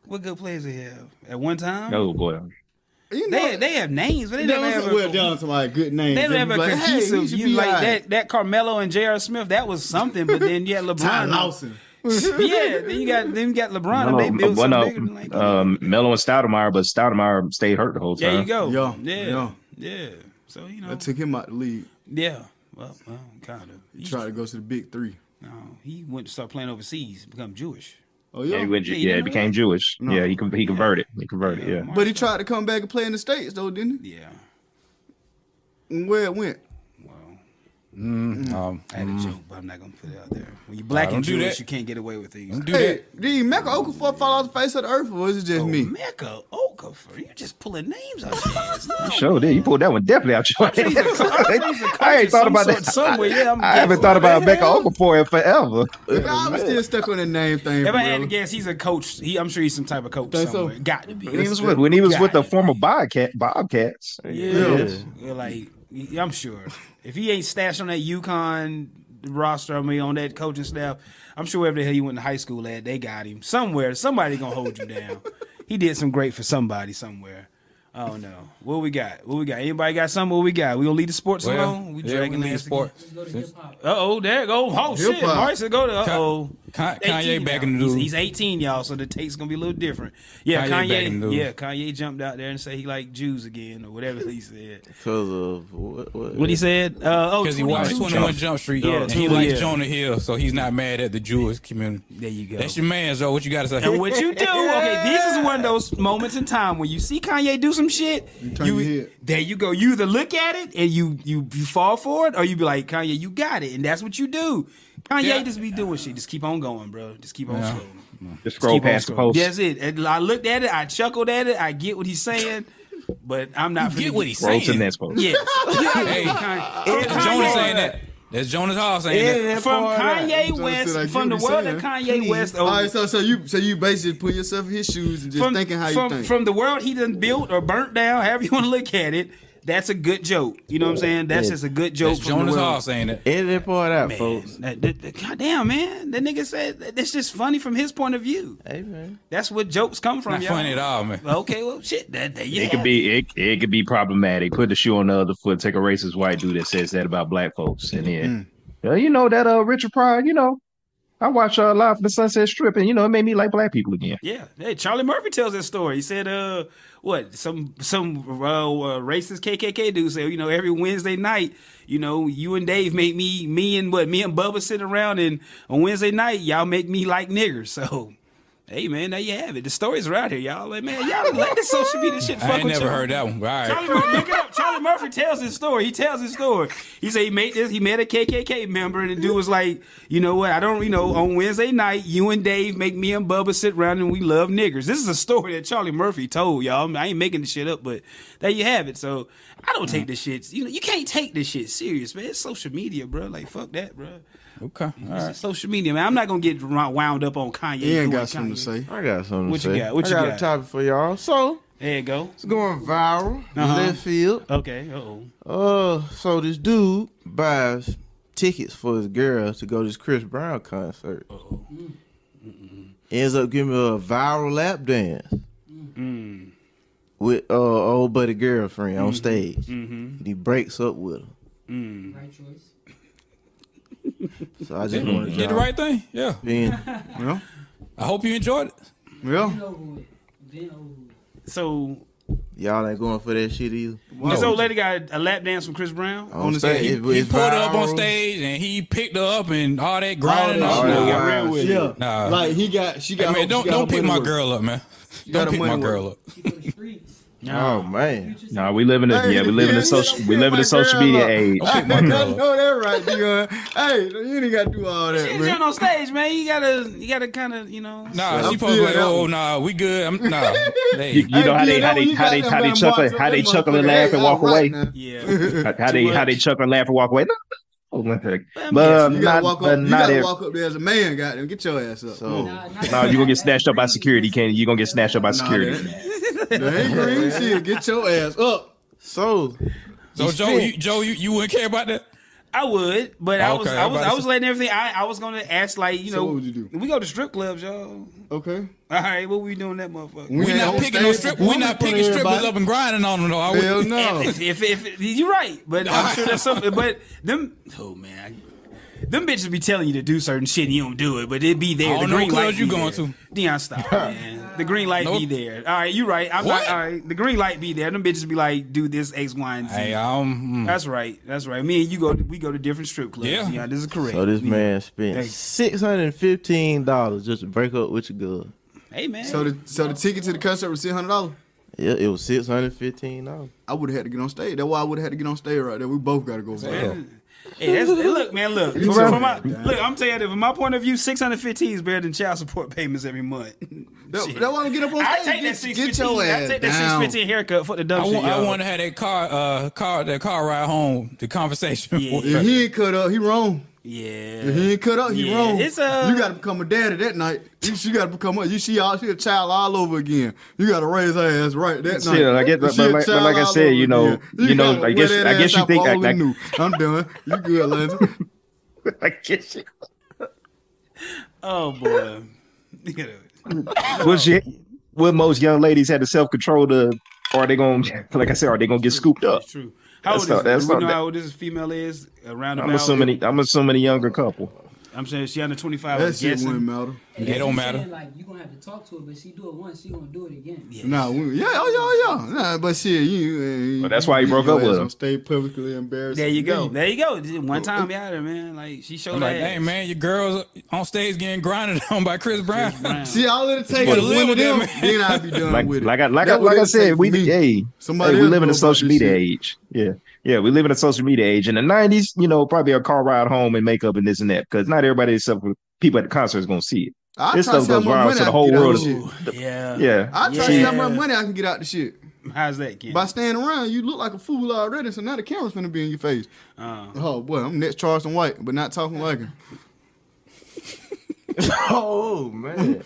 [SPEAKER 2] What good players they have at one time?
[SPEAKER 3] Oh boy.
[SPEAKER 2] they, they have names, but they
[SPEAKER 1] That
[SPEAKER 2] never
[SPEAKER 1] was-
[SPEAKER 2] have a-
[SPEAKER 1] well, down to my good name.
[SPEAKER 2] They don't have a cohesive you like that that Carmelo and J.R. Smith, that was something, but then you had LeBron.
[SPEAKER 1] Ty Lawson.
[SPEAKER 2] [laughs] yeah, then you got then you got LeBron and
[SPEAKER 3] Melo-
[SPEAKER 2] they built
[SPEAKER 3] one
[SPEAKER 2] something
[SPEAKER 3] of-
[SPEAKER 2] bigger than like
[SPEAKER 3] um, Melo and Stoudemire, but Stoudemire stayed hurt the whole time.
[SPEAKER 2] There you go.
[SPEAKER 1] Yeah,
[SPEAKER 2] Yeah.
[SPEAKER 1] yeah.
[SPEAKER 2] Yeah. So you know
[SPEAKER 1] I took him out the league.
[SPEAKER 2] Yeah. Well, well kind of.
[SPEAKER 1] He tried to go to the big three.
[SPEAKER 2] No, he went to start playing overseas, become Jewish.
[SPEAKER 1] Oh
[SPEAKER 3] Yeah, he, went,
[SPEAKER 2] Yeah,
[SPEAKER 3] yeah,
[SPEAKER 2] you
[SPEAKER 3] he
[SPEAKER 2] didn't know
[SPEAKER 3] became
[SPEAKER 2] that?
[SPEAKER 3] Jewish.
[SPEAKER 2] No.
[SPEAKER 3] Yeah, he con- he converted. He converted. Yeah.
[SPEAKER 1] But he tried to come back and play in the states though, didn't
[SPEAKER 2] he? Yeah.
[SPEAKER 1] And where it went?
[SPEAKER 8] Um,
[SPEAKER 2] I had a joke, but I'm not gonna put it out there. When you're black
[SPEAKER 8] Nah,
[SPEAKER 2] and
[SPEAKER 8] don't do
[SPEAKER 2] Jewish,
[SPEAKER 8] that.
[SPEAKER 2] you Oh, can't get away with things.
[SPEAKER 8] Don't do
[SPEAKER 1] Hey, did Mecca Okafor fall off the face of the earth, or is it just me?
[SPEAKER 2] Mecca Okafor, you just pulling names
[SPEAKER 3] [laughs]
[SPEAKER 2] out your ass. No.
[SPEAKER 3] Sure did. You pulled that one definitely out your
[SPEAKER 2] He's a co- I think he's a
[SPEAKER 3] [laughs] I
[SPEAKER 2] coach
[SPEAKER 3] ain't thought
[SPEAKER 2] of
[SPEAKER 3] about
[SPEAKER 2] some
[SPEAKER 3] that.
[SPEAKER 2] sort somewhere. Yeah, I'm
[SPEAKER 3] I haven't
[SPEAKER 2] guessing.
[SPEAKER 3] thought about Becca Okafor in forever.
[SPEAKER 1] I was still stuck on the name thing.
[SPEAKER 2] If I had
[SPEAKER 1] bro.
[SPEAKER 2] to guess, he's a coach. He, I'm sure he's some type of coach
[SPEAKER 1] Think so?
[SPEAKER 2] somewhere. Got to be.
[SPEAKER 3] When he was with when he was
[SPEAKER 2] Got
[SPEAKER 3] with the
[SPEAKER 2] it.
[SPEAKER 3] former Bobcat Bobcats.
[SPEAKER 2] Yeah. Yeah, like y- I'm sure if he ain't stashed on that UConn roster, I mean on that coaching staff, I'm sure wherever the hell he went to high school at, they got him somewhere. Somebody gonna hold you down. He did some great for somebody somewhere. I don't know. What we got? What we got? Anybody got something? What we got? We gonna leave the sports
[SPEAKER 8] Well,
[SPEAKER 2] alone? We
[SPEAKER 8] yeah,
[SPEAKER 2] dragging
[SPEAKER 8] we leave
[SPEAKER 2] ass
[SPEAKER 8] sports.
[SPEAKER 2] Uh oh, there it go. Oh shit,
[SPEAKER 8] Hip-hop.
[SPEAKER 2] Marissa go to. Uh oh,
[SPEAKER 8] Ka- Kanye back in the
[SPEAKER 2] he's,
[SPEAKER 8] dude.
[SPEAKER 2] he's 18, y'all, so the take's gonna be a little different. Yeah,
[SPEAKER 8] Kanye
[SPEAKER 2] Kanye.
[SPEAKER 8] back in the dude.
[SPEAKER 2] yeah, Kanye jumped out there and said he liked Jews again or whatever he said.
[SPEAKER 11] Because of what? What,
[SPEAKER 2] What he said? Uh, oh,
[SPEAKER 8] Because he watched
[SPEAKER 2] 22
[SPEAKER 8] 21 Jump Street.
[SPEAKER 2] Yeah,
[SPEAKER 8] Yeah, he
[SPEAKER 2] Jump-
[SPEAKER 8] likes
[SPEAKER 2] yeah.
[SPEAKER 8] Jonah Hill, so he's not mad at the Jewish community. There
[SPEAKER 2] you go.
[SPEAKER 8] That's your man, Joe. What you got to say?
[SPEAKER 2] And what you do? [laughs] Okay, this is one of those moments in time when you see Kanye do some shit. You, there you go. You either look at it and you you you fall for it, or you be like Kanye, you got it, and that's what you do. Kanye
[SPEAKER 8] Yeah.
[SPEAKER 2] just be doing shit. Just keep on going, bro. Just keep on
[SPEAKER 8] Yeah.
[SPEAKER 2] going.
[SPEAKER 3] Just scroll
[SPEAKER 2] Keep on
[SPEAKER 3] past the
[SPEAKER 2] scrolling.
[SPEAKER 3] post.
[SPEAKER 2] That's it. And I looked at it. I chuckled at it. I get what he's saying, but I'm not.
[SPEAKER 8] You get
[SPEAKER 2] finna-
[SPEAKER 8] what he's
[SPEAKER 3] Roll to the
[SPEAKER 8] saying.
[SPEAKER 3] next post.
[SPEAKER 2] Yeah.
[SPEAKER 8] [laughs] Hey, that's Jonas saying that. That's Jonas Hall saying that.
[SPEAKER 2] From Kanye
[SPEAKER 1] Jonas said, "I
[SPEAKER 2] West,
[SPEAKER 1] get
[SPEAKER 2] from the
[SPEAKER 1] what he's
[SPEAKER 2] world of
[SPEAKER 1] saying."
[SPEAKER 2] Kanye West,
[SPEAKER 1] All
[SPEAKER 2] over
[SPEAKER 1] right, so so you so you basically put yourself in his shoes and just
[SPEAKER 2] from,
[SPEAKER 1] thinking how you
[SPEAKER 2] from,
[SPEAKER 1] think.
[SPEAKER 2] from the world he done built or burnt down, however you want to look at it, that's a good joke. You know what I'm saying? That's just a good joke.
[SPEAKER 8] That's
[SPEAKER 2] from the
[SPEAKER 8] Jonas
[SPEAKER 2] world.
[SPEAKER 8] Hall saying that.
[SPEAKER 11] Edit that part out, folks.
[SPEAKER 2] That, that, that, God damn, man. That nigga said that- that's just funny from his point of view.
[SPEAKER 11] Hey, man.
[SPEAKER 2] That's what jokes come from.
[SPEAKER 8] Not
[SPEAKER 2] y'all.
[SPEAKER 8] funny at all, man.
[SPEAKER 2] Okay, well, shit. That, that, yeah.
[SPEAKER 3] It could be it, it could be problematic. Put the shoe on the other foot. Take a racist white dude that says that about black folks, and then uh, you know that uh Richard Pryor. You know, I watch uh, Live from the Sunset Strip, and you know it made me like black people again.
[SPEAKER 2] Yeah, hey, Charlie Murphy tells that story. He said, "Uh, what some some uh, uh, racist KKK dude said, you know, every Wednesday night, you know, you and Dave make me, me and what, me and Bubba sit around, and on Wednesday night, y'all make me like niggers." So, hey, man, there you have it. The stories are out here, y'all. Like, man, y'all let this social media shit fuck
[SPEAKER 8] I ain't
[SPEAKER 2] with
[SPEAKER 8] never
[SPEAKER 2] y'all.
[SPEAKER 8] heard that one. But all right.
[SPEAKER 2] Charlie Murphy, look it up. Charlie Murphy tells his story. He tells his story. He said he made this. He met a KKK member, and the dude was like, "You know what? I don't. You know, on Wednesday night, you and Dave make me and Bubba sit around, and we love niggers." This is a story that Charlie Murphy told y'all. I ain't making this shit up, but there you have it. So I don't take this shit. You know, you can't take this shit serious, man. It's social media, bro. Like fuck that, bro.
[SPEAKER 8] Okay. All
[SPEAKER 2] It's
[SPEAKER 8] right.
[SPEAKER 2] social media, man. I'm not gonna get wound up on Kanye.
[SPEAKER 1] he ain't
[SPEAKER 2] doing
[SPEAKER 1] got something
[SPEAKER 2] Kanye.
[SPEAKER 1] to say.
[SPEAKER 11] I got something
[SPEAKER 2] What
[SPEAKER 11] to
[SPEAKER 2] you
[SPEAKER 11] say.
[SPEAKER 2] got? What
[SPEAKER 11] I
[SPEAKER 2] you
[SPEAKER 11] got,
[SPEAKER 2] got?
[SPEAKER 11] a topic for y'all. So,
[SPEAKER 2] There you go.
[SPEAKER 11] it's going viral in
[SPEAKER 2] Uh-huh.
[SPEAKER 11] left field.
[SPEAKER 2] Okay. Oh.
[SPEAKER 11] Uh, so this dude buys tickets for his girl to go to this Chris Brown concert. Ends up giving her a viral lap dance
[SPEAKER 2] Mm.
[SPEAKER 11] with uh old buddy girlfriend
[SPEAKER 2] Mm-hmm.
[SPEAKER 11] on stage. And he breaks up with her.
[SPEAKER 9] Right choice.
[SPEAKER 11] So I just want
[SPEAKER 8] You
[SPEAKER 11] to
[SPEAKER 8] did the right thing. Yeah.
[SPEAKER 2] [laughs]
[SPEAKER 1] Yeah,
[SPEAKER 8] I hope you enjoyed it.
[SPEAKER 1] yeah.
[SPEAKER 9] Been over with. Been over with.
[SPEAKER 2] So
[SPEAKER 11] Y'all ain't going for that shit either.
[SPEAKER 2] this old lady got a lap dance from Chris Brown.
[SPEAKER 11] On,
[SPEAKER 1] the
[SPEAKER 11] stage,
[SPEAKER 1] stage,
[SPEAKER 11] it-
[SPEAKER 8] He
[SPEAKER 11] it's
[SPEAKER 8] pulled her up on
[SPEAKER 11] viral.
[SPEAKER 8] stage and he picked her up and all that grinding.
[SPEAKER 1] that
[SPEAKER 8] All
[SPEAKER 11] shit.
[SPEAKER 8] that.
[SPEAKER 11] Nah.
[SPEAKER 1] got
[SPEAKER 11] ran with it.
[SPEAKER 1] Yeah,
[SPEAKER 8] Nah.
[SPEAKER 1] like he got she
[SPEAKER 8] Hey,
[SPEAKER 1] got.
[SPEAKER 8] man, don't
[SPEAKER 1] she got
[SPEAKER 8] don't
[SPEAKER 1] her
[SPEAKER 8] pick my
[SPEAKER 1] money worth.
[SPEAKER 8] girl up, man.
[SPEAKER 1] got
[SPEAKER 8] Don't
[SPEAKER 1] her
[SPEAKER 8] pick
[SPEAKER 1] money
[SPEAKER 8] my girl up.
[SPEAKER 9] She from the streets.
[SPEAKER 11] Oh man.
[SPEAKER 3] No, we live in the
[SPEAKER 1] Hey,
[SPEAKER 3] yeah, we live in
[SPEAKER 1] yeah,
[SPEAKER 3] the social
[SPEAKER 1] don't
[SPEAKER 3] we
[SPEAKER 1] pick
[SPEAKER 3] live in
[SPEAKER 1] my
[SPEAKER 3] the social
[SPEAKER 1] girl Oh,
[SPEAKER 3] media
[SPEAKER 1] up.
[SPEAKER 3] age.
[SPEAKER 8] Don't
[SPEAKER 1] [laughs]
[SPEAKER 8] pick my girl
[SPEAKER 1] I
[SPEAKER 8] up.
[SPEAKER 1] know that right, Dion. hey, you ain't got to do all that,
[SPEAKER 2] She's
[SPEAKER 1] man.
[SPEAKER 2] on stage, man. You gotta, you gotta kind of, you know.
[SPEAKER 8] Nah,
[SPEAKER 1] I
[SPEAKER 8] she probably
[SPEAKER 1] feel
[SPEAKER 8] like,
[SPEAKER 1] that
[SPEAKER 8] oh,
[SPEAKER 1] one.
[SPEAKER 8] nah, we good. I'm nah. Hey,
[SPEAKER 3] You, you know
[SPEAKER 1] [laughs]
[SPEAKER 3] how
[SPEAKER 1] Hey,
[SPEAKER 3] they
[SPEAKER 1] Dion,
[SPEAKER 3] how they
[SPEAKER 1] you
[SPEAKER 3] how
[SPEAKER 1] got
[SPEAKER 3] they
[SPEAKER 1] that
[SPEAKER 3] how they
[SPEAKER 1] man box
[SPEAKER 3] chuckle
[SPEAKER 1] up
[SPEAKER 3] how they
[SPEAKER 1] that
[SPEAKER 3] chuckle and
[SPEAKER 1] motherfucker.
[SPEAKER 3] laugh and
[SPEAKER 1] Hey,
[SPEAKER 3] walk
[SPEAKER 1] all right
[SPEAKER 3] away.
[SPEAKER 1] now.
[SPEAKER 2] Yeah.
[SPEAKER 3] How- How they how they chuckle and laugh and walk away. No, no, no. but uh,
[SPEAKER 1] You gotta
[SPEAKER 3] not
[SPEAKER 1] walk
[SPEAKER 3] but
[SPEAKER 1] up. You
[SPEAKER 3] not
[SPEAKER 1] gotta
[SPEAKER 3] every-
[SPEAKER 1] walk up there as a man. Goddamn, get your ass up.
[SPEAKER 11] So
[SPEAKER 9] Nah, not
[SPEAKER 3] No, you gonna get snatched up by security. Can you gonna get snatched up by
[SPEAKER 1] Nah,
[SPEAKER 3] security?
[SPEAKER 1] that- that ain't green shit. Get your ass up.
[SPEAKER 11] so
[SPEAKER 8] so Joe,
[SPEAKER 11] spit.
[SPEAKER 8] you, Joe, you, you wouldn't care about that?
[SPEAKER 2] I would, but I was
[SPEAKER 8] Okay,
[SPEAKER 2] I
[SPEAKER 8] I'm
[SPEAKER 2] was
[SPEAKER 8] about
[SPEAKER 2] I
[SPEAKER 8] to
[SPEAKER 2] was
[SPEAKER 8] say-
[SPEAKER 2] letting everything. I, I was gonna ask like you
[SPEAKER 8] So
[SPEAKER 2] know
[SPEAKER 8] what would
[SPEAKER 1] you do?
[SPEAKER 2] We go to strip clubs, y'all.
[SPEAKER 1] Okay.
[SPEAKER 2] All right, what we doing that motherfucker?
[SPEAKER 1] We We ain't not on picking no stage strip- we performing not in front picking of strippers everybody. up and grinding on them, though. I wouldn't- Hell no.
[SPEAKER 2] [laughs] If, if, if, you're right, but I'm sure that's
[SPEAKER 8] [laughs]
[SPEAKER 2] something. But them oh man, I- them bitches be telling you to do certain shit and you don't do it, but it be there.
[SPEAKER 8] I don't
[SPEAKER 2] the
[SPEAKER 8] know
[SPEAKER 2] green
[SPEAKER 8] what
[SPEAKER 2] light
[SPEAKER 8] clubs you
[SPEAKER 2] be
[SPEAKER 8] going
[SPEAKER 2] there.
[SPEAKER 8] to.
[SPEAKER 2] Dion,
[SPEAKER 8] [laughs]
[SPEAKER 2] stop, man. The green light be
[SPEAKER 8] Nope.
[SPEAKER 2] there. All right, you're right. I'm
[SPEAKER 8] What?
[SPEAKER 2] not all right. The green light be there. Them bitches be like, do this X, Y, and Z.
[SPEAKER 8] Hey, um, mm.
[SPEAKER 2] that's right. That's right. Me and you go. We go to different strip clubs. Yeah, this is correct.
[SPEAKER 11] So this
[SPEAKER 2] Yeah.
[SPEAKER 11] man spent
[SPEAKER 2] Thanks.
[SPEAKER 11] six hundred and fifteen dollars just to break up with your girl.
[SPEAKER 2] Hey man.
[SPEAKER 1] So the so the ticket to the concert was six hundred dollars.
[SPEAKER 11] Yeah, it was six hundred fifteen dollars.
[SPEAKER 1] I would have had to get on stage. That's why I would have had to get on stage right there. We both got to go.
[SPEAKER 2] Damn. Hey, that's, hey, look, man, look.
[SPEAKER 1] You
[SPEAKER 2] From- from
[SPEAKER 1] right.
[SPEAKER 2] my- look, I'm telling you, from my point of view, 615 is better than child support payments every month. [laughs]
[SPEAKER 1] That,
[SPEAKER 2] Shit.
[SPEAKER 1] that why I'm get up on stage.
[SPEAKER 2] I take that
[SPEAKER 1] Get-
[SPEAKER 2] six
[SPEAKER 1] Get your
[SPEAKER 2] fifteen. I
[SPEAKER 1] ass
[SPEAKER 2] take that six
[SPEAKER 1] down.
[SPEAKER 2] fifteen haircut for the dumb
[SPEAKER 8] I
[SPEAKER 2] shit.
[SPEAKER 8] want, I
[SPEAKER 2] y'all.
[SPEAKER 8] want to have that car, uh, car, that car ride home. The conversation.
[SPEAKER 1] If he ain't cut up, he wrong.
[SPEAKER 2] Yeah.
[SPEAKER 1] If he ain't cut up, he
[SPEAKER 8] Yeah,
[SPEAKER 1] wrong.
[SPEAKER 8] it's, uh,
[SPEAKER 1] you gotta become a daddy that night. You, she gotta become a you she all she a child all over again. You gotta raise her ass right that night.
[SPEAKER 3] Shit, I guess, but,
[SPEAKER 1] She a
[SPEAKER 3] but like, but
[SPEAKER 1] child
[SPEAKER 3] like I
[SPEAKER 1] all
[SPEAKER 3] said,
[SPEAKER 1] over
[SPEAKER 3] you know,
[SPEAKER 1] again.
[SPEAKER 3] you know,
[SPEAKER 1] gotta
[SPEAKER 3] I
[SPEAKER 1] wear
[SPEAKER 3] guess,
[SPEAKER 1] that
[SPEAKER 3] I
[SPEAKER 1] ass
[SPEAKER 3] guess you
[SPEAKER 1] out
[SPEAKER 3] think,
[SPEAKER 1] for
[SPEAKER 3] I,
[SPEAKER 1] all
[SPEAKER 3] like,
[SPEAKER 1] the new. I'm done. You good,
[SPEAKER 3] [laughs]
[SPEAKER 1] Lindsay?
[SPEAKER 3] I guess you.
[SPEAKER 2] Oh boy. [laughs]
[SPEAKER 3] What's your, what most young ladies had the self control to, are they gonna, [laughs] like I said, are they gonna get scooped up?
[SPEAKER 2] True. How
[SPEAKER 3] That's
[SPEAKER 2] old
[SPEAKER 3] not-
[SPEAKER 2] is
[SPEAKER 3] that's
[SPEAKER 2] this? Do we
[SPEAKER 3] not
[SPEAKER 2] know
[SPEAKER 3] that-
[SPEAKER 2] how old this female is? Around
[SPEAKER 3] I'm
[SPEAKER 2] about.
[SPEAKER 3] assuming, it- I'm assuming a younger couple.
[SPEAKER 2] I'm saying she under 25.
[SPEAKER 3] That
[SPEAKER 2] I'm
[SPEAKER 3] shit
[SPEAKER 2] guessing.
[SPEAKER 3] wouldn't matter.
[SPEAKER 2] Yeah.
[SPEAKER 3] [laughs] It don't matter.
[SPEAKER 9] And, like you gonna have to talk to her, but she do it once, she gonna do it again.
[SPEAKER 1] Nah, we, yeah, oh yeah, oh, yeah. Nah, but shit, you. you
[SPEAKER 3] But that's why he broke up with him.
[SPEAKER 1] Stay publicly embarrassed.
[SPEAKER 2] There you go. There you go. Just One time, yeah, there, man. Like she showed
[SPEAKER 8] I'm
[SPEAKER 2] her
[SPEAKER 8] like,
[SPEAKER 2] ass.
[SPEAKER 8] hey man, your girls on stage getting grinded [laughs] on by Chris Brown.
[SPEAKER 1] See, all it'll take
[SPEAKER 8] Would've
[SPEAKER 1] is one of
[SPEAKER 8] lived
[SPEAKER 1] them,
[SPEAKER 8] with that man.
[SPEAKER 1] then I'd be
[SPEAKER 3] [laughs]
[SPEAKER 1] done
[SPEAKER 3] like,
[SPEAKER 1] with it.
[SPEAKER 3] like I, like I,
[SPEAKER 1] That what
[SPEAKER 3] like I
[SPEAKER 1] it'll take
[SPEAKER 3] said,
[SPEAKER 1] for
[SPEAKER 3] we,
[SPEAKER 1] me.
[SPEAKER 3] hey,
[SPEAKER 1] Somebody
[SPEAKER 3] hey, we
[SPEAKER 1] else
[SPEAKER 3] live in
[SPEAKER 1] know
[SPEAKER 3] a
[SPEAKER 1] about
[SPEAKER 3] social
[SPEAKER 1] this
[SPEAKER 3] media
[SPEAKER 1] shit.
[SPEAKER 3] age. Yeah, yeah, we live in a social media age. In the '90s, you know, probably a car ride home and makeup and this and that, because not everybody except for people at the concert is gonna see it.
[SPEAKER 1] I
[SPEAKER 3] this
[SPEAKER 1] try to
[SPEAKER 3] stuff goes
[SPEAKER 1] sell my
[SPEAKER 3] viral
[SPEAKER 1] money.
[SPEAKER 3] to
[SPEAKER 1] I
[SPEAKER 3] the
[SPEAKER 1] can
[SPEAKER 3] whole
[SPEAKER 1] get out
[SPEAKER 3] world.
[SPEAKER 1] of shit.
[SPEAKER 2] Yeah.
[SPEAKER 3] Yeah.
[SPEAKER 1] I try to see how much money I can get out the shit.
[SPEAKER 2] How's that, Ken?
[SPEAKER 1] By staying around, you look like a fool already, so now the camera's gonna be in your face. oh boy, I'm next Charleston White, but not talking like him.
[SPEAKER 11] oh man.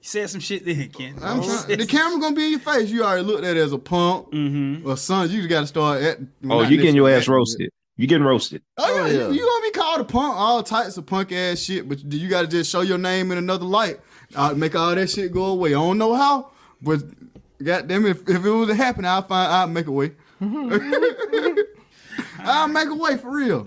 [SPEAKER 2] said some shit then, Ken.
[SPEAKER 1] I'm
[SPEAKER 2] [laughs]
[SPEAKER 1] trying, the camera gonna be in your face. You already looked at it as a punk or son. You just gotta start at.
[SPEAKER 3] Oh,
[SPEAKER 1] not
[SPEAKER 3] you getting
[SPEAKER 1] next-
[SPEAKER 3] your ass roasted. You getting roasted.
[SPEAKER 1] Oh, yeah,
[SPEAKER 3] yeah.
[SPEAKER 1] You, you gonna be called a punk, all types of punk ass shit, but you gotta just show your name in another light. I'll make all that shit go away. I don't know how, but goddamn, if, if it was to happen, I'll find, I'll make a way. [laughs] I'll make a way for real.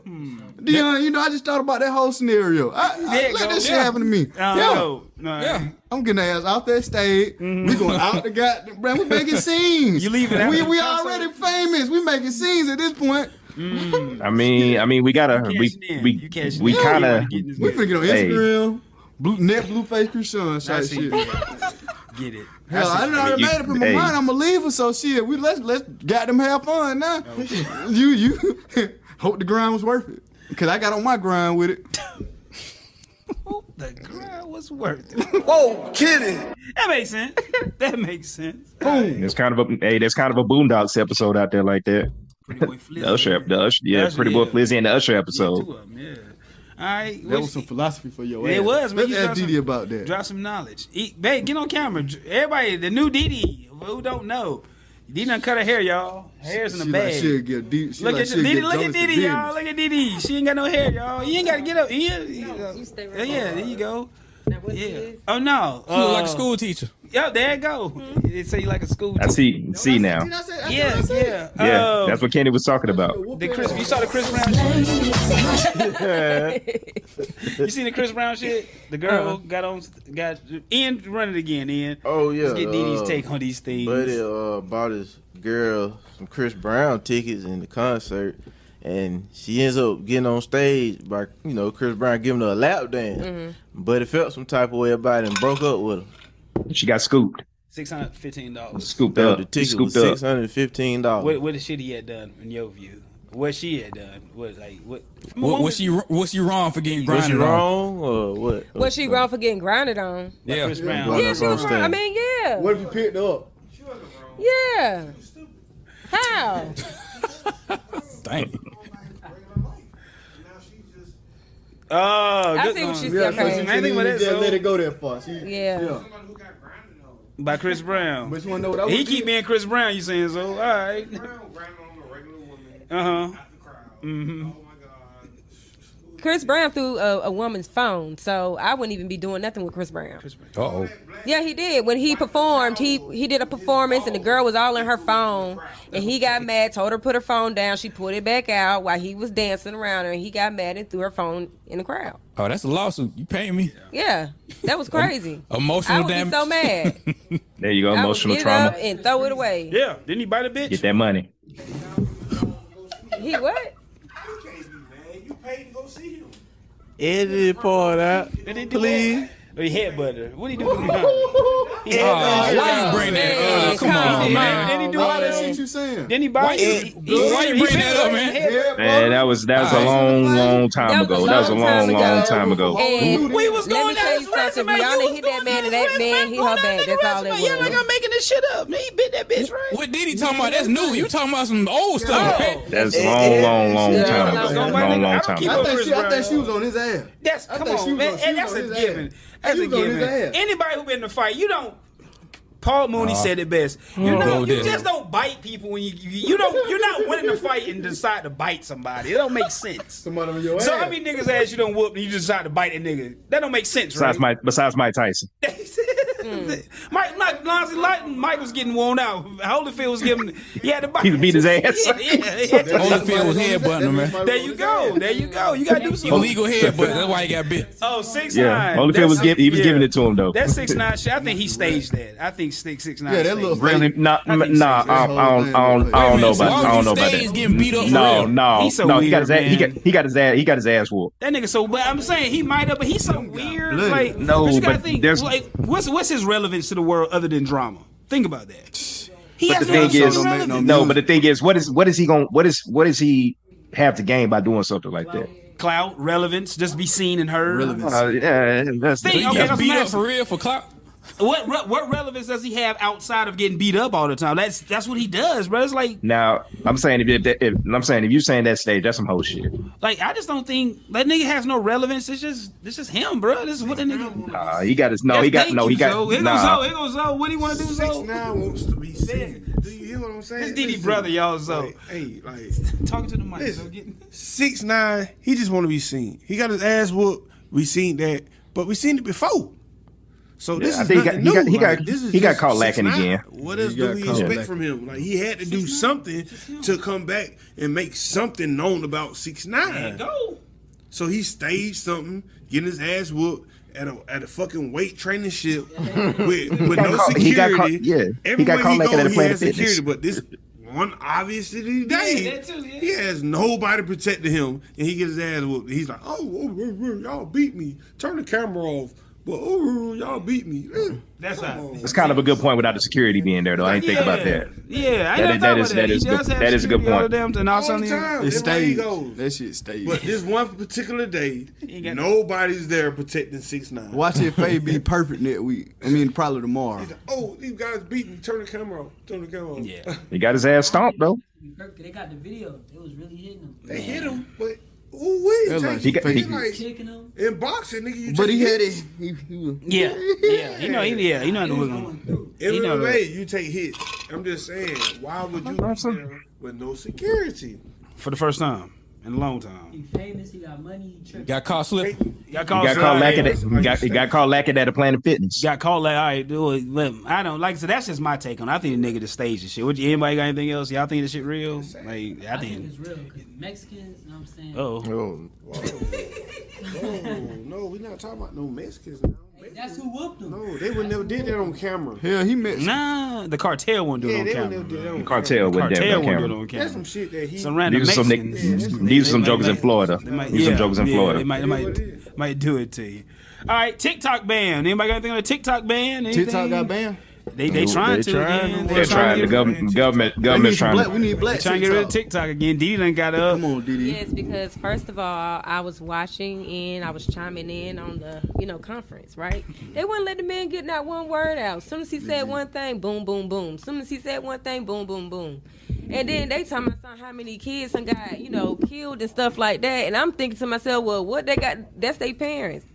[SPEAKER 1] Dion, you know, I just thought about that whole scenario. I, I-
[SPEAKER 2] Hmm. There it
[SPEAKER 1] let
[SPEAKER 2] go.
[SPEAKER 1] this shit
[SPEAKER 2] Yeah.
[SPEAKER 1] happen to me.
[SPEAKER 2] I
[SPEAKER 1] yeah.
[SPEAKER 2] know. No.
[SPEAKER 1] yeah. I'm getting ass out that stage. We going out the goddamn, man, we
[SPEAKER 2] [laughs]
[SPEAKER 1] making scenes.
[SPEAKER 2] You leaving after
[SPEAKER 1] We,
[SPEAKER 2] the
[SPEAKER 1] we
[SPEAKER 2] concert?
[SPEAKER 1] already famous. We making scenes at this point.
[SPEAKER 3] I mean, I mean, we gotta, we,
[SPEAKER 1] cashing in.
[SPEAKER 3] we,
[SPEAKER 1] cashing
[SPEAKER 3] we
[SPEAKER 1] in. Yeah,
[SPEAKER 3] kind
[SPEAKER 1] we
[SPEAKER 3] of,
[SPEAKER 1] wanna We finna get on Instagram. Blue, net Blueface Krishan type
[SPEAKER 2] see.
[SPEAKER 1] shit.
[SPEAKER 2] Get it.
[SPEAKER 1] Hell, I done already made up in my
[SPEAKER 3] hey.
[SPEAKER 1] mind. I'm gonna leave her, so shit. We let's let's goddamn have fun [laughs] now. you you [laughs] hope the grind was worth it, cause I got on my grind with it.
[SPEAKER 2] The grind was worth it. Whoa, kidding. That
[SPEAKER 1] [laughs]
[SPEAKER 2] makes sense. That makes sense.
[SPEAKER 3] It's kind of a hey, there's kind of a Boondocks episode out there like that. the Usher, ep- the Usher, yeah,
[SPEAKER 2] Usher,
[SPEAKER 3] Pretty Boy
[SPEAKER 2] yeah.
[SPEAKER 3] Flizzy and the Usher episode.
[SPEAKER 2] All right.
[SPEAKER 1] That was some philosophy for your ass.
[SPEAKER 2] It was. Man.
[SPEAKER 1] Let's
[SPEAKER 2] You
[SPEAKER 1] ask
[SPEAKER 2] dropped some-
[SPEAKER 1] DD about that.
[SPEAKER 2] Drop some knowledge. E- babe, get on camera. Dr- Everybody, the new Didi, who don't know. Didi done cut her hair, y'all. Hair's in the
[SPEAKER 1] She like
[SPEAKER 2] bag.
[SPEAKER 1] she'll get deep. She
[SPEAKER 2] look
[SPEAKER 1] like
[SPEAKER 2] at
[SPEAKER 1] she'll
[SPEAKER 2] Didi,
[SPEAKER 1] get
[SPEAKER 2] look at
[SPEAKER 1] jealous of
[SPEAKER 2] Didi,
[SPEAKER 1] business.
[SPEAKER 2] y'all. Look at Didi. She ain't got no hair, y'all. You ain't got to get up. Yeah, yeah, yeah, there you go. Yeah. Oh no.
[SPEAKER 8] [laughs] She look like a
[SPEAKER 2] Uh,
[SPEAKER 8] school teacher.
[SPEAKER 2] Yeah, there you go.
[SPEAKER 12] Mm-hmm.
[SPEAKER 2] They say you like a school.
[SPEAKER 3] I see, see now.
[SPEAKER 2] yeah, yeah.
[SPEAKER 3] Yeah,
[SPEAKER 2] Um,
[SPEAKER 3] that's what Kenny was talking about.
[SPEAKER 2] the Chris, you saw the Chris Brown shit? you seen the Chris Brown shit? The girl
[SPEAKER 12] Uh-huh.
[SPEAKER 11] Uh-uh.
[SPEAKER 2] got on, got Ian run it again. Ian.
[SPEAKER 11] Oh yeah.
[SPEAKER 2] Let's get Dee Dee's
[SPEAKER 11] uh,
[SPEAKER 2] take on these things.
[SPEAKER 11] Buddy uh, bought his girl some Chris Brown tickets in the concert, and she ends up getting on stage by you know Chris Brown giving her a lap dance.
[SPEAKER 2] Mhm.
[SPEAKER 11] But it felt some type of way about it and broke up with him.
[SPEAKER 3] She got scooped.
[SPEAKER 2] Six hundred fifteen dollars.
[SPEAKER 3] Scooped
[SPEAKER 11] Yo,
[SPEAKER 3] up.
[SPEAKER 11] The ticket
[SPEAKER 3] Scooped
[SPEAKER 11] was
[SPEAKER 3] up.
[SPEAKER 11] six hundred fifteen dollars.
[SPEAKER 2] What what the shit he had done in your view? What she had done? What like what?
[SPEAKER 8] What, what's you what's you wrong for getting
[SPEAKER 11] Was she
[SPEAKER 8] grinded on?
[SPEAKER 11] wrong or what?
[SPEAKER 12] Was she wrong for getting grounded on?
[SPEAKER 8] Yeah,
[SPEAKER 2] Chris Brown.
[SPEAKER 12] Yeah, she was wrong. I mean, yeah.
[SPEAKER 1] What if you picked up?
[SPEAKER 12] Yeah. How?
[SPEAKER 8] Dang.
[SPEAKER 2] Oh,
[SPEAKER 12] I
[SPEAKER 2] good
[SPEAKER 12] see what
[SPEAKER 2] one.
[SPEAKER 12] you said, Yeah, okay. so she
[SPEAKER 2] Man, think about
[SPEAKER 1] didn't
[SPEAKER 2] that,
[SPEAKER 1] just
[SPEAKER 2] so-
[SPEAKER 1] let it go that far. She-
[SPEAKER 12] Yeah.
[SPEAKER 2] By Chris Brown. But
[SPEAKER 1] you wanna know what I
[SPEAKER 2] He
[SPEAKER 1] would
[SPEAKER 2] keep
[SPEAKER 1] do?
[SPEAKER 2] being Chris Brown. Uh-huh. You saying so? All right. Uh huh. Mm-hmm.
[SPEAKER 12] Chris Brown threw a, a woman's phone, so I wouldn't even be doing nothing with Chris Brown.
[SPEAKER 8] Uh oh.
[SPEAKER 12] Yeah, he did. When he performed, he he did a performance, and the girl was all in her phone, and he got mad, told her to put her phone down. She pulled it back out while he was dancing around her, and he got mad and threw her phone in the crowd.
[SPEAKER 8] Oh, that's a lawsuit. You pay me.
[SPEAKER 12] Yeah, that was crazy.
[SPEAKER 8] Emotional
[SPEAKER 12] I would
[SPEAKER 8] damage.
[SPEAKER 12] be so mad.
[SPEAKER 3] There you go.
[SPEAKER 12] I would
[SPEAKER 3] [laughs] Emotional
[SPEAKER 12] get
[SPEAKER 3] trauma.
[SPEAKER 12] up and throw it away.
[SPEAKER 2] Yeah, didn't he bite a bitch?
[SPEAKER 3] Get that money.
[SPEAKER 12] He what?
[SPEAKER 10] Edit the part out, please.
[SPEAKER 2] He headbutted her. What he do?
[SPEAKER 10] Edit
[SPEAKER 2] Oh,
[SPEAKER 10] all
[SPEAKER 2] why
[SPEAKER 10] out.
[SPEAKER 2] you bring that up?
[SPEAKER 10] Man,
[SPEAKER 2] Come on,
[SPEAKER 10] come
[SPEAKER 2] man.
[SPEAKER 10] on,
[SPEAKER 2] Didn't he do
[SPEAKER 10] man.
[SPEAKER 2] all that shit
[SPEAKER 1] you saying?
[SPEAKER 2] Didn't he buy
[SPEAKER 10] Why you- why you bring that up, man?
[SPEAKER 3] Man, that was that was a long, long time ago. That was a long, long time ago.
[SPEAKER 12] And we was going let me tell you something.
[SPEAKER 10] resume. You
[SPEAKER 12] Rihanna hit that man, and that man hit her back. That's all it was.
[SPEAKER 10] Yeah, like I'm making this shit up. Man, He bit that bitch, right?
[SPEAKER 8] What did he talking about? That's new. You talking about some old stuff, man.
[SPEAKER 3] That's long, long, long time ago. Long, long time
[SPEAKER 1] I
[SPEAKER 3] ago.
[SPEAKER 1] thought, she, I thought she was on his ass.
[SPEAKER 2] That's come
[SPEAKER 1] thought she was
[SPEAKER 2] on, man.
[SPEAKER 1] on- she
[SPEAKER 2] and
[SPEAKER 1] was
[SPEAKER 2] that's a
[SPEAKER 1] on his
[SPEAKER 2] given.
[SPEAKER 1] ass.
[SPEAKER 2] That's
[SPEAKER 1] She
[SPEAKER 2] a
[SPEAKER 1] was on his
[SPEAKER 2] given.
[SPEAKER 1] ass.
[SPEAKER 2] Anybody who been in a fight, you don't. Paul Mooney
[SPEAKER 8] Uh-huh.
[SPEAKER 2] said it best. You,
[SPEAKER 8] You go
[SPEAKER 2] know, you
[SPEAKER 8] there.
[SPEAKER 2] just don't bite people when you, you you don't you're not winning the fight and decide to bite somebody. It don't make sense. Somebody
[SPEAKER 1] your
[SPEAKER 2] so
[SPEAKER 1] ass.
[SPEAKER 2] how many niggas ass you don't whoop and you just decide to bite a nigga? That don't make sense, right? Mm.
[SPEAKER 3] Besides Mike, besides Mike Tyson.
[SPEAKER 2] Mike, Mike, Lonzo, Mike, Mike was getting worn out. Holyfield was giving. He had to bite.
[SPEAKER 3] He beat his ass.
[SPEAKER 2] [laughs] Yeah, yeah, yeah.
[SPEAKER 8] Holyfield was headbutting him, man.
[SPEAKER 2] There you go. There you go. You gotta do some
[SPEAKER 8] Illegal headbutt. That's why he got bit.
[SPEAKER 2] Oh, six
[SPEAKER 3] Yeah,
[SPEAKER 2] nine.
[SPEAKER 3] Holyfield
[SPEAKER 2] That's-
[SPEAKER 3] was giving he was
[SPEAKER 2] yeah.
[SPEAKER 3] giving it to him though.
[SPEAKER 2] That six nine shit. I think he staged that. I think six six nine.
[SPEAKER 3] Yeah, that
[SPEAKER 2] staged
[SPEAKER 3] little
[SPEAKER 2] it.
[SPEAKER 3] really nah nah. I
[SPEAKER 2] think
[SPEAKER 3] don't I don't I don't, I don't know about I don't know about that.
[SPEAKER 2] getting beat up for
[SPEAKER 3] No
[SPEAKER 2] real?
[SPEAKER 3] no
[SPEAKER 2] He's so
[SPEAKER 3] no. He got his
[SPEAKER 2] weird,
[SPEAKER 3] ass, he
[SPEAKER 2] man.
[SPEAKER 3] got he got his ass he got his ass whooped.
[SPEAKER 2] That nigga so bad. I'm saying he might have, but he's so weird.
[SPEAKER 3] bloody.
[SPEAKER 2] Like
[SPEAKER 3] No,
[SPEAKER 2] but you gotta
[SPEAKER 3] but
[SPEAKER 2] think.
[SPEAKER 3] there's-
[SPEAKER 2] Like, what's what's his relevance to the world other than drama? Think about that. He
[SPEAKER 3] but the
[SPEAKER 2] has
[SPEAKER 3] thing
[SPEAKER 2] no
[SPEAKER 3] is,
[SPEAKER 2] social
[SPEAKER 3] no,
[SPEAKER 2] relevance.
[SPEAKER 3] but the thing is, what is what is he going? What is what is he have to gain by doing something like that?
[SPEAKER 2] Clout relevance, just be seen and heard.
[SPEAKER 3] Uh, yeah, that's
[SPEAKER 2] Think, okay, that's
[SPEAKER 8] beat
[SPEAKER 2] what I'm
[SPEAKER 8] up for real for clout.
[SPEAKER 2] What re- what relevance does he have outside of getting beat up all the time? That's that's what he does, bro. It's like
[SPEAKER 3] Now I'm saying if, if, that- if I'm saying if you saying that stage, that's some whole shit.
[SPEAKER 2] like I just don't think that nigga has no relevance. It's just this is him, bro. This is what the nigga.
[SPEAKER 3] Nah, he got his no, Oh, he
[SPEAKER 2] Yes,
[SPEAKER 3] got no,
[SPEAKER 2] thank
[SPEAKER 3] he
[SPEAKER 2] you, Zoe.
[SPEAKER 3] got
[SPEAKER 2] Here goes Zoe.
[SPEAKER 3] nah.
[SPEAKER 2] Here goes Zoe. What do you want to do, Zoe?
[SPEAKER 13] Now wants to be seen. Do you hear what I'm saying?
[SPEAKER 2] This DD
[SPEAKER 13] Listen,
[SPEAKER 2] brother, y'all, so.
[SPEAKER 13] like, hey, like
[SPEAKER 2] talking to the mic.
[SPEAKER 13] Listen, six nine. He just want to be seen. He got his ass whooped. We seen that, but we seen it before. So
[SPEAKER 3] Yeah,
[SPEAKER 13] this
[SPEAKER 3] I
[SPEAKER 13] is
[SPEAKER 3] think he got-
[SPEAKER 13] nothing
[SPEAKER 3] he
[SPEAKER 13] new.
[SPEAKER 3] got-
[SPEAKER 13] Like, this is
[SPEAKER 3] he got
[SPEAKER 13] just
[SPEAKER 3] caught lacking
[SPEAKER 13] 6ix9ine.
[SPEAKER 3] again.
[SPEAKER 13] What
[SPEAKER 3] He
[SPEAKER 13] else
[SPEAKER 3] got
[SPEAKER 13] do we
[SPEAKER 3] caught
[SPEAKER 13] expect
[SPEAKER 3] lacking.
[SPEAKER 13] from him? Like he had to do something to come back and make something known about six nine.
[SPEAKER 2] Go.
[SPEAKER 13] So he staged something, getting his ass whooped. At a, at a fucking weight
[SPEAKER 12] [laughs]
[SPEAKER 13] training ship with, with
[SPEAKER 3] He
[SPEAKER 13] no
[SPEAKER 3] got caught-
[SPEAKER 13] security.
[SPEAKER 3] he got caught- yeah, he got
[SPEAKER 13] Everywhere
[SPEAKER 3] caught lacking
[SPEAKER 13] go,
[SPEAKER 3] at a
[SPEAKER 13] he
[SPEAKER 3] Planet
[SPEAKER 13] has
[SPEAKER 3] Fitness.
[SPEAKER 13] security, But this one obviously he did. He has nobody protecting him, and he gets his ass whooped. He's like, "Oh, oh, oh, oh, y'all beat me. Turn the camera off." But oh, oh, oh, y'all beat me.
[SPEAKER 2] That's how.
[SPEAKER 3] It's kind of a good point without the security being there though. I ain't think about that.
[SPEAKER 2] Yeah, I
[SPEAKER 3] That
[SPEAKER 2] never thought
[SPEAKER 3] is- that
[SPEAKER 2] about
[SPEAKER 3] is- that is
[SPEAKER 2] He
[SPEAKER 3] good-
[SPEAKER 2] does have
[SPEAKER 3] that is a good
[SPEAKER 2] security all
[SPEAKER 3] point.
[SPEAKER 2] the damn time. Now
[SPEAKER 13] All
[SPEAKER 2] suddenly-
[SPEAKER 13] the time.
[SPEAKER 1] It
[SPEAKER 13] That's where he
[SPEAKER 1] stayed.
[SPEAKER 13] goes.
[SPEAKER 1] That shit stayed.
[SPEAKER 13] But this one particular day,
[SPEAKER 2] got-
[SPEAKER 13] nobody's there protecting six nine.
[SPEAKER 1] Watch [laughs] it fade be perfect next week. I mean, probably tomorrow.
[SPEAKER 13] Oh, these guys beat me. Turn the camera off. Turn the camera off. Yeah,
[SPEAKER 3] He got his ass stomped though.
[SPEAKER 9] They got the video. It was really hitting him.
[SPEAKER 13] they hit him, but ooh wee,
[SPEAKER 3] They're like- He got- he-
[SPEAKER 9] Kicking him.
[SPEAKER 13] in boxing, nigga. You
[SPEAKER 1] But he
[SPEAKER 13] take
[SPEAKER 1] had
[SPEAKER 13] hits.
[SPEAKER 1] it. He, he was,
[SPEAKER 2] Yeah, yeah. He know. He yeah. He know how to look. He know the-
[SPEAKER 13] MMA, you take hits. I'm just saying, why would you be there with no security?
[SPEAKER 2] for the first time in a long time.
[SPEAKER 9] He famous. He got money. He tripping.
[SPEAKER 8] Got caught slipping.
[SPEAKER 2] Got
[SPEAKER 3] He got caught lacking at he got he got caught lacking at a Planet Fitness.
[SPEAKER 2] Got caught like, all right, do it. Let him- I don't like. So that's just my take on. it. I think the nigga the stage and shit. What, anybody got anything else? Y'all think this shit real? Like I
[SPEAKER 9] I think
[SPEAKER 2] think.
[SPEAKER 9] it's real. 'cause Mexicans, you know what I'm saying?
[SPEAKER 2] Oh.
[SPEAKER 13] No, no, we're not talking about no Mexicans now.
[SPEAKER 9] That's who whooped him.
[SPEAKER 13] No, they would never did that on camera.
[SPEAKER 1] Hell, he missed.
[SPEAKER 2] Nah, the cartel won't do
[SPEAKER 13] Yeah,
[SPEAKER 2] it
[SPEAKER 13] they
[SPEAKER 2] on
[SPEAKER 13] wouldn't do that
[SPEAKER 2] camera.
[SPEAKER 13] on
[SPEAKER 2] man.
[SPEAKER 13] camera.
[SPEAKER 3] Cartel wasn't
[SPEAKER 2] Cartel
[SPEAKER 3] there
[SPEAKER 2] won't
[SPEAKER 3] on camera.
[SPEAKER 2] do it on camera.
[SPEAKER 13] That's some shit that he.
[SPEAKER 2] Some random
[SPEAKER 3] These are some
[SPEAKER 2] Mexican.
[SPEAKER 3] niggas- these are some jokers in Florida.
[SPEAKER 2] They might-
[SPEAKER 3] These are
[SPEAKER 2] yeah,
[SPEAKER 3] some jokers in
[SPEAKER 2] yeah,
[SPEAKER 3] Florida.
[SPEAKER 2] They might, they might, might do it to you. All right, TikTok ban. Anybody got anything on the TikTok ban? Anything?
[SPEAKER 1] TikTok got banned.
[SPEAKER 2] They they
[SPEAKER 3] They
[SPEAKER 2] trying to
[SPEAKER 3] trying
[SPEAKER 2] again.
[SPEAKER 3] They're trying. The government government government's trying. to-
[SPEAKER 1] we need black
[SPEAKER 2] They trying to get rid of TikTok again. Didi done got up. Come
[SPEAKER 1] on, Didi.
[SPEAKER 12] Yes, because first of all, I was watching and I was chiming in on the, you know, conference, right? They wouldn't let the man get not one word out. soon as he said one thing, boom, boom, boom. soon as he said one thing, boom, boom, boom. And then they talking about some- how many kids some got, you know, killed and stuff like that. And I'm thinking to myself, well, what they got? That's their parents.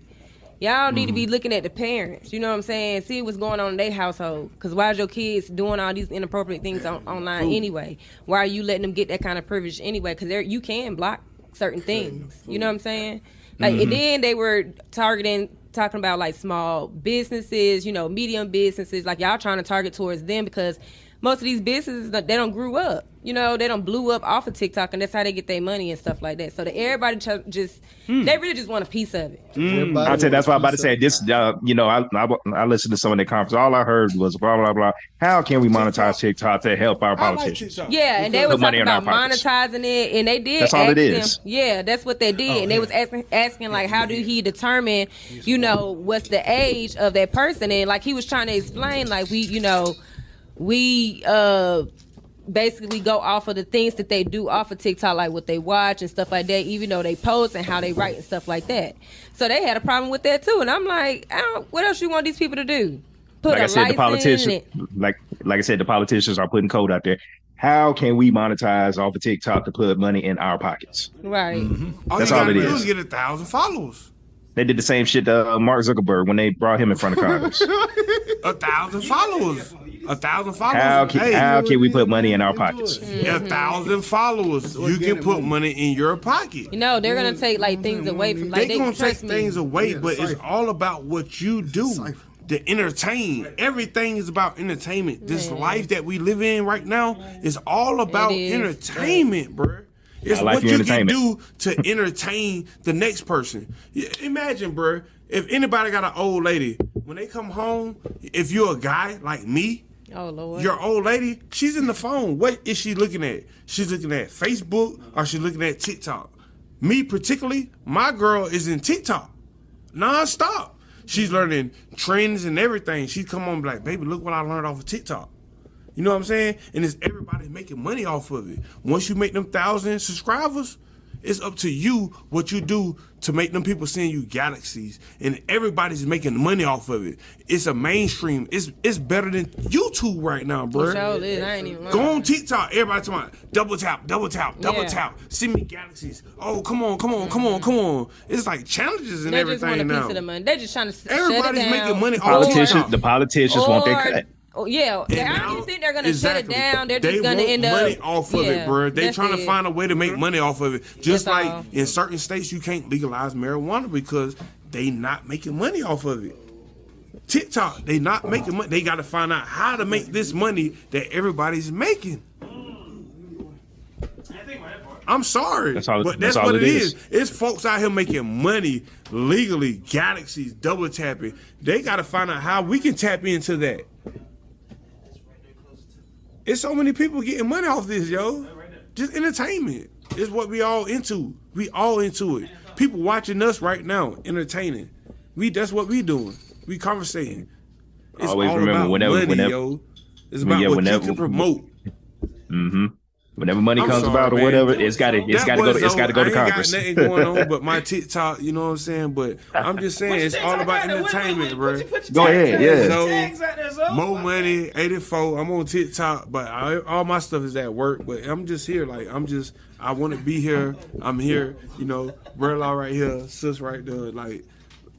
[SPEAKER 12] Y'all need to be looking at the parents. You know what I'm saying? See what's going on in their household. Because why is your kids doing all these inappropriate things on, online
[SPEAKER 9] Ooh.
[SPEAKER 12] anyway? Why are you letting them get that kind of privilege anyway? Because you can block certain things. You know what I'm saying? Like
[SPEAKER 3] Mm-hmm.
[SPEAKER 12] and then they were targeting talking about like small businesses, you know, medium businesses. Like y'all trying to target towards them because most of these businesses they don't grew up. You know, they don't blew up off of TikTok and that's how they get their money and stuff like that. So that everybody ch- just they really just want a piece of it.
[SPEAKER 3] I tell you, that's why I'm about to say this. Uh, you know, I, I I listened to some of their conference. All I heard was blah blah blah. How can we monetize TikTok to help our politicians?
[SPEAKER 12] Yeah, and they
[SPEAKER 3] Put
[SPEAKER 12] was
[SPEAKER 3] money
[SPEAKER 12] talking
[SPEAKER 3] in our
[SPEAKER 12] about
[SPEAKER 3] pockets.
[SPEAKER 12] monetizing it, and they did.
[SPEAKER 3] That's all
[SPEAKER 12] ask
[SPEAKER 3] it is.
[SPEAKER 12] Them, yeah, that's what they
[SPEAKER 9] Oh,
[SPEAKER 12] did, and they was asking, asking like, how do he determine, you know, what's the age of that person? And like he was trying to explain, like we, you know, we uh basically go off of the things that they do off of TikTok, like what they watch and stuff like that, even though they post and how they write and stuff like that. So they had a problem with that too, and I'm like, I don't, what else you want these people to do? Put
[SPEAKER 3] like
[SPEAKER 12] a
[SPEAKER 3] I said, the
[SPEAKER 12] license in
[SPEAKER 3] politicians,
[SPEAKER 12] it.
[SPEAKER 3] like like I said, the politicians are putting code out there. How can we monetize off of TikTok to put money in our pockets?
[SPEAKER 12] right?
[SPEAKER 13] All
[SPEAKER 3] That's
[SPEAKER 13] you
[SPEAKER 3] all
[SPEAKER 13] gotta
[SPEAKER 3] it
[SPEAKER 13] do
[SPEAKER 3] is.
[SPEAKER 13] is get a thousand followers.
[SPEAKER 3] They did the same shit to uh, Mark Zuckerberg when they brought him in
[SPEAKER 13] [laughs]
[SPEAKER 3] front of Congress.
[SPEAKER 13] a thousand followers. A thousand followers.
[SPEAKER 3] how can
[SPEAKER 13] Hey.
[SPEAKER 3] how can we put money in our pockets?
[SPEAKER 13] A thousand followers. You can put money in your pocket.
[SPEAKER 12] You know, they're gonna take like things away from like
[SPEAKER 13] they, gonna take
[SPEAKER 12] trust me.
[SPEAKER 13] things away, but it's all about what you do. To entertain, everything is about entertainment. This
[SPEAKER 12] Man.
[SPEAKER 13] life that we live in right now is all about
[SPEAKER 12] is.
[SPEAKER 13] entertainment, bruh. It's
[SPEAKER 3] I like
[SPEAKER 13] what
[SPEAKER 3] your
[SPEAKER 13] you can do
[SPEAKER 3] entertainment.
[SPEAKER 13] to entertain the next person. Yeah, Imagine, bruh, if anybody got an old lady, when they come home, if you're a guy like me,
[SPEAKER 12] Oh lord.
[SPEAKER 13] your old lady, she's in the phone. What is she looking at? She's looking at Facebook or she's looking at TikTok. Me particularly, my girl is in TikTok nonstop. She's learning trends and everything. She come on be like, baby, look what I learned off of TikTok. You know what I'm saying? And it's everybody making money off of it. Once you make them thousand subscribers, it's up to you what you do to make them people send you galaxies. And everybody's making money off of it. It's a mainstream. It's it's better than YouTube right now, bro.
[SPEAKER 12] Sure is. I ain't even lying.
[SPEAKER 13] Go on TikTok. Everybody talking about double tap, double tap, double
[SPEAKER 12] Yeah.
[SPEAKER 13] tap. Send me galaxies. Oh, come on, come on, come on, come on. It's like challenges and
[SPEAKER 12] They just want a
[SPEAKER 13] everything
[SPEAKER 12] piece
[SPEAKER 13] now.
[SPEAKER 12] of the money. They just trying to shut it
[SPEAKER 13] Everybody's
[SPEAKER 12] down.
[SPEAKER 13] making money off
[SPEAKER 3] Politicians, the politicians want their
[SPEAKER 12] Or-
[SPEAKER 3] cut.
[SPEAKER 12] Oh, yeah, I don't even think they're gonna
[SPEAKER 13] Exactly.
[SPEAKER 12] shut it down. They're
[SPEAKER 13] they
[SPEAKER 12] just gonna
[SPEAKER 13] want
[SPEAKER 12] end
[SPEAKER 13] money
[SPEAKER 12] up
[SPEAKER 13] off of
[SPEAKER 12] yeah,
[SPEAKER 13] it, bro. They
[SPEAKER 12] that's
[SPEAKER 13] trying
[SPEAKER 12] it. Mm-hmm.
[SPEAKER 13] to find a way to make money off of it.
[SPEAKER 12] That's
[SPEAKER 13] Just like
[SPEAKER 12] all.
[SPEAKER 13] in certain states, you can't legalize marijuana because they not making money off of it. TikTok, they not making money. They got to find out how to make this money that everybody's making. I'm sorry,
[SPEAKER 3] That's all-
[SPEAKER 13] but
[SPEAKER 3] that's
[SPEAKER 13] that's,
[SPEAKER 3] all
[SPEAKER 13] what
[SPEAKER 3] it
[SPEAKER 13] it
[SPEAKER 3] is.
[SPEAKER 13] is. It's folks out here making money legally, galaxies, double tapping. They got to find out how we can tap into that. It's so many people getting money off this, yo. Just entertainment is what we all into. We all into it. People watching us right now, entertaining. We that's what we doing. We conversating. It's
[SPEAKER 3] Always
[SPEAKER 13] all
[SPEAKER 3] remember
[SPEAKER 13] about
[SPEAKER 3] whenever-
[SPEAKER 13] money,
[SPEAKER 3] whenever-
[SPEAKER 13] yo. It's
[SPEAKER 3] Well,
[SPEAKER 13] about
[SPEAKER 3] yeah,
[SPEAKER 13] what
[SPEAKER 3] whenever-
[SPEAKER 13] you can promote.
[SPEAKER 3] hmm Whenever money
[SPEAKER 13] I'm
[SPEAKER 3] comes
[SPEAKER 13] sorry,
[SPEAKER 3] about or
[SPEAKER 13] man.
[SPEAKER 3] whatever, it's got to it's
[SPEAKER 13] That
[SPEAKER 3] got to go
[SPEAKER 13] was
[SPEAKER 3] to it's got to go to
[SPEAKER 13] over. I ain't
[SPEAKER 3] Congress.
[SPEAKER 13] Got
[SPEAKER 3] [laughs]
[SPEAKER 13] nothing going on but my TikTok. You know what I'm saying? But I'm just saying it's all about entertainment, bro.
[SPEAKER 3] Go ahead, yeah.
[SPEAKER 13] So, Mo Money 84. I'm on TikTok, but I, all my stuff is at work. But I'm just here, like I'm just I want to be here. I'm here, you know. Burlaw right here, sis right there, like.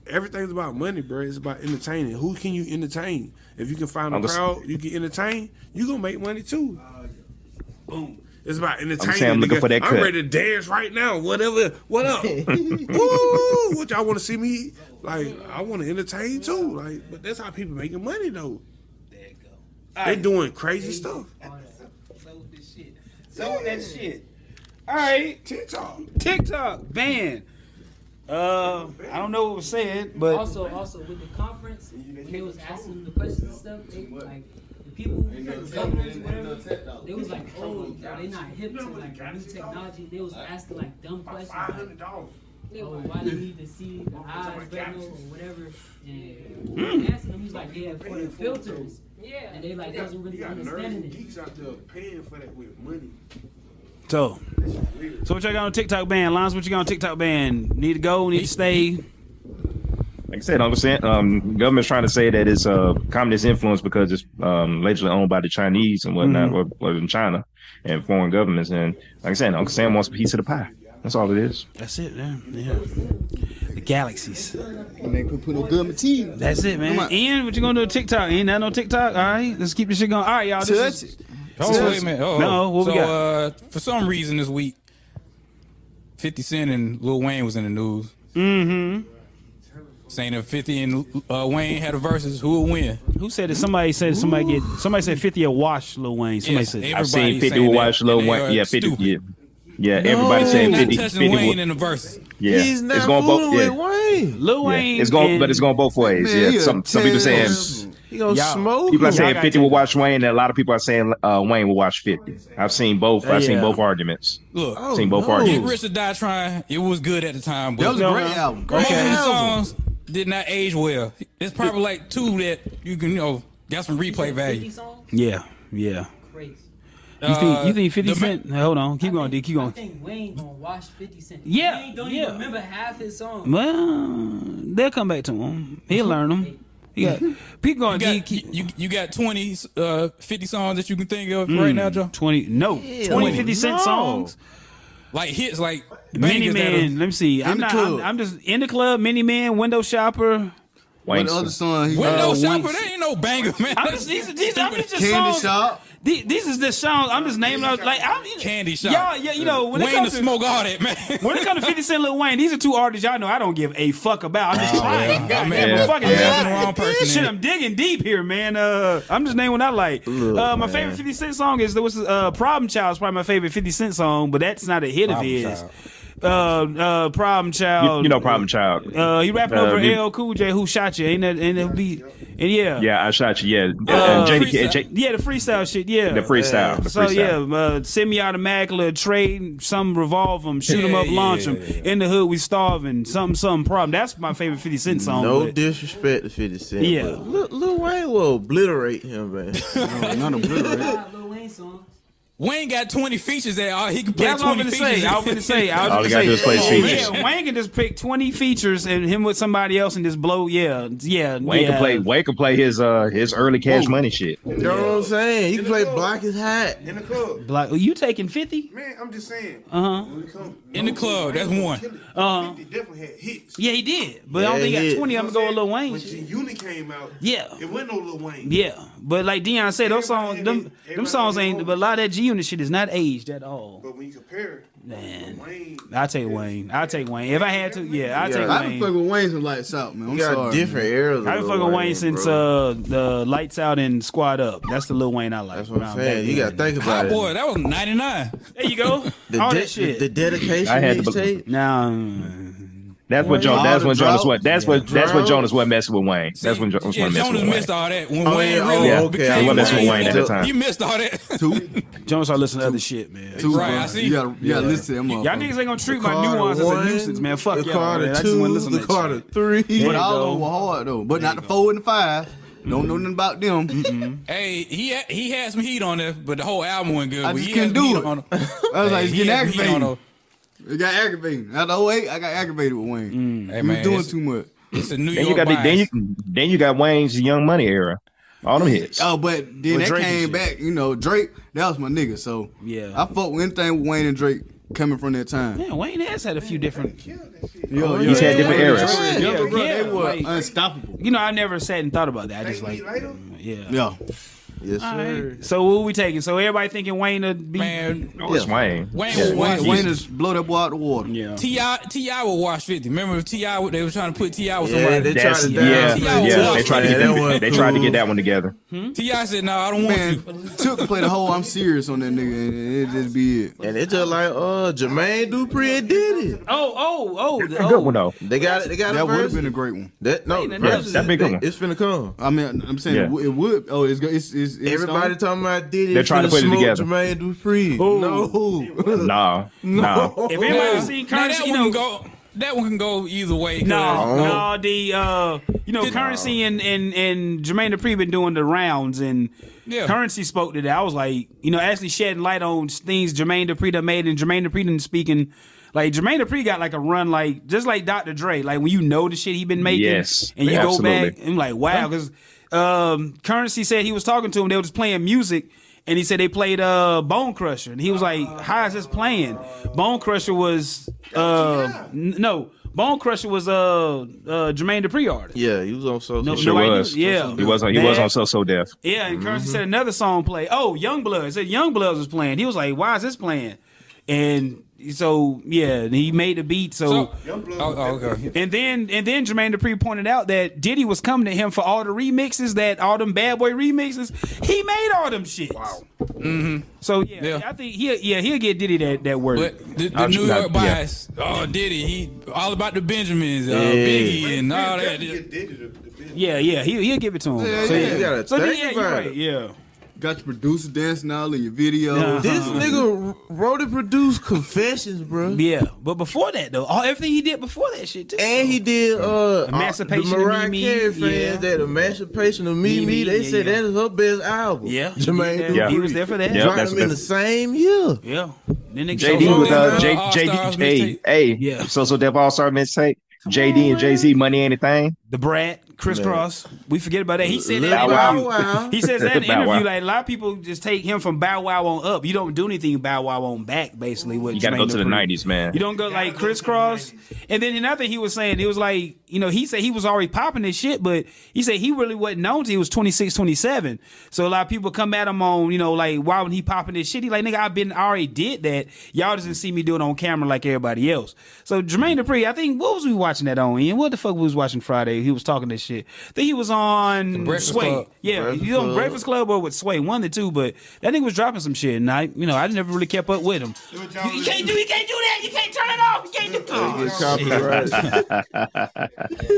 [SPEAKER 13] Everything's about money, bro. It's about entertaining. Who can you entertain? If you can find a
[SPEAKER 3] I'm just-
[SPEAKER 13] crowd, you can entertain. You gonna make money too. Boom. It's about entertaining.
[SPEAKER 3] saying I'm looking
[SPEAKER 13] nigga.
[SPEAKER 3] for that
[SPEAKER 13] I'm
[SPEAKER 3] cut.
[SPEAKER 13] ready to dance right now. Whatever.
[SPEAKER 3] [laughs]
[SPEAKER 13] What up? Woo! What y'all want to see me? Like I want to entertain too. Like, but that's how people making money though. They doing crazy stuff.
[SPEAKER 2] Zone that shit. All right.
[SPEAKER 13] TikTok.
[SPEAKER 2] TikTok ban. Uh, I don't know what was said, but
[SPEAKER 9] also, also with the conference, when they was asking the questions and stuff, they like the people, the governors, whatever, they was like, oh, they not hip to like new technology. They was asking like dumb questions, like, oh, why do you need to see the eyes, retinal, or whatever? And
[SPEAKER 12] Hmm.
[SPEAKER 9] when I asking them, he's like, yeah, for the filters. Yeah. And they like wasn't really understanding it.
[SPEAKER 13] geeks out there paying for that with money.
[SPEAKER 2] so. So what y'all got on TikTok ban? Lines, what you got on TikTok ban? Need to go? Need to stay?
[SPEAKER 3] Like I said, Uncle Sam, um, government's trying to say that it's uh, communist influence because it's um, allegedly owned by the Chinese and whatnot,
[SPEAKER 8] Mm-hmm.
[SPEAKER 2] Mhm.
[SPEAKER 3] or, or in China and foreign governments. And like I said, Uncle Sam wants a piece of the pie. That's all it is.
[SPEAKER 2] That's it, man. Yeah. The galaxies.
[SPEAKER 1] And they could put a good material.
[SPEAKER 2] That's it, man. Ian, what you gonna do on TikTok? Ain't nothing on TikTok? All right, let's keep this shit going. All right, y'all. This is,
[SPEAKER 8] Oh,
[SPEAKER 2] this
[SPEAKER 8] wait
[SPEAKER 2] is-
[SPEAKER 8] a minute. Oh,
[SPEAKER 2] no, what
[SPEAKER 8] so,
[SPEAKER 2] we got?
[SPEAKER 8] Uh, for some reason this week, Fifty Cent and Lil Wayne was in the news.
[SPEAKER 2] Mm-hmm.
[SPEAKER 8] Saying if Fifty and uh, Wayne had a versus, who would win?
[SPEAKER 2] Who said it? Somebody said somebody get somebody said fifty a wash Lil Wayne. Somebody
[SPEAKER 8] Yes,
[SPEAKER 2] said
[SPEAKER 8] I've seen everybody 50 saying
[SPEAKER 3] watch Lil Wayne. Yeah, 50. Yeah, yeah everybody saying
[SPEAKER 8] Not
[SPEAKER 3] 50.
[SPEAKER 8] touching
[SPEAKER 3] 50
[SPEAKER 8] Wayne
[SPEAKER 3] would-
[SPEAKER 8] in the verse.
[SPEAKER 3] yeah, it's going both. Yeah.
[SPEAKER 11] Wayne.
[SPEAKER 2] Lil
[SPEAKER 3] Yeah,
[SPEAKER 2] Wayne.
[SPEAKER 3] It's going, but it's going both ways.
[SPEAKER 2] Man, he
[SPEAKER 3] yeah,
[SPEAKER 2] a
[SPEAKER 3] some some people saying
[SPEAKER 11] He gonna smoke.
[SPEAKER 3] people are
[SPEAKER 11] him.
[SPEAKER 3] saying fifty will watch Wayne, and a lot of people are saying uh, Wayne will watch fifty. I've seen both. I've seen
[SPEAKER 8] Yeah.
[SPEAKER 3] both arguments.
[SPEAKER 8] Look,
[SPEAKER 3] seen both
[SPEAKER 8] Get
[SPEAKER 3] arguments.
[SPEAKER 8] Rich or Die Trying. It was good at the time. But
[SPEAKER 3] That was a great album. Great
[SPEAKER 8] all these
[SPEAKER 3] album.
[SPEAKER 8] songs did not age well. There's probably like two that you can you know got some replay value.
[SPEAKER 2] yeah, yeah.
[SPEAKER 9] Crazy.
[SPEAKER 2] You think you
[SPEAKER 8] Uh,
[SPEAKER 2] think Fifty
[SPEAKER 8] the ma-
[SPEAKER 2] Cent? hold on, keep going, D. Keep
[SPEAKER 9] I
[SPEAKER 2] going.
[SPEAKER 9] think Wayne gonna watch 50 Cent.
[SPEAKER 2] Yeah,
[SPEAKER 9] Wayne don't
[SPEAKER 2] yeah.
[SPEAKER 9] even remember half his songs.
[SPEAKER 2] Well, they'll come back to him. He'll learn them. He
[SPEAKER 8] [laughs]
[SPEAKER 2] got keep going.
[SPEAKER 8] You got, you, you got 20, uh, 50 songs that you can think of
[SPEAKER 2] Mm.
[SPEAKER 8] right now, Joe.
[SPEAKER 2] Twenty no
[SPEAKER 8] Ew,
[SPEAKER 2] twenty fifty cent
[SPEAKER 8] no.
[SPEAKER 2] songs.
[SPEAKER 8] Like hits, like
[SPEAKER 2] Mini
[SPEAKER 8] bangers that'll-
[SPEAKER 2] Man. Let me see. I'm not. I'm, I'm just in the club. Mini Man. Window shopper.
[SPEAKER 3] Wayne's- What other song he-
[SPEAKER 8] Window
[SPEAKER 3] Uh,
[SPEAKER 8] shopper.
[SPEAKER 3] Winks.
[SPEAKER 8] That ain't no banger, man.
[SPEAKER 2] I'm just,
[SPEAKER 8] [laughs]
[SPEAKER 2] these, these, I'm just
[SPEAKER 8] Candy
[SPEAKER 2] songs,
[SPEAKER 8] Shop.
[SPEAKER 2] These, these is the songs. I'm just naming. out Like I'm,
[SPEAKER 8] Candy Shop.
[SPEAKER 2] Y'all, yeah, you know when
[SPEAKER 8] Wayne
[SPEAKER 2] it comes
[SPEAKER 8] to
[SPEAKER 2] to
[SPEAKER 8] smoke all that, man.
[SPEAKER 2] [laughs] when it
[SPEAKER 8] [laughs]
[SPEAKER 2] comes to Fifty Cent, Lil Wayne, these are two artists y'all know I don't give a fuck about. I'm just trying.
[SPEAKER 8] yeah.
[SPEAKER 2] God
[SPEAKER 8] I mean,
[SPEAKER 2] damn,
[SPEAKER 8] yeah,
[SPEAKER 2] I'm fucking
[SPEAKER 8] yeah.
[SPEAKER 2] trying.
[SPEAKER 8] the wrong person
[SPEAKER 2] Shit,
[SPEAKER 8] in.
[SPEAKER 2] I'm digging deep here, man. Uh, I'm just naming what I like. uh, my
[SPEAKER 11] man.
[SPEAKER 2] favorite Fifty Cent song is there was uh, Problem Child is probably my favorite Fifty Cent song, but that's not a hit
[SPEAKER 3] Problem
[SPEAKER 2] of his.
[SPEAKER 3] Child.
[SPEAKER 2] Uh, uh, Problem Child.
[SPEAKER 3] You, you know, problem child.
[SPEAKER 2] Uh, he rapping over
[SPEAKER 3] you-
[SPEAKER 2] L Cool J, who shot you? Ain't that? And it'll be, and yeah,
[SPEAKER 3] Yeah, I shot you. Yeah,
[SPEAKER 2] Uh,
[SPEAKER 3] and Jada, and Jada,
[SPEAKER 2] yeah, the freestyle shit. Yeah,
[SPEAKER 3] The freestyle, the
[SPEAKER 2] so
[SPEAKER 3] freestyle.
[SPEAKER 2] yeah, uh, semi-automatic, little trade, some revolve them, shoot them
[SPEAKER 11] Yeah,
[SPEAKER 2] up, launch
[SPEAKER 11] yeah,
[SPEAKER 2] them. In the hood, we starving. Something, something problem. That's my favorite Fifty Cent song.
[SPEAKER 11] no
[SPEAKER 2] but-
[SPEAKER 11] disrespect to 50 Cent.
[SPEAKER 2] Yeah.
[SPEAKER 11] But Lil, Lil Wayne will obliterate him, man.
[SPEAKER 2] not obliterate.
[SPEAKER 9] Lil Wayne songs.
[SPEAKER 8] Wayne got 20 features that all he can play
[SPEAKER 2] That's what I'm
[SPEAKER 8] 20
[SPEAKER 2] gonna
[SPEAKER 8] features.
[SPEAKER 2] say. I was gonna
[SPEAKER 8] [laughs]
[SPEAKER 2] say. I was
[SPEAKER 3] [laughs] All he
[SPEAKER 2] gonna
[SPEAKER 3] gotta
[SPEAKER 2] say, oh,
[SPEAKER 3] do is play his features.
[SPEAKER 2] Yeah, Wayne can just pick 20 features and him with somebody else and just blow. Yeah, yeah.
[SPEAKER 3] Wayne
[SPEAKER 2] yeah.
[SPEAKER 3] can play. Wayne can play his uh his early cash money shit.
[SPEAKER 11] You know what I'm saying? You can play Block is Hot.
[SPEAKER 13] In the club.
[SPEAKER 2] Block. oh, You taking 50?
[SPEAKER 13] Man, I'm just saying.
[SPEAKER 2] Uh huh.
[SPEAKER 13] When it comes,
[SPEAKER 8] In the club, that's one.
[SPEAKER 2] Uh huh.
[SPEAKER 13] he definitely had hits.
[SPEAKER 2] Yeah, he did, but I don't
[SPEAKER 13] Yeah,
[SPEAKER 2] think he
[SPEAKER 13] yeah.
[SPEAKER 2] got 20. I'm gonna go with Lil Wayne.
[SPEAKER 13] When G Unit came out,
[SPEAKER 2] Yeah.
[SPEAKER 13] it wasn't no Lil Wayne.
[SPEAKER 2] Yeah, but like Dion said, those songs, them, them songs ain't. But a lot of that G Unit shit is not aged at all.
[SPEAKER 13] But when you compare,
[SPEAKER 2] Man,
[SPEAKER 13] Wayne,
[SPEAKER 2] I take Wayne. I take Wayne. If I had to, yeah, I take
[SPEAKER 1] I've been
[SPEAKER 2] Wayne.
[SPEAKER 1] fucking with Wayne since lights out, man. I'm
[SPEAKER 2] You got
[SPEAKER 1] sorry.
[SPEAKER 2] different
[SPEAKER 1] man.
[SPEAKER 11] eras
[SPEAKER 2] I've been fucking Wayne, since uh the Lights Out and Squad Up. That's the Lil Wayne I like. That's
[SPEAKER 11] what I'm saying. You gotta think about
[SPEAKER 8] Hot
[SPEAKER 11] it.
[SPEAKER 8] boy, that was 99.
[SPEAKER 2] There you go. [laughs]
[SPEAKER 11] The
[SPEAKER 2] all
[SPEAKER 11] de-
[SPEAKER 2] that shit.
[SPEAKER 11] the- the dedication
[SPEAKER 3] I had to
[SPEAKER 11] mixtape.
[SPEAKER 2] Now um,
[SPEAKER 3] That's what
[SPEAKER 11] Wayne.
[SPEAKER 3] Jonas. That's
[SPEAKER 11] All
[SPEAKER 3] when
[SPEAKER 11] the
[SPEAKER 3] Jonas
[SPEAKER 11] drought.
[SPEAKER 3] was. That's what.
[SPEAKER 11] Yeah.
[SPEAKER 3] That's what
[SPEAKER 11] Drought.
[SPEAKER 3] Jonas was messing with Wayne. That's when Jonas was
[SPEAKER 8] Yeah,
[SPEAKER 3] messing
[SPEAKER 8] Jonas
[SPEAKER 3] with Wayne.
[SPEAKER 8] missed all that. When
[SPEAKER 11] Oh,
[SPEAKER 8] Wayne
[SPEAKER 11] yeah.
[SPEAKER 8] really
[SPEAKER 11] Oh, okay.
[SPEAKER 8] became
[SPEAKER 3] He wasn't messing with Wayne at that time.
[SPEAKER 8] He missed all that.
[SPEAKER 2] Jones, I listen to other shit, man.
[SPEAKER 3] Two,
[SPEAKER 8] right,
[SPEAKER 3] bro.
[SPEAKER 8] I see.
[SPEAKER 3] You gotta- you gotta listen to them
[SPEAKER 2] Y'all
[SPEAKER 3] motherfuckers.
[SPEAKER 2] niggas ain't gonna treat
[SPEAKER 1] The
[SPEAKER 2] my
[SPEAKER 1] Carter
[SPEAKER 2] nuance as a
[SPEAKER 1] one,
[SPEAKER 2] nuisance, man. Fuck
[SPEAKER 1] the
[SPEAKER 2] y'all.
[SPEAKER 1] Carter
[SPEAKER 2] man. I just
[SPEAKER 1] two,
[SPEAKER 2] wanna listen
[SPEAKER 1] the
[SPEAKER 2] to that
[SPEAKER 1] Carter
[SPEAKER 2] shit.
[SPEAKER 1] three.
[SPEAKER 2] There you
[SPEAKER 1] But all
[SPEAKER 2] go.
[SPEAKER 1] of them were hard though. But not the four and the 5 do Don't know nothing about them.
[SPEAKER 8] Hey, he had, he had some heat on there, but the whole album went good.
[SPEAKER 1] I
[SPEAKER 8] But
[SPEAKER 1] just
[SPEAKER 8] he
[SPEAKER 1] couldn't
[SPEAKER 8] had some
[SPEAKER 1] do
[SPEAKER 8] heat
[SPEAKER 1] it.
[SPEAKER 2] [laughs]
[SPEAKER 8] on him.
[SPEAKER 1] I was
[SPEAKER 8] Hey,
[SPEAKER 1] like, it's
[SPEAKER 8] he
[SPEAKER 1] getting
[SPEAKER 8] had some heat on
[SPEAKER 1] aggravating.
[SPEAKER 8] him.
[SPEAKER 1] It got aggravating. After 08, I got aggravated with Wayne.
[SPEAKER 2] Mm.
[SPEAKER 8] Hey,
[SPEAKER 1] he
[SPEAKER 8] man,
[SPEAKER 1] was doing
[SPEAKER 8] it's-
[SPEAKER 1] too much.
[SPEAKER 8] It's a New
[SPEAKER 3] Then you
[SPEAKER 8] York
[SPEAKER 3] got the,
[SPEAKER 8] bias.
[SPEAKER 3] then you then you got Wayne's Young Money era. All them hits.
[SPEAKER 1] Oh, but then
[SPEAKER 3] With
[SPEAKER 1] that
[SPEAKER 3] Drake and
[SPEAKER 1] came
[SPEAKER 3] shit.
[SPEAKER 1] back. You know, Drake. That was my nigga. So
[SPEAKER 2] Yeah.
[SPEAKER 1] I fuck with anything with Wayne and Drake coming from that time.
[SPEAKER 2] Man, Wayne has had a few different.
[SPEAKER 1] Yo,
[SPEAKER 2] Oh,
[SPEAKER 1] yo,
[SPEAKER 2] he's had
[SPEAKER 1] yo,
[SPEAKER 2] different
[SPEAKER 1] yo,
[SPEAKER 2] eras.
[SPEAKER 1] yo, yo,
[SPEAKER 2] Yeah,
[SPEAKER 1] bro,
[SPEAKER 2] yeah,
[SPEAKER 1] They were
[SPEAKER 2] like-
[SPEAKER 1] unstoppable.
[SPEAKER 2] You know, I never sat and thought about that. I just like, yeah,
[SPEAKER 1] Yeah.
[SPEAKER 11] Yes,
[SPEAKER 2] All
[SPEAKER 11] sir.
[SPEAKER 2] right. So what we taking? So everybody thinking Wayne would be
[SPEAKER 8] man.
[SPEAKER 3] Oh, it's Wayne.
[SPEAKER 8] Wayne
[SPEAKER 3] Yeah.
[SPEAKER 8] was
[SPEAKER 1] Wayne,
[SPEAKER 8] watching.
[SPEAKER 1] Wayne just blow that boy out the water.
[SPEAKER 2] Yeah.
[SPEAKER 8] Ti Ti would watch fifty. Remember if Ti would- they were trying to put Ti with
[SPEAKER 11] Yeah,
[SPEAKER 8] somebody.
[SPEAKER 11] they tried
[SPEAKER 3] That's-
[SPEAKER 11] to
[SPEAKER 3] yeah,
[SPEAKER 8] Ti
[SPEAKER 3] yeah,
[SPEAKER 8] would
[SPEAKER 3] They
[SPEAKER 8] watch
[SPEAKER 3] tried to
[SPEAKER 8] fifty.
[SPEAKER 3] get that, they tried to get that one together.
[SPEAKER 8] Ti said, "No, I don't want
[SPEAKER 1] Man, took play the whole I'm serious on that nigga, and it just be it.
[SPEAKER 11] And it's just like uh Jermaine Dupri and Diddy.
[SPEAKER 2] Oh, oh, oh, the-
[SPEAKER 3] A
[SPEAKER 2] oh.
[SPEAKER 3] good one though.
[SPEAKER 11] They got it. They got
[SPEAKER 1] That
[SPEAKER 11] a
[SPEAKER 1] would have
[SPEAKER 11] verse.
[SPEAKER 1] been a great one.
[SPEAKER 11] That no,
[SPEAKER 2] Ain't
[SPEAKER 11] the
[SPEAKER 2] another-
[SPEAKER 11] verses
[SPEAKER 3] That'd be a
[SPEAKER 11] is-
[SPEAKER 3] good one.
[SPEAKER 11] It's finna come.
[SPEAKER 1] I mean, I'm saying
[SPEAKER 3] Yeah.
[SPEAKER 1] it, would, it would. Oh, it's go- it's it's, it's
[SPEAKER 11] Everybody
[SPEAKER 1] on?
[SPEAKER 11] talking about Diddy.
[SPEAKER 3] They're trying to
[SPEAKER 11] finna
[SPEAKER 3] put it
[SPEAKER 11] smoke
[SPEAKER 3] together.
[SPEAKER 11] Jermaine Dupri. No,
[SPEAKER 3] No, no.
[SPEAKER 2] If
[SPEAKER 8] oh.
[SPEAKER 2] anybody seen
[SPEAKER 8] Now,
[SPEAKER 2] currency,
[SPEAKER 8] that
[SPEAKER 2] you
[SPEAKER 8] one
[SPEAKER 2] know,
[SPEAKER 8] can go. That one can go either way. 'cause-
[SPEAKER 2] No, no, the uh, you know, currency and and and Jermaine Dupri been doing the rounds, and
[SPEAKER 8] Yeah.
[SPEAKER 2] currency spoke to that. I was like, you know, actually shedding light on things Jermaine Dupri done made, and Jermaine Dupri done speaking. Like Jermaine Dupri got like a run, like just like Dr. Dre, like when you know the shit he been making,
[SPEAKER 3] Yes,
[SPEAKER 2] and you go back
[SPEAKER 3] absolutely.
[SPEAKER 2] and like wow, because um, currency said he was talking to him, they were just playing music. And he said they played uh, Bone Crusher, and he was like, "How is this playing?" Bone Crusher was uh, n- no, Bone Crusher was uh, uh Jermaine Dupri artist.
[SPEAKER 11] Yeah, he was on social.
[SPEAKER 2] No-
[SPEAKER 3] He sure
[SPEAKER 2] nobody
[SPEAKER 3] was.
[SPEAKER 2] knew- yeah.
[SPEAKER 3] he was on. He was
[SPEAKER 2] Bad.
[SPEAKER 3] on So So Deaf.
[SPEAKER 2] Yeah, and Currency said another song play. Oh, Young Blood. said Young Blood was playing. He was like, "Why is this playing?" And so yeah, and he made the beat. So,
[SPEAKER 8] So- Oh, oh, okay.
[SPEAKER 2] and then and then Jermaine Dupri pointed out that Diddy was coming to him for all the remixes, that all them bad boy remixes. He made all them shits. Wow.
[SPEAKER 8] Mm-hmm.
[SPEAKER 2] So yeah, I think he yeah he'll get Diddy that that word.
[SPEAKER 8] But the, the New York bias, oh Diddy, he all about the Benjamins, uh,
[SPEAKER 2] Yeah.
[SPEAKER 8] Biggie, and all that.
[SPEAKER 2] Yeah, yeah, he he'll give it to him.
[SPEAKER 1] Yeah,
[SPEAKER 2] so,
[SPEAKER 1] yeah. You
[SPEAKER 2] yeah.
[SPEAKER 1] gotta
[SPEAKER 2] So,
[SPEAKER 1] think
[SPEAKER 2] yeah, you're
[SPEAKER 1] about
[SPEAKER 2] right.
[SPEAKER 1] it.
[SPEAKER 2] Yeah.
[SPEAKER 1] Got your producer dancing all in your video.
[SPEAKER 2] This
[SPEAKER 11] nigga wrote and produced Confessions, bro.
[SPEAKER 2] Yeah, but before that though, all everything he did before that shit too.
[SPEAKER 11] And he did uh
[SPEAKER 2] Emancipation
[SPEAKER 11] The
[SPEAKER 2] of
[SPEAKER 11] Mariah
[SPEAKER 2] Me,
[SPEAKER 11] Carey fans
[SPEAKER 2] yeah.
[SPEAKER 11] that Emancipation of Me,
[SPEAKER 2] Me,
[SPEAKER 11] Me,
[SPEAKER 2] Me,
[SPEAKER 11] they
[SPEAKER 2] yeah,
[SPEAKER 11] said
[SPEAKER 2] yeah.
[SPEAKER 11] that is her best album.
[SPEAKER 2] Yeah, he
[SPEAKER 11] Jermaine
[SPEAKER 2] did that.
[SPEAKER 11] Dupri.
[SPEAKER 2] He was there for that. Yeah,
[SPEAKER 11] Dropped
[SPEAKER 2] that's
[SPEAKER 11] them in
[SPEAKER 2] the-
[SPEAKER 11] the same year.
[SPEAKER 2] Yeah. Then
[SPEAKER 3] JD with uh, J, JD, hey, hey, yeah. So so Dev All Star mixtape. JD and Jay Z, money ain't a thing.
[SPEAKER 2] The Brad, crisscross. We forget about that. He said that.
[SPEAKER 3] Bow
[SPEAKER 2] in an
[SPEAKER 3] Wow.
[SPEAKER 2] interview. He says that in an
[SPEAKER 3] [laughs] Bow Wow.
[SPEAKER 2] interview. Like a lot of people just take him from Bow Wow on up. You don't do anything Bow Wow on back. Basically, what
[SPEAKER 3] You gotta go
[SPEAKER 2] Jermaine
[SPEAKER 3] to the
[SPEAKER 2] Dupri-
[SPEAKER 3] nineties, man.
[SPEAKER 2] You don't go like crisscross. And then another thing he was saying, it was like, you know, he said he was already popping this shit, but he said he really wasn't known to. He was 26, 27. So a lot of people come at him on, you know, like, why would he popping this shit? He like, nigga, I've been, I already did that. Y'all doesn't see me do it on camera like everybody else. So Jermaine Dupri, I think, what was we watching that on, Ian? What the fuck we was watching Friday? He was talking this shit. I think he was on
[SPEAKER 8] Breakfast
[SPEAKER 2] Sway.
[SPEAKER 8] Club.
[SPEAKER 2] Yeah,
[SPEAKER 8] Breakfast
[SPEAKER 2] you on
[SPEAKER 8] Club.
[SPEAKER 2] Breakfast Club or with Sway, one of the two, but that nigga was dropping some shit. And I, you know, I never really kept up with him.
[SPEAKER 10] You can't do. You can't do that. You can't turn it off. You can't do.
[SPEAKER 2] Oh,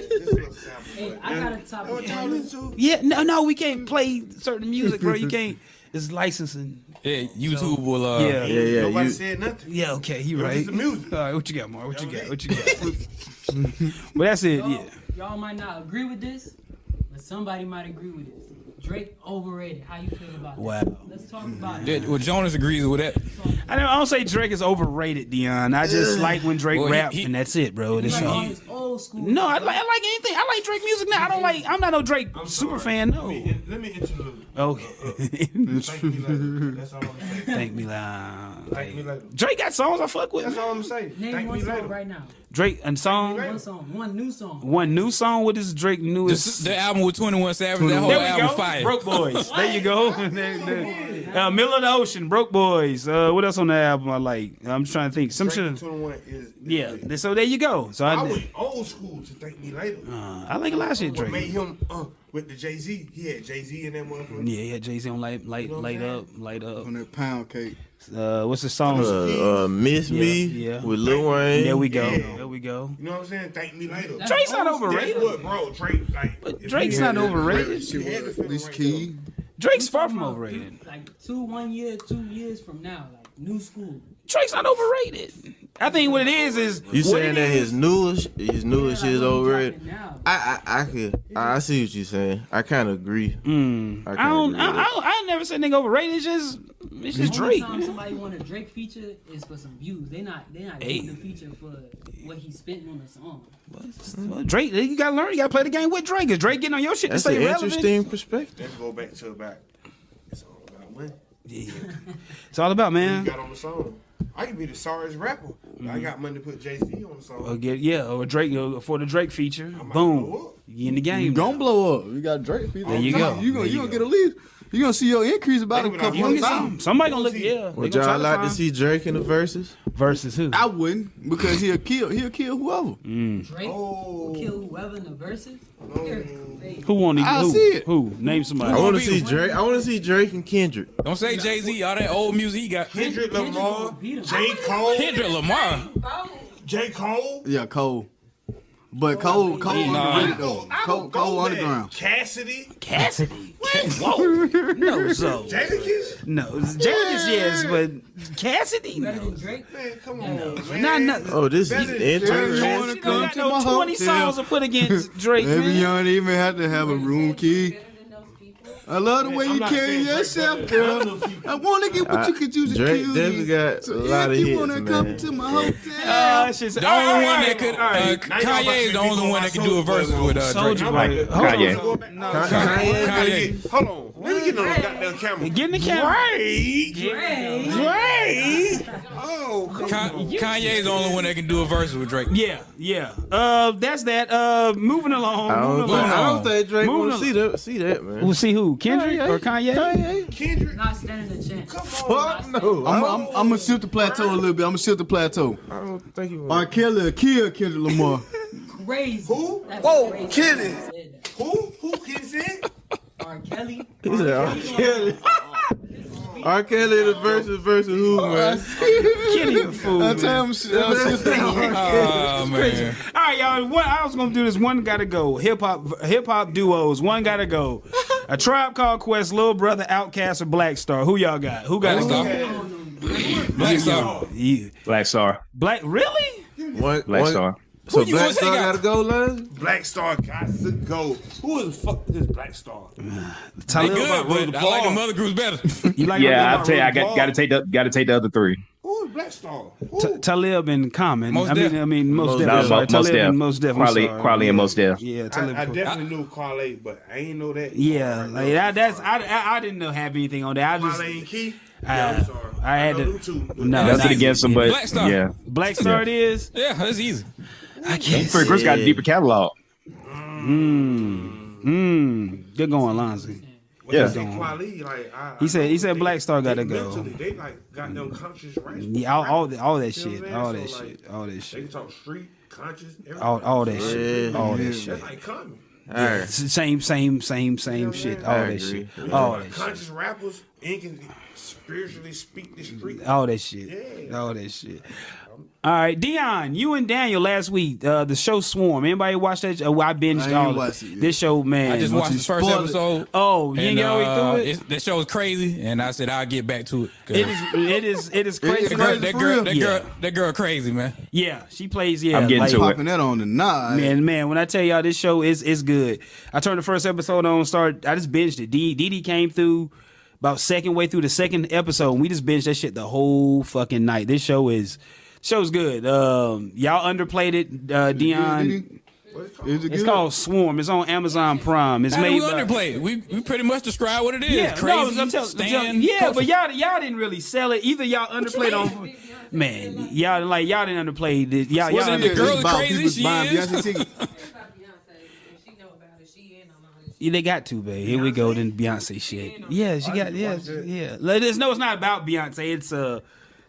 [SPEAKER 9] I got a topic.
[SPEAKER 2] Yeah, no, no, we can't play certain music, bro. You can't. It's
[SPEAKER 8] [laughs]
[SPEAKER 2] licensing.
[SPEAKER 8] Yeah, YouTube will. Uh,
[SPEAKER 2] yeah,
[SPEAKER 8] Nobody
[SPEAKER 13] said
[SPEAKER 8] said-
[SPEAKER 13] nothing.
[SPEAKER 2] Yeah, okay, you
[SPEAKER 13] It was
[SPEAKER 2] right.
[SPEAKER 13] just the music.
[SPEAKER 2] All right, what you got, Mark? What you got? What you got? [laughs] but that's it. Yeah.
[SPEAKER 9] Y'all might not agree with this, but somebody might agree with this. Drake overrated. How you feel about that?
[SPEAKER 2] Wow. Mm-hmm.
[SPEAKER 9] Let's talk about it.
[SPEAKER 8] That- well, Jonas agrees with that.
[SPEAKER 2] I don't, I don't say Drake is overrated, Dion. I just
[SPEAKER 8] Ugh.
[SPEAKER 2] like when Drake
[SPEAKER 8] Well, he-
[SPEAKER 2] rap,
[SPEAKER 8] he-
[SPEAKER 2] and that's it, bro. That's
[SPEAKER 9] Like all
[SPEAKER 2] all.
[SPEAKER 9] this old school.
[SPEAKER 2] No, I like, I like anything. I like Drake music now. I don't like. I'm not no Drake super fan. No.
[SPEAKER 13] Let me interlude.
[SPEAKER 2] Okay.
[SPEAKER 13] Uh, Thank you, Lila. That's all I'm saying.
[SPEAKER 2] [laughs] Thank me loud.
[SPEAKER 13] Thank me later.
[SPEAKER 2] Drake got songs I fuck with.
[SPEAKER 13] That's
[SPEAKER 2] man.
[SPEAKER 13] all I'm saying.
[SPEAKER 9] Name
[SPEAKER 13] Thank
[SPEAKER 9] one
[SPEAKER 13] me
[SPEAKER 9] song
[SPEAKER 13] later.
[SPEAKER 9] right now.
[SPEAKER 2] Drake and song.
[SPEAKER 9] One song. One new song.
[SPEAKER 2] One new song. What is Drake newest?
[SPEAKER 8] The album with Twenty One Savage, that whole
[SPEAKER 2] There we
[SPEAKER 8] album
[SPEAKER 2] go.
[SPEAKER 8] fire.
[SPEAKER 2] Broke
[SPEAKER 13] [laughs]
[SPEAKER 2] Boys. there you go. [laughs] There- there. uh, Middle of the Ocean. Broke Boys. Uh, what else on the album I like? I'm just trying to think. Some
[SPEAKER 13] Drake
[SPEAKER 2] shit.
[SPEAKER 13] 21 is.
[SPEAKER 2] Yeah. So there you go. So I,
[SPEAKER 13] I was old school to thank me later.
[SPEAKER 2] Uh, I like a lot of shit,
[SPEAKER 13] What
[SPEAKER 2] Drake.
[SPEAKER 13] made him uh, with the Jay Z? He had Jay Z in that motherfucker.
[SPEAKER 2] yeah, yeah. Jay Z on light, light, light up, light up.
[SPEAKER 1] On that pound cake.
[SPEAKER 2] Uh, what's the song?
[SPEAKER 11] Uh, uh, Miss
[SPEAKER 2] Yeah,
[SPEAKER 11] Me
[SPEAKER 2] yeah.
[SPEAKER 11] with Lil Wayne.
[SPEAKER 2] There we go.
[SPEAKER 13] Yeah.
[SPEAKER 2] There we go.
[SPEAKER 13] You know what I'm saying? Thank me later.
[SPEAKER 2] That's Drake's not
[SPEAKER 13] old-
[SPEAKER 2] overrated.
[SPEAKER 13] That's what, bro. Drake, like, but
[SPEAKER 2] Drake's not overrated.
[SPEAKER 1] This key.
[SPEAKER 2] Drake's far from overrated.
[SPEAKER 9] Like two, one year, two years from now. Like new school.
[SPEAKER 2] Drake's not overrated. I think what it is is
[SPEAKER 11] You
[SPEAKER 2] what
[SPEAKER 11] saying
[SPEAKER 2] it
[SPEAKER 11] that
[SPEAKER 2] is-
[SPEAKER 11] his newest his newest shit is overrated?
[SPEAKER 9] Now.
[SPEAKER 11] I I I could I I see what you're saying. I kind of agree. I,
[SPEAKER 2] I
[SPEAKER 11] kinda agree
[SPEAKER 2] don't. I,
[SPEAKER 11] with that.
[SPEAKER 2] I, I never said nigga overrated. It's just it's
[SPEAKER 9] The
[SPEAKER 2] just
[SPEAKER 9] only
[SPEAKER 2] Drake.
[SPEAKER 9] time somebody want a Drake feature is for some views. They not they not
[SPEAKER 2] Hey.
[SPEAKER 9] getting the feature for what he spent on the song.
[SPEAKER 2] Well, Drake, you gotta learn. You gotta play the game with Drake. Is Drake getting on your shit
[SPEAKER 11] That's
[SPEAKER 2] to
[SPEAKER 11] an
[SPEAKER 2] stay relevant?
[SPEAKER 11] interesting perspective.
[SPEAKER 13] Let's go back to about. It's all about when.
[SPEAKER 2] Yeah. It's all about
[SPEAKER 13] You
[SPEAKER 2] man.
[SPEAKER 13] got on the song. I could be the sorriest rapper. but I got money to put Jay Z on the song.
[SPEAKER 2] Or Oh, get, yeah, or Drake or for the Drake feature. Boom, you in the game.
[SPEAKER 1] Don't blow up. You got Drake. people.
[SPEAKER 2] There you
[SPEAKER 1] I'm
[SPEAKER 2] go.
[SPEAKER 1] telling You
[SPEAKER 2] There
[SPEAKER 1] gonna you
[SPEAKER 2] you
[SPEAKER 1] gonna
[SPEAKER 2] go.
[SPEAKER 1] get a lead. You gonna see your increase about a
[SPEAKER 13] Think about
[SPEAKER 1] couple
[SPEAKER 13] it.
[SPEAKER 1] hundred
[SPEAKER 13] You gonna see-
[SPEAKER 1] thousand.
[SPEAKER 2] Somebody gonna look. Yeah.
[SPEAKER 11] Would y'all like to see Drake in the verses?
[SPEAKER 2] Versus who?
[SPEAKER 1] I wouldn't because he'll kill. He'll kill whoever.
[SPEAKER 9] Drake will kill whoever in the verses. They're crazy.
[SPEAKER 2] Who want to?
[SPEAKER 11] I
[SPEAKER 2] who,
[SPEAKER 11] see it.
[SPEAKER 2] Who name somebody?
[SPEAKER 11] I want to see Drake. I want to see Drake and Kendrick.
[SPEAKER 8] Don't say Jay Z. All that old music he got.
[SPEAKER 13] Kendrick Lamar,
[SPEAKER 9] Kendrick
[SPEAKER 13] J. Cole,
[SPEAKER 8] Kendrick Lamar.
[SPEAKER 13] J. Cole,
[SPEAKER 1] Yeah, Cole. But Cole, Cole
[SPEAKER 8] Nah.
[SPEAKER 1] underrated though.
[SPEAKER 13] I
[SPEAKER 1] Cole,
[SPEAKER 13] don't go
[SPEAKER 1] Cole
[SPEAKER 13] back.
[SPEAKER 1] underground.
[SPEAKER 13] Cassidy,
[SPEAKER 2] Cassidy. Whoa. No, so
[SPEAKER 13] Jadakiss.
[SPEAKER 2] no. Jadakiss, yes, but Cassidy.
[SPEAKER 9] Better
[SPEAKER 2] No.
[SPEAKER 9] than Drake.
[SPEAKER 13] Man, come on, man.
[SPEAKER 2] Not nothing.
[SPEAKER 11] Oh, this is
[SPEAKER 1] Everyone
[SPEAKER 11] interesting.
[SPEAKER 1] to come
[SPEAKER 2] got
[SPEAKER 1] to
[SPEAKER 2] no
[SPEAKER 1] my
[SPEAKER 2] 20
[SPEAKER 1] hotel.
[SPEAKER 2] songs to
[SPEAKER 11] [laughs]
[SPEAKER 2] put against Drake,
[SPEAKER 1] Maybe you
[SPEAKER 2] man.
[SPEAKER 1] don't even have to have a room key. I love the way
[SPEAKER 13] I'm
[SPEAKER 1] you
[SPEAKER 13] not
[SPEAKER 1] carry
[SPEAKER 13] saying Drake
[SPEAKER 1] yourself,
[SPEAKER 13] better
[SPEAKER 1] girl.
[SPEAKER 13] than
[SPEAKER 1] I want to get what you could use to
[SPEAKER 11] Drake
[SPEAKER 1] kill
[SPEAKER 11] definitely
[SPEAKER 1] you.
[SPEAKER 11] got a lot of
[SPEAKER 1] if you
[SPEAKER 11] hits,
[SPEAKER 1] wanna
[SPEAKER 11] man.
[SPEAKER 1] come to my hotel,
[SPEAKER 2] Uh, it's just,
[SPEAKER 8] The
[SPEAKER 2] all
[SPEAKER 8] only
[SPEAKER 2] right,
[SPEAKER 8] one
[SPEAKER 2] all
[SPEAKER 8] that
[SPEAKER 2] right,
[SPEAKER 8] could,
[SPEAKER 2] all
[SPEAKER 8] uh,
[SPEAKER 2] right.
[SPEAKER 8] Kanye is the only one that can do a verse with uh, Drake.
[SPEAKER 2] Soldier Boy. Hold
[SPEAKER 13] Hold on,
[SPEAKER 2] on.
[SPEAKER 13] let's go back. No,
[SPEAKER 11] Kanye.
[SPEAKER 13] Kanye.
[SPEAKER 8] Kanye.
[SPEAKER 13] Hold on. Let me get on the goddamn camera.
[SPEAKER 2] Get in the camera.
[SPEAKER 13] Drake.
[SPEAKER 2] Drake.
[SPEAKER 13] Drake. Oh,
[SPEAKER 8] Kanye's the only one that can do a verse with Drake.
[SPEAKER 2] Yeah, yeah. Uh, that's that. Uh, moving along.
[SPEAKER 11] I don't,
[SPEAKER 2] moving
[SPEAKER 11] think, I
[SPEAKER 2] along.
[SPEAKER 11] don't think Drake
[SPEAKER 2] Moving
[SPEAKER 11] will
[SPEAKER 2] al-
[SPEAKER 11] see that. See that, man.
[SPEAKER 2] We'll see who Kendrick or Kanye.
[SPEAKER 13] Kendrick
[SPEAKER 9] not standing a chance. Come
[SPEAKER 11] Fuck no.
[SPEAKER 1] I'm, I'm, I'm gonna shift the plateau a little bit. I'm gonna shift the plateau.
[SPEAKER 11] I don't think you.
[SPEAKER 1] R. Kelly, or kill Kendrick Lamar.
[SPEAKER 9] Crazy. Who?
[SPEAKER 13] Whoa,
[SPEAKER 9] crazy.
[SPEAKER 13] Kelly. Who? Who is it?
[SPEAKER 9] R. Kelly.
[SPEAKER 11] He said R. Kelly. [laughs] R. Kelly the versus versus who,
[SPEAKER 1] Oh,
[SPEAKER 11] man?
[SPEAKER 2] Kenny the fool.
[SPEAKER 1] I
[SPEAKER 2] man.
[SPEAKER 1] tell him shit. I was just thinking,
[SPEAKER 8] Oh man.
[SPEAKER 2] All right, y'all. What I was gonna do this. One gotta go. Hip hop, hip hop duos. One gotta go. A tribe called Quest, Little Brother, Outcast, or Black Star. Who y'all got? Who got
[SPEAKER 8] Black
[SPEAKER 2] it?
[SPEAKER 8] Black Star.
[SPEAKER 3] Black Star.
[SPEAKER 2] Black, really?
[SPEAKER 11] One,
[SPEAKER 3] Black
[SPEAKER 11] one-
[SPEAKER 3] Star.
[SPEAKER 11] So
[SPEAKER 8] Who you-
[SPEAKER 11] Black
[SPEAKER 8] who's he
[SPEAKER 11] Star
[SPEAKER 8] got?
[SPEAKER 11] gotta go, Lions?
[SPEAKER 13] Black Star got to go. Who is the fuck is this Black Star?
[SPEAKER 8] They
[SPEAKER 2] Talib,
[SPEAKER 8] good, but I like the mother groups better.
[SPEAKER 2] you like
[SPEAKER 3] yeah, I
[SPEAKER 2] Talib-
[SPEAKER 3] tell you, I got
[SPEAKER 13] Ball.
[SPEAKER 3] got to take the got to take the other three.
[SPEAKER 13] Who is Black Star?
[SPEAKER 2] Ta- Talib and Common.
[SPEAKER 8] Mos
[SPEAKER 2] I mean,
[SPEAKER 8] Def.
[SPEAKER 2] I mean, most,
[SPEAKER 11] Mos
[SPEAKER 2] Def.
[SPEAKER 11] Def.
[SPEAKER 2] I'm
[SPEAKER 3] Nah,
[SPEAKER 2] sorry.
[SPEAKER 3] Mos
[SPEAKER 2] Talib
[SPEAKER 3] Def.
[SPEAKER 2] and most Def. I'm
[SPEAKER 3] Quali-
[SPEAKER 2] sorry.
[SPEAKER 3] Quali and Mos Def.
[SPEAKER 2] Yeah, Talib.
[SPEAKER 13] I, I
[SPEAKER 2] and-
[SPEAKER 13] definitely knew Carly, but I ain't know that.
[SPEAKER 2] yeah, like that, that's I, I. I didn't know have anything on that. I just
[SPEAKER 13] Carly and Key.
[SPEAKER 2] I-
[SPEAKER 13] Yeah, I'm sorry.
[SPEAKER 2] I had
[SPEAKER 13] know
[SPEAKER 2] to-
[SPEAKER 13] them two, but-
[SPEAKER 2] No,
[SPEAKER 3] Nothing
[SPEAKER 2] not-
[SPEAKER 3] against them, but
[SPEAKER 8] Black Star.
[SPEAKER 3] yeah,
[SPEAKER 2] Black Star. It is.
[SPEAKER 8] [laughs] Yeah, that's easy.
[SPEAKER 2] I can't.
[SPEAKER 3] Freddie Chris got a deeper catalog.
[SPEAKER 2] Mm, mm, good going, Lonzy.
[SPEAKER 13] When they
[SPEAKER 3] Yeah.
[SPEAKER 13] say Quali, like, I-
[SPEAKER 2] He said- he
[SPEAKER 13] I-
[SPEAKER 2] said
[SPEAKER 13] they-
[SPEAKER 2] Black Star
[SPEAKER 13] they
[SPEAKER 2] gotta go.
[SPEAKER 13] mentally, They like got them conscious rights.
[SPEAKER 2] Yeah, all, all, that, all that
[SPEAKER 13] You know
[SPEAKER 2] shit,
[SPEAKER 13] what
[SPEAKER 2] all
[SPEAKER 13] I'm saying?
[SPEAKER 2] that
[SPEAKER 13] So,
[SPEAKER 2] shit, all that
[SPEAKER 13] They
[SPEAKER 2] shit,
[SPEAKER 13] can talk street, conscious, everything.
[SPEAKER 2] all, all that shit, all that shit.
[SPEAKER 13] That's like common.
[SPEAKER 11] All right.
[SPEAKER 2] S- Same, same, same, same shit. All
[SPEAKER 11] I
[SPEAKER 2] that
[SPEAKER 11] agree.
[SPEAKER 2] shit.
[SPEAKER 13] We
[SPEAKER 2] All
[SPEAKER 13] talking
[SPEAKER 2] that
[SPEAKER 13] about
[SPEAKER 2] shit.
[SPEAKER 13] conscious rappers and can spiritually speak the street.
[SPEAKER 2] All that shit. All that shit. All right, Dion, you and Daniel last week, uh, the show Swarm. Anybody watch that? Oh, I binged
[SPEAKER 1] I ain't
[SPEAKER 2] all of
[SPEAKER 1] watched
[SPEAKER 2] it.
[SPEAKER 1] it yet.
[SPEAKER 2] This show, man.
[SPEAKER 8] I just watched the first
[SPEAKER 1] spoil it?
[SPEAKER 8] episode.
[SPEAKER 2] Oh, you ain't
[SPEAKER 8] and,
[SPEAKER 2] get all the way
[SPEAKER 8] uh,
[SPEAKER 2] through it?
[SPEAKER 8] it's- That show was crazy, and I said I'll get back to it. 'cause
[SPEAKER 2] It is, it is, it is
[SPEAKER 1] It
[SPEAKER 2] crazy.
[SPEAKER 1] is
[SPEAKER 8] that girl,
[SPEAKER 1] crazy
[SPEAKER 8] that
[SPEAKER 1] for
[SPEAKER 8] girl,
[SPEAKER 1] real.
[SPEAKER 8] that
[SPEAKER 2] Yeah.
[SPEAKER 8] girl, that girl, crazy man.
[SPEAKER 2] Yeah, she plays. Yeah,
[SPEAKER 3] I'm getting
[SPEAKER 2] like,
[SPEAKER 3] to it.
[SPEAKER 1] popping that on the nod.
[SPEAKER 2] Man, man, when I tell y'all this show is is good. I turned the first episode on, started I just binged it. D D came through about second way through the second episode, and we just binged that shit the whole fucking night. This show is show's good. Um y'all underplayed it, uh Dion.
[SPEAKER 1] Is it
[SPEAKER 2] It's
[SPEAKER 1] good?
[SPEAKER 2] called Swarm. It's on Amazon Prime. It's
[SPEAKER 8] How do
[SPEAKER 2] made
[SPEAKER 8] we
[SPEAKER 2] by-
[SPEAKER 8] underplay it? We, we pretty much describe what it is.
[SPEAKER 2] yeah,
[SPEAKER 8] crazy.
[SPEAKER 2] no, I'm telling- I'm
[SPEAKER 8] Stan,
[SPEAKER 2] telling- yeah,
[SPEAKER 8] culture.
[SPEAKER 2] but y'all y'all didn't really sell it either. Y'all underplayed on man. Y'all like y'all didn't underplay this. Y'all y'all
[SPEAKER 8] Wasn't it the
[SPEAKER 1] Yeah,
[SPEAKER 8] girl
[SPEAKER 1] it's
[SPEAKER 8] is
[SPEAKER 1] about
[SPEAKER 8] crazy,
[SPEAKER 1] people's
[SPEAKER 8] she
[SPEAKER 1] buying
[SPEAKER 8] is.
[SPEAKER 1] Beyonce tickets.
[SPEAKER 2] Yeah, they got to, babe. Here we go, then Beyonce shit. Yeah, she got yeah, yeah. Let us know it's not about Beyonce. It's a,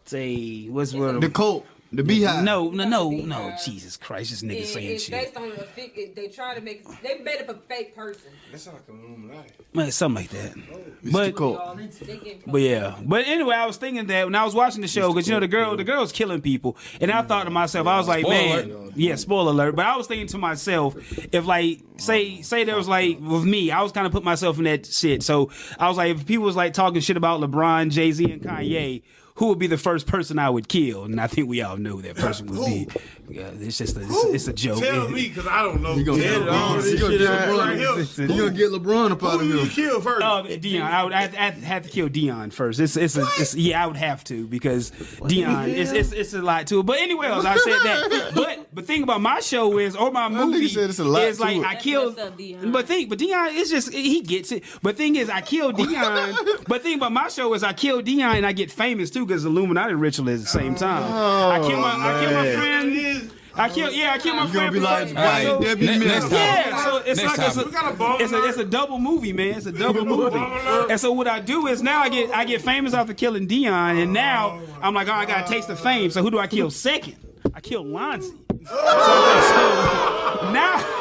[SPEAKER 2] it's a what's what?
[SPEAKER 1] The cult, the beehive.
[SPEAKER 2] No, no, no, no. Jesus Christ, this nigga
[SPEAKER 12] It-
[SPEAKER 2] saying
[SPEAKER 12] it's
[SPEAKER 2] shit.
[SPEAKER 12] based on a fake. It, they try to make. They made up a fake person.
[SPEAKER 13] That's not like a Illuminati.
[SPEAKER 2] Man, something like that.
[SPEAKER 1] it's the
[SPEAKER 2] But
[SPEAKER 1] cult.
[SPEAKER 12] They get
[SPEAKER 2] But yeah, but anyway, I was thinking that when I was watching the show, because you know the girl, the girl's killing people, and I thought to myself, I was like,
[SPEAKER 8] Spoiler
[SPEAKER 2] man,
[SPEAKER 8] alert.
[SPEAKER 2] yeah, spoiler alert. But I was thinking to myself, if like say say there was like with me, I was kind of put myself in that shit. So I was like, if people was like talking shit about LeBron, Jay Z, and Kanye, who would be the first person I would kill? And I think we all know who that person would be. Yeah, it's just a, it's, it's a joke.
[SPEAKER 13] Tell
[SPEAKER 2] It-
[SPEAKER 13] me, because I don't know.
[SPEAKER 1] You gonna
[SPEAKER 13] Tell
[SPEAKER 1] get
[SPEAKER 13] me all
[SPEAKER 1] LeBron.
[SPEAKER 13] this
[SPEAKER 1] You gonna
[SPEAKER 13] shit
[SPEAKER 1] get
[SPEAKER 13] out right
[SPEAKER 1] LeBron.
[SPEAKER 13] here.
[SPEAKER 1] You gonna get LeBron up out
[SPEAKER 13] Who you
[SPEAKER 1] of here.
[SPEAKER 13] kill first?
[SPEAKER 2] Uh, Dion, I would I, I have to kill Dion first. It's it's, a, it's yeah, I would have to because Dion, it's, it's it's a lot to it. But anyway, else, I said
[SPEAKER 1] [laughs]
[SPEAKER 2] that. But the thing about my show is or my
[SPEAKER 1] That nigga
[SPEAKER 2] movie
[SPEAKER 1] said it's a lot
[SPEAKER 2] is like
[SPEAKER 1] to it.
[SPEAKER 2] I killed.
[SPEAKER 12] That's messed up, Dion.
[SPEAKER 2] But think, but Dion, it's just he gets it. But thing is, I kill Dion. but thing about my show is I kill Dion and I get famous too because Illuminati ritual is at the same time. I kill my I kill my
[SPEAKER 1] man.
[SPEAKER 2] friend. I kill yeah, I kill my
[SPEAKER 1] You gonna
[SPEAKER 2] friend.
[SPEAKER 1] be like,
[SPEAKER 2] for-
[SPEAKER 1] why
[SPEAKER 8] All right,
[SPEAKER 1] Debbie
[SPEAKER 8] ne-
[SPEAKER 1] Miller?
[SPEAKER 8] next time.
[SPEAKER 2] yeah, so it's
[SPEAKER 8] Next
[SPEAKER 2] like it's
[SPEAKER 8] time.
[SPEAKER 13] We got a ball
[SPEAKER 2] a, it's a it's a double movie, man. It's a double movie.
[SPEAKER 13] alert.
[SPEAKER 2] And so what I do is now I get I get famous after killing Dion, and now I'm like, oh, I got a taste of fame. So who do I kill second? I kill Lonzy. So, so now,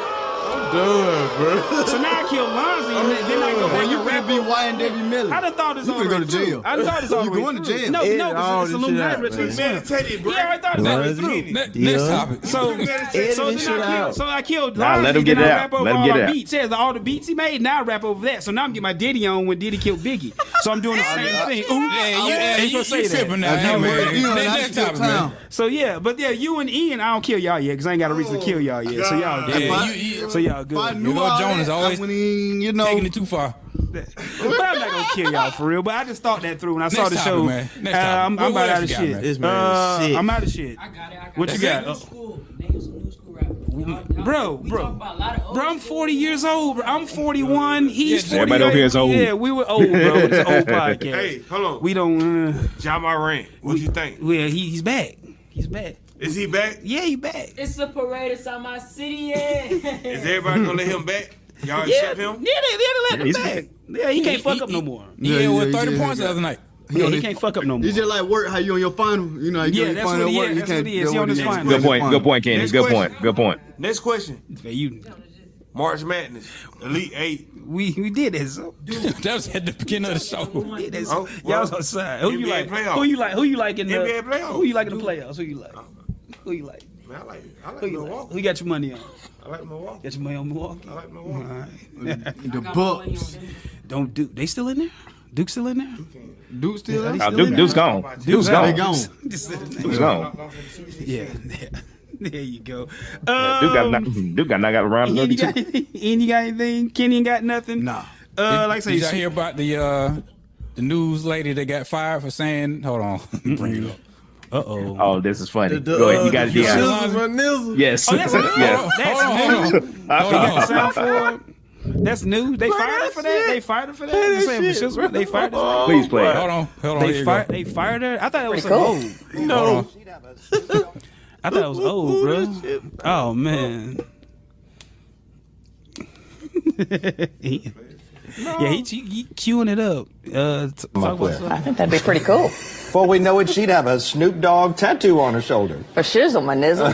[SPEAKER 11] Done,
[SPEAKER 2] so now I kill Lonzy, and then, then I go
[SPEAKER 1] Well,
[SPEAKER 2] back
[SPEAKER 1] you
[SPEAKER 2] and
[SPEAKER 1] finna
[SPEAKER 2] rap.
[SPEAKER 1] be Wyatt Debbie Miller.
[SPEAKER 2] I done thought this
[SPEAKER 1] You
[SPEAKER 2] all
[SPEAKER 1] finna go
[SPEAKER 2] the way
[SPEAKER 1] to
[SPEAKER 2] through.
[SPEAKER 1] jail.
[SPEAKER 2] I done thought this all
[SPEAKER 1] You
[SPEAKER 2] the way
[SPEAKER 1] going to
[SPEAKER 2] through.
[SPEAKER 1] jail.
[SPEAKER 2] No,
[SPEAKER 11] Edit all
[SPEAKER 2] no, because it's
[SPEAKER 11] this
[SPEAKER 2] Illuminati
[SPEAKER 11] shit out,
[SPEAKER 2] ritual.
[SPEAKER 11] man.
[SPEAKER 13] Meditated, bro.
[SPEAKER 2] Yeah, I thought this all the way through.
[SPEAKER 11] bro.
[SPEAKER 8] Ne-
[SPEAKER 11] Yeah.
[SPEAKER 8] Next topic. [laughs]
[SPEAKER 2] So,
[SPEAKER 11] Edit
[SPEAKER 2] so,
[SPEAKER 11] this
[SPEAKER 2] then
[SPEAKER 11] shit
[SPEAKER 2] I killed,
[SPEAKER 11] out.
[SPEAKER 2] so I killed
[SPEAKER 3] Nah,
[SPEAKER 2] Lonzy,
[SPEAKER 3] let him
[SPEAKER 2] then
[SPEAKER 3] get it
[SPEAKER 2] I
[SPEAKER 3] out.
[SPEAKER 2] rap over
[SPEAKER 3] Let him
[SPEAKER 2] all
[SPEAKER 3] get
[SPEAKER 2] our
[SPEAKER 3] it out.
[SPEAKER 2] beats. Yeah, the- all the beats he made, now I rap over that. So now I'm getting my Diddy on when Diddy killed Biggie. So I'm doing the same thing. Oops.
[SPEAKER 8] Yeah, you, yeah,
[SPEAKER 2] Ain't
[SPEAKER 8] you,
[SPEAKER 2] gonna
[SPEAKER 8] you,
[SPEAKER 2] say that.
[SPEAKER 8] tripping now,
[SPEAKER 1] If you
[SPEAKER 8] hey,
[SPEAKER 1] were
[SPEAKER 8] man.
[SPEAKER 1] Dion,
[SPEAKER 8] Ne-
[SPEAKER 1] I'd
[SPEAKER 8] Next
[SPEAKER 1] steal
[SPEAKER 8] topic,
[SPEAKER 1] town.
[SPEAKER 8] man.
[SPEAKER 2] So yeah, but yeah, you and Ian, I don't kill y'all yet because I ain't got a
[SPEAKER 1] Oh,
[SPEAKER 2] reason to kill y'all yet. So y'all,
[SPEAKER 8] Yeah,
[SPEAKER 2] good.
[SPEAKER 1] If I-
[SPEAKER 8] you, you,
[SPEAKER 2] so y'all
[SPEAKER 1] If I
[SPEAKER 2] good.
[SPEAKER 1] knew
[SPEAKER 8] know
[SPEAKER 1] all
[SPEAKER 8] Jonas
[SPEAKER 1] that,
[SPEAKER 8] always
[SPEAKER 1] I wouldn't even, you know,
[SPEAKER 8] taking it too far.
[SPEAKER 2] But I'm not gonna kill y'all for real. But I just thought that through when I saw
[SPEAKER 8] Next
[SPEAKER 2] the
[SPEAKER 8] topic,
[SPEAKER 2] show.
[SPEAKER 8] man. Next
[SPEAKER 2] Uh,
[SPEAKER 8] topic.
[SPEAKER 2] I'm, I'm
[SPEAKER 8] What- what
[SPEAKER 2] about
[SPEAKER 8] else
[SPEAKER 2] out of
[SPEAKER 8] you got,
[SPEAKER 2] shit.
[SPEAKER 8] man?
[SPEAKER 11] This man
[SPEAKER 2] Uh,
[SPEAKER 11] is sick.
[SPEAKER 2] I'm out of shit.
[SPEAKER 9] I got it. I got
[SPEAKER 2] What
[SPEAKER 9] it.
[SPEAKER 2] you got?
[SPEAKER 9] New school. Name some new school rappers.
[SPEAKER 2] bro, bro, bro. I'm 40 years old. Bro. I'm 41. He's 40.
[SPEAKER 3] Everybody over here is old.
[SPEAKER 2] Yeah, we were old, bro. It's an old podcast.
[SPEAKER 13] Hey, hold on.
[SPEAKER 2] We don't. Uh,
[SPEAKER 13] John Moran, what you think?
[SPEAKER 2] Yeah, he, he's back. He's back.
[SPEAKER 13] Is he back?
[SPEAKER 2] Yeah, he back.
[SPEAKER 9] It's a parade inside my city.
[SPEAKER 2] [laughs]
[SPEAKER 9] Yeah.
[SPEAKER 13] Is everybody gonna let him back?
[SPEAKER 11] [laughs]
[SPEAKER 2] Yeah,
[SPEAKER 13] Y'all
[SPEAKER 2] yeah,
[SPEAKER 13] accept
[SPEAKER 2] they, yeah,
[SPEAKER 13] him?
[SPEAKER 2] they let him
[SPEAKER 13] He's
[SPEAKER 2] back. Yeah, he can't fuck up no more.
[SPEAKER 1] Yeah,
[SPEAKER 8] Yeah,
[SPEAKER 1] yeah,
[SPEAKER 8] with 30
[SPEAKER 1] yeah,
[SPEAKER 8] points
[SPEAKER 1] yeah.
[SPEAKER 8] the other night.
[SPEAKER 1] [laughs]
[SPEAKER 2] Yeah, he can't fuck up no more.
[SPEAKER 1] It's just like work. How you on your final? You know, how you
[SPEAKER 2] Yeah,
[SPEAKER 1] on your
[SPEAKER 2] that's
[SPEAKER 1] final
[SPEAKER 2] what he
[SPEAKER 1] work.
[SPEAKER 2] is,
[SPEAKER 1] You
[SPEAKER 2] that's
[SPEAKER 1] can't.
[SPEAKER 2] what he is.
[SPEAKER 1] that's
[SPEAKER 2] He on
[SPEAKER 1] what
[SPEAKER 2] his
[SPEAKER 1] it
[SPEAKER 2] final.
[SPEAKER 3] Good point. Good point, Candy.
[SPEAKER 13] Next
[SPEAKER 3] Good
[SPEAKER 13] question.
[SPEAKER 3] point. Good point.
[SPEAKER 13] Next question.
[SPEAKER 2] Man, you,
[SPEAKER 13] March Madness, Elite Eight.
[SPEAKER 2] we we did this.
[SPEAKER 8] [laughs] that was at the beginning of
[SPEAKER 1] [laughs]
[SPEAKER 8] the show.
[SPEAKER 2] Did this.
[SPEAKER 13] Oh,
[SPEAKER 2] Y'all
[SPEAKER 13] well,
[SPEAKER 2] was outside. Who you
[SPEAKER 13] NBA
[SPEAKER 2] like?
[SPEAKER 13] playoffs.
[SPEAKER 2] Who you like? Who you like in the
[SPEAKER 13] NBA playoffs.
[SPEAKER 2] Who you like in the playoffs? Who you like?
[SPEAKER 13] Oh,
[SPEAKER 2] Who you like?
[SPEAKER 13] Man, I like, I like
[SPEAKER 2] Who you like?
[SPEAKER 13] Milwaukee.
[SPEAKER 2] Who you got your money on?
[SPEAKER 13] I like Milwaukee.
[SPEAKER 2] Got your money on Milwaukee?
[SPEAKER 13] I like Milwaukee.
[SPEAKER 1] The Bucks.
[SPEAKER 2] Don't Duke. They still in there? Duke still in there?
[SPEAKER 1] Duke still.
[SPEAKER 2] Yeah,
[SPEAKER 1] out?
[SPEAKER 2] they
[SPEAKER 1] He
[SPEAKER 3] Uh,
[SPEAKER 1] still
[SPEAKER 3] Duke,
[SPEAKER 1] in
[SPEAKER 3] Duke's
[SPEAKER 1] there?
[SPEAKER 3] gone.
[SPEAKER 1] Duke's
[SPEAKER 3] Duke's
[SPEAKER 1] out.
[SPEAKER 3] gone.
[SPEAKER 1] They gone.
[SPEAKER 2] [laughs] Just-
[SPEAKER 3] Duke's gone.
[SPEAKER 2] yeah. [laughs] There you go.
[SPEAKER 3] Yeah, Duke got
[SPEAKER 2] Um,
[SPEAKER 3] knocked. Duke got knocked out of round
[SPEAKER 2] Ian, you
[SPEAKER 3] thirty-two.
[SPEAKER 2] got anything? Ian, you got anything? Kenny ain't got nothing?
[SPEAKER 1] Nah.
[SPEAKER 2] Uh, like I say,
[SPEAKER 8] Did y'all hear about the uh, the news lady that got fired for saying? Hold on, [laughs] bring it up.
[SPEAKER 2] Uh-oh.
[SPEAKER 3] Oh, this is funny. Go ahead. You got it, Deion. Yes.
[SPEAKER 2] Oh, that's
[SPEAKER 3] yes.
[SPEAKER 2] That's new. They [laughs] got
[SPEAKER 3] Hold on.
[SPEAKER 2] sound for That's new. They fired her for that. They fired her for that. Oh, I'm saying for shizzle, They fired her.
[SPEAKER 3] Please play. it.
[SPEAKER 8] Hold on, hold on. here
[SPEAKER 2] They
[SPEAKER 8] you go.
[SPEAKER 2] fired. They fired her. I thought that was
[SPEAKER 8] Pretty
[SPEAKER 2] old.
[SPEAKER 8] cool. No.
[SPEAKER 2] I thought it was old, bro. Oh man. [laughs] Ian. Yeah, he, he, he queuing it up. Uh, t- talk about something.
[SPEAKER 14] think that'd be pretty cool. Before we know it, she'd have a Snoop Dogg tattoo on her shoulder. For shizzle, my nizzle.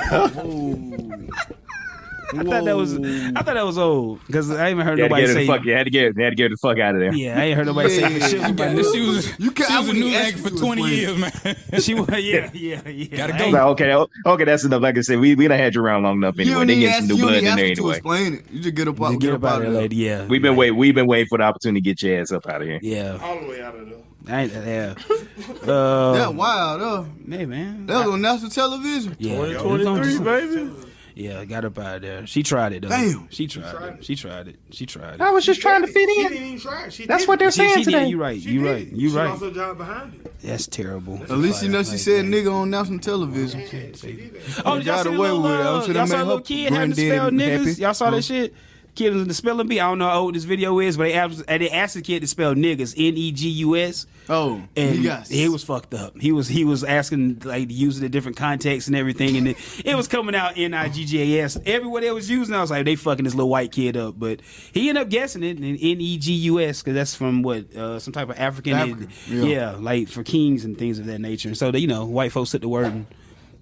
[SPEAKER 2] I thought that was. I thought that was old because I haven't heard
[SPEAKER 3] You had to
[SPEAKER 2] nobody
[SPEAKER 3] get her
[SPEAKER 2] say.
[SPEAKER 3] the fuck. You had to get. You had to get her the fuck out of
[SPEAKER 2] [laughs]
[SPEAKER 3] there.
[SPEAKER 2] Yeah, I ain't heard nobody say for shizzle.
[SPEAKER 8] Yeah,
[SPEAKER 2] by
[SPEAKER 8] this-
[SPEAKER 2] now.
[SPEAKER 8] she was,
[SPEAKER 1] You can't-
[SPEAKER 8] she
[SPEAKER 1] I
[SPEAKER 8] was a
[SPEAKER 1] wouldn't
[SPEAKER 8] news
[SPEAKER 1] ask
[SPEAKER 8] anchor
[SPEAKER 1] you
[SPEAKER 8] for
[SPEAKER 1] this
[SPEAKER 8] 20
[SPEAKER 1] one.
[SPEAKER 8] years, man.
[SPEAKER 2] [laughs]
[SPEAKER 8] [laughs]
[SPEAKER 2] She was. Yeah, yeah, yeah.
[SPEAKER 8] Gotta
[SPEAKER 2] I
[SPEAKER 8] go.
[SPEAKER 2] ain't-
[SPEAKER 3] Like, okay, that- okay, that's enough. Like I said, we we done had you around long enough
[SPEAKER 1] You
[SPEAKER 3] anyway.
[SPEAKER 1] don't
[SPEAKER 3] They
[SPEAKER 1] need to ask.
[SPEAKER 3] getting some
[SPEAKER 1] You
[SPEAKER 3] new
[SPEAKER 1] don't
[SPEAKER 3] blood
[SPEAKER 1] need
[SPEAKER 3] in
[SPEAKER 1] to ask
[SPEAKER 3] there
[SPEAKER 1] her to
[SPEAKER 3] anyway.
[SPEAKER 1] explain it. You just get up
[SPEAKER 2] Just
[SPEAKER 1] out.
[SPEAKER 2] get
[SPEAKER 1] Get
[SPEAKER 2] up
[SPEAKER 1] up
[SPEAKER 2] out
[SPEAKER 1] out
[SPEAKER 2] of
[SPEAKER 1] of there.
[SPEAKER 2] there, lady. Yeah,
[SPEAKER 3] We've been waiting. We've been waiting for the opportunity to get your ass up out of here.
[SPEAKER 2] yeah.
[SPEAKER 13] All the way out of there.
[SPEAKER 2] I ain't yeah.
[SPEAKER 1] That
[SPEAKER 2] Uh,
[SPEAKER 1] wild, uh.
[SPEAKER 2] hey man.
[SPEAKER 1] That was on national television.
[SPEAKER 2] Yeah, it was on
[SPEAKER 13] 23,
[SPEAKER 2] just-
[SPEAKER 13] baby.
[SPEAKER 2] Yeah, got up out of there. She tried it though.
[SPEAKER 1] Damn.
[SPEAKER 2] she tried, it. She tried it. She tried
[SPEAKER 14] I
[SPEAKER 2] it.
[SPEAKER 14] was just trying to fit
[SPEAKER 13] She
[SPEAKER 14] in.
[SPEAKER 13] didn't even try. She
[SPEAKER 14] That's
[SPEAKER 13] did
[SPEAKER 14] what
[SPEAKER 13] it.
[SPEAKER 14] they're
[SPEAKER 2] She,
[SPEAKER 14] saying
[SPEAKER 2] she did.
[SPEAKER 14] today.
[SPEAKER 2] You right.
[SPEAKER 13] She
[SPEAKER 2] You
[SPEAKER 13] did
[SPEAKER 2] right.
[SPEAKER 13] it.
[SPEAKER 2] You
[SPEAKER 13] She
[SPEAKER 2] right.
[SPEAKER 13] lost her job behind it.
[SPEAKER 2] That's terrible.
[SPEAKER 1] At least you know she said nigga on national television.
[SPEAKER 2] Oh, did y'all
[SPEAKER 1] got
[SPEAKER 2] see the
[SPEAKER 1] away
[SPEAKER 2] little,
[SPEAKER 1] with it. I
[SPEAKER 2] uh,
[SPEAKER 1] shoulda
[SPEAKER 2] y'all saw
[SPEAKER 1] made
[SPEAKER 2] the little
[SPEAKER 1] her
[SPEAKER 2] kid having to spell
[SPEAKER 1] granddaddy
[SPEAKER 2] niggas?
[SPEAKER 1] happy.
[SPEAKER 2] Y'all saw
[SPEAKER 1] Huh?
[SPEAKER 2] that shit? Kid was in the spelling bee. I don't know how old this video is, but they asked, they asked the kid to spell niggas, N E G U S.
[SPEAKER 1] Oh,
[SPEAKER 2] and
[SPEAKER 1] he got.
[SPEAKER 2] he was fucked up. He was he was asking like using the different contexts and everything, and it, it was coming out N I G G A S everywhere they was using. I was like, they fucking this little white kid up, but he ended up guessing it in N E G U S because that's from what uh, some type of African,
[SPEAKER 1] African,
[SPEAKER 2] yeah.
[SPEAKER 1] yeah.
[SPEAKER 2] like for kings and things of that nature. And so they, you know, white folks took the word and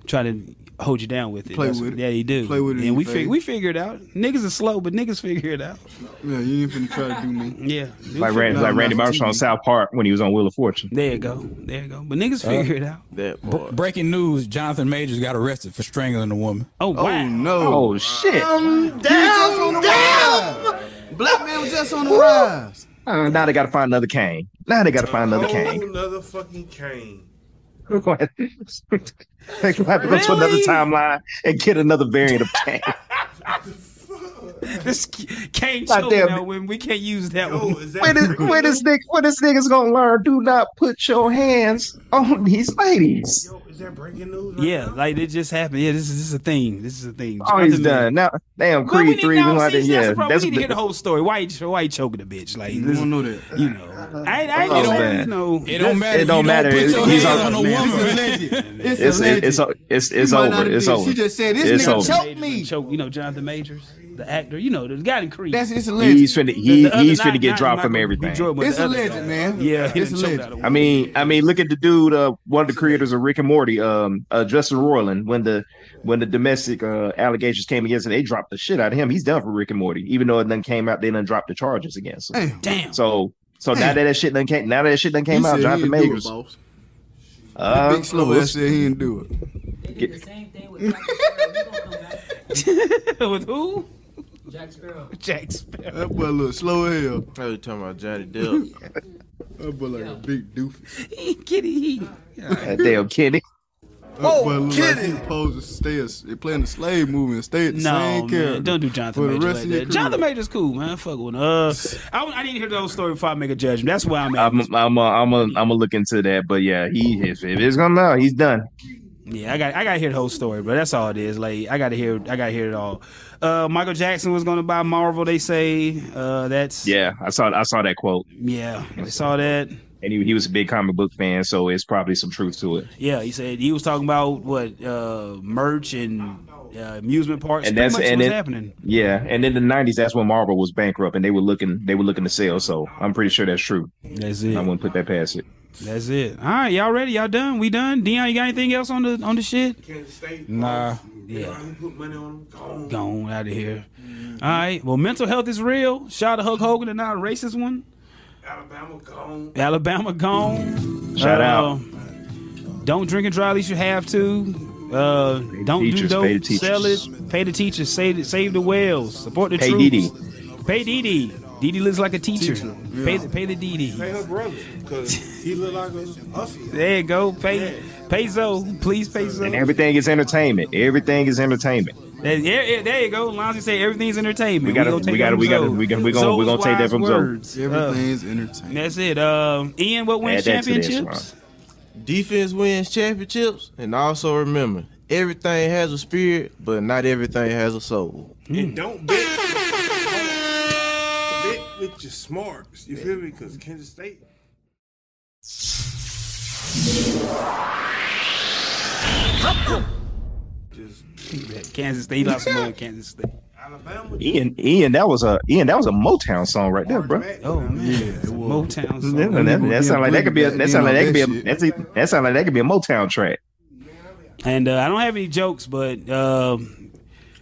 [SPEAKER 2] try to hold you down with it.
[SPEAKER 1] Play
[SPEAKER 2] That's-
[SPEAKER 1] with it.
[SPEAKER 2] yeah, you do.
[SPEAKER 1] Play with it in
[SPEAKER 2] and we
[SPEAKER 1] your
[SPEAKER 2] fig-
[SPEAKER 1] face.
[SPEAKER 2] we figure it out. Niggas are slow, but niggas figure it out.
[SPEAKER 1] Yeah, you ain't finna try to do me.
[SPEAKER 2] Yeah,
[SPEAKER 3] Like Randy, like Randy Marsh on South Park when he was on Wheel of Fortune.
[SPEAKER 2] There you go. There you go. But niggas
[SPEAKER 1] Uh,
[SPEAKER 2] figure it out.
[SPEAKER 11] That
[SPEAKER 8] Br-
[SPEAKER 11] part.
[SPEAKER 8] breaking news: Jonathan Majors got arrested for strangling a woman.
[SPEAKER 2] Oh,
[SPEAKER 1] Oh
[SPEAKER 2] wow.
[SPEAKER 1] no!
[SPEAKER 3] Oh shit!
[SPEAKER 1] down, down. Black man was just on the rise.
[SPEAKER 3] Uh, now they got to find another Kane. Now they got to find another
[SPEAKER 13] Whole
[SPEAKER 3] [laughs] Kane.
[SPEAKER 13] Another fucking cane.
[SPEAKER 3] We're going to, we're gonna have to go to another
[SPEAKER 2] Really?
[SPEAKER 3] timeline and get another variant of Kane.
[SPEAKER 2] [laughs] This c- can't
[SPEAKER 3] Like
[SPEAKER 2] show
[SPEAKER 3] that-
[SPEAKER 2] now when we can't use that
[SPEAKER 13] Yo,
[SPEAKER 2] one. [laughs]
[SPEAKER 13] Oh, is
[SPEAKER 3] [laughs]
[SPEAKER 13] that
[SPEAKER 3] Where this, where this nigga, where this nigga's gonna learn? Do not put your hands on these ladies.
[SPEAKER 13] Yo, Oh, is that breaking news? Right
[SPEAKER 2] Yeah,
[SPEAKER 13] now?
[SPEAKER 2] like it just happened. Yeah, this is this is a thing. This is a thing.
[SPEAKER 3] Oh, he's
[SPEAKER 2] Jonathan
[SPEAKER 3] done. Now, damn,
[SPEAKER 2] Well, we
[SPEAKER 3] Creed
[SPEAKER 2] need,
[SPEAKER 3] three.
[SPEAKER 2] no,
[SPEAKER 3] we gonna have to-
[SPEAKER 2] see,
[SPEAKER 3] yeah,
[SPEAKER 2] that's the problem.
[SPEAKER 3] that's
[SPEAKER 2] we need to
[SPEAKER 3] the-
[SPEAKER 2] hear the whole story. Why you, why you choking a bitch? Like
[SPEAKER 1] You
[SPEAKER 2] this,
[SPEAKER 1] don't know that.
[SPEAKER 2] you know. I, ain't- I, ain't-
[SPEAKER 3] Oh,
[SPEAKER 2] you know,
[SPEAKER 3] man.
[SPEAKER 2] you know.
[SPEAKER 8] It don't matter.
[SPEAKER 3] it don't
[SPEAKER 8] you
[SPEAKER 3] matter.
[SPEAKER 8] Don't put your
[SPEAKER 3] He's
[SPEAKER 8] hands
[SPEAKER 3] on-
[SPEAKER 8] on a
[SPEAKER 3] man,
[SPEAKER 8] woman. man. [laughs]
[SPEAKER 1] It's
[SPEAKER 3] It's
[SPEAKER 1] alleged.
[SPEAKER 3] it's it's
[SPEAKER 1] He
[SPEAKER 3] it's
[SPEAKER 1] might not
[SPEAKER 3] over.
[SPEAKER 1] have
[SPEAKER 3] It's
[SPEAKER 1] been.
[SPEAKER 3] over.
[SPEAKER 1] She just said this
[SPEAKER 3] It's
[SPEAKER 1] nigga
[SPEAKER 3] over.
[SPEAKER 1] choked
[SPEAKER 2] Majors,
[SPEAKER 1] me.
[SPEAKER 2] Choke, you know, Jonathan Majors, the actor. You know, the guy in Creed.
[SPEAKER 1] That's it's alleged.
[SPEAKER 3] He's finna
[SPEAKER 2] The-
[SPEAKER 3] he,
[SPEAKER 2] the other
[SPEAKER 3] he's
[SPEAKER 2] night,
[SPEAKER 3] finna get
[SPEAKER 2] not
[SPEAKER 3] dropped from
[SPEAKER 2] Michael B.
[SPEAKER 3] everything.
[SPEAKER 2] Jordan, but
[SPEAKER 1] it's
[SPEAKER 2] the
[SPEAKER 1] a
[SPEAKER 2] other
[SPEAKER 1] legend,
[SPEAKER 2] guy.
[SPEAKER 1] man.
[SPEAKER 2] Yeah, he
[SPEAKER 1] it's
[SPEAKER 2] done
[SPEAKER 1] a
[SPEAKER 2] choked out a
[SPEAKER 1] legend.
[SPEAKER 3] I mean, I mean, look at the dude. Uh, one of the creators of Rick and Morty, um, uh, Justin Roiland. When the when the domestic uh, allegations came against him, they dropped the shit out of him. He's done for Rick and Morty, even though it then came out. They done dropped the charges against him.
[SPEAKER 1] Damn,
[SPEAKER 2] Damn.
[SPEAKER 3] So so now that that shit done came, now that that shit done came
[SPEAKER 1] He
[SPEAKER 3] out,
[SPEAKER 1] said
[SPEAKER 3] Jonathan
[SPEAKER 1] he didn't do
[SPEAKER 3] Majors.
[SPEAKER 1] it, boss.
[SPEAKER 3] Uh,
[SPEAKER 1] Big slow ass said he didn't do
[SPEAKER 3] [laughs]
[SPEAKER 1] it.
[SPEAKER 9] They did the same thing with Jack Sparrow. He gonna come back.
[SPEAKER 2] [laughs] With who?
[SPEAKER 9] Jack Sparrow.
[SPEAKER 2] Jack Sparrow.
[SPEAKER 1] That boy look slow as hell.
[SPEAKER 11] I was talking about Johnny Depp.
[SPEAKER 1] [laughs] That boy like a big doofus.
[SPEAKER 2] He kitty. He.
[SPEAKER 3] that damn Kenny.
[SPEAKER 1] That boy look like he supposed to stay a, playing the slave movie and stay at the
[SPEAKER 2] No,
[SPEAKER 1] same character.
[SPEAKER 2] man, don't do Jonathan
[SPEAKER 1] for the
[SPEAKER 2] Major
[SPEAKER 1] rest
[SPEAKER 2] like
[SPEAKER 1] of your
[SPEAKER 2] that.
[SPEAKER 1] career.
[SPEAKER 2] Jonathan Major's cool, man. Fuck with him. Uh, I, I need to hear the whole story before I make a judgment. That's why I'm at.
[SPEAKER 3] I'm I'm uh, I'm a, I'm gonna look into that, but yeah, he if, if it's gonna no, he's done.
[SPEAKER 2] Yeah, I got I gotta hear the whole story, bro. That's all it is. Like I gotta hear I gotta hear it all. Uh, Michael Jackson was gonna buy Marvel. They say uh, that's
[SPEAKER 3] Yeah, I saw I saw that quote,
[SPEAKER 2] yeah. I saw that.
[SPEAKER 3] and he, he was a big comic book fan, so it's probably some truth to it.
[SPEAKER 2] Yeah, he said he was talking about what uh, merch and uh, amusement parks.
[SPEAKER 3] And
[SPEAKER 2] Pretty
[SPEAKER 3] that's
[SPEAKER 2] much
[SPEAKER 3] and
[SPEAKER 2] what's
[SPEAKER 3] then-
[SPEAKER 2] happening.
[SPEAKER 3] Yeah, and in the '90s, that's when Marvel was bankrupt, and they were looking they were looking to sell. So I'm pretty sure that's true.
[SPEAKER 2] That's it.
[SPEAKER 3] I wouldn't put that past it.
[SPEAKER 2] That's it. All right, y'all ready? Y'all done? We done? Dion, you got anything else on the on the shit?
[SPEAKER 13] Kansas State.
[SPEAKER 2] Nah.
[SPEAKER 13] Yeah. You put money on them. Gone.
[SPEAKER 2] Gone out of here. All right. Well, mental health is real. Shout out to Hulk Hogan and not a racist one.
[SPEAKER 13] Alabama gone.
[SPEAKER 2] Alabama gone.
[SPEAKER 3] Shout out.
[SPEAKER 2] Don't drink and drive at least you have to. Uh, don't do
[SPEAKER 3] teachers,
[SPEAKER 2] dope.
[SPEAKER 3] pay the teachers.
[SPEAKER 2] Sell it. Pay the teachers. Save the, save the whales. Support the
[SPEAKER 3] Pay
[SPEAKER 2] troops. Pay Didi. Didi lives like a teacher.
[SPEAKER 13] Yeah.
[SPEAKER 2] Pay the pay the Didi.
[SPEAKER 13] Pay her brother because he look like a hustler.
[SPEAKER 2] There you go. Pay pay Zoe. Please pay Zoe.
[SPEAKER 3] And everything is entertainment. Everything is entertainment.
[SPEAKER 2] There, there- there you go. Lonzy said everything's entertainment.
[SPEAKER 3] We gotta-
[SPEAKER 2] gonna take
[SPEAKER 3] we
[SPEAKER 2] that
[SPEAKER 3] gotta- we gotta-
[SPEAKER 2] from
[SPEAKER 3] we gotta- we
[SPEAKER 2] Zoe.
[SPEAKER 3] gonna- we gonna
[SPEAKER 2] Zoe's
[SPEAKER 3] take that from
[SPEAKER 2] wise
[SPEAKER 3] Zoe.
[SPEAKER 2] words.
[SPEAKER 1] Everything's
[SPEAKER 2] Uh,
[SPEAKER 1] entertainment.
[SPEAKER 2] that's it. Um, Ian, what wins
[SPEAKER 11] Add that to this,
[SPEAKER 2] championships?
[SPEAKER 11] Defense wins championships, and also remember, everything has a spirit, but not everything has a soul.
[SPEAKER 13] And don't bet. bet with your smarts. You feel me? Because Kansas State.
[SPEAKER 2] Kansas State. Lost some money. Kansas State.
[SPEAKER 3] Ian, Ian, that was a Ian, that was a Motown song right there, bro.
[SPEAKER 2] Oh man, It's a Motown. Song.
[SPEAKER 3] Yeah, that, that sound like that could be a that sound like that could be a that's a- that sound like that could be a Motown track.
[SPEAKER 2] And uh, I don't have any jokes, but um,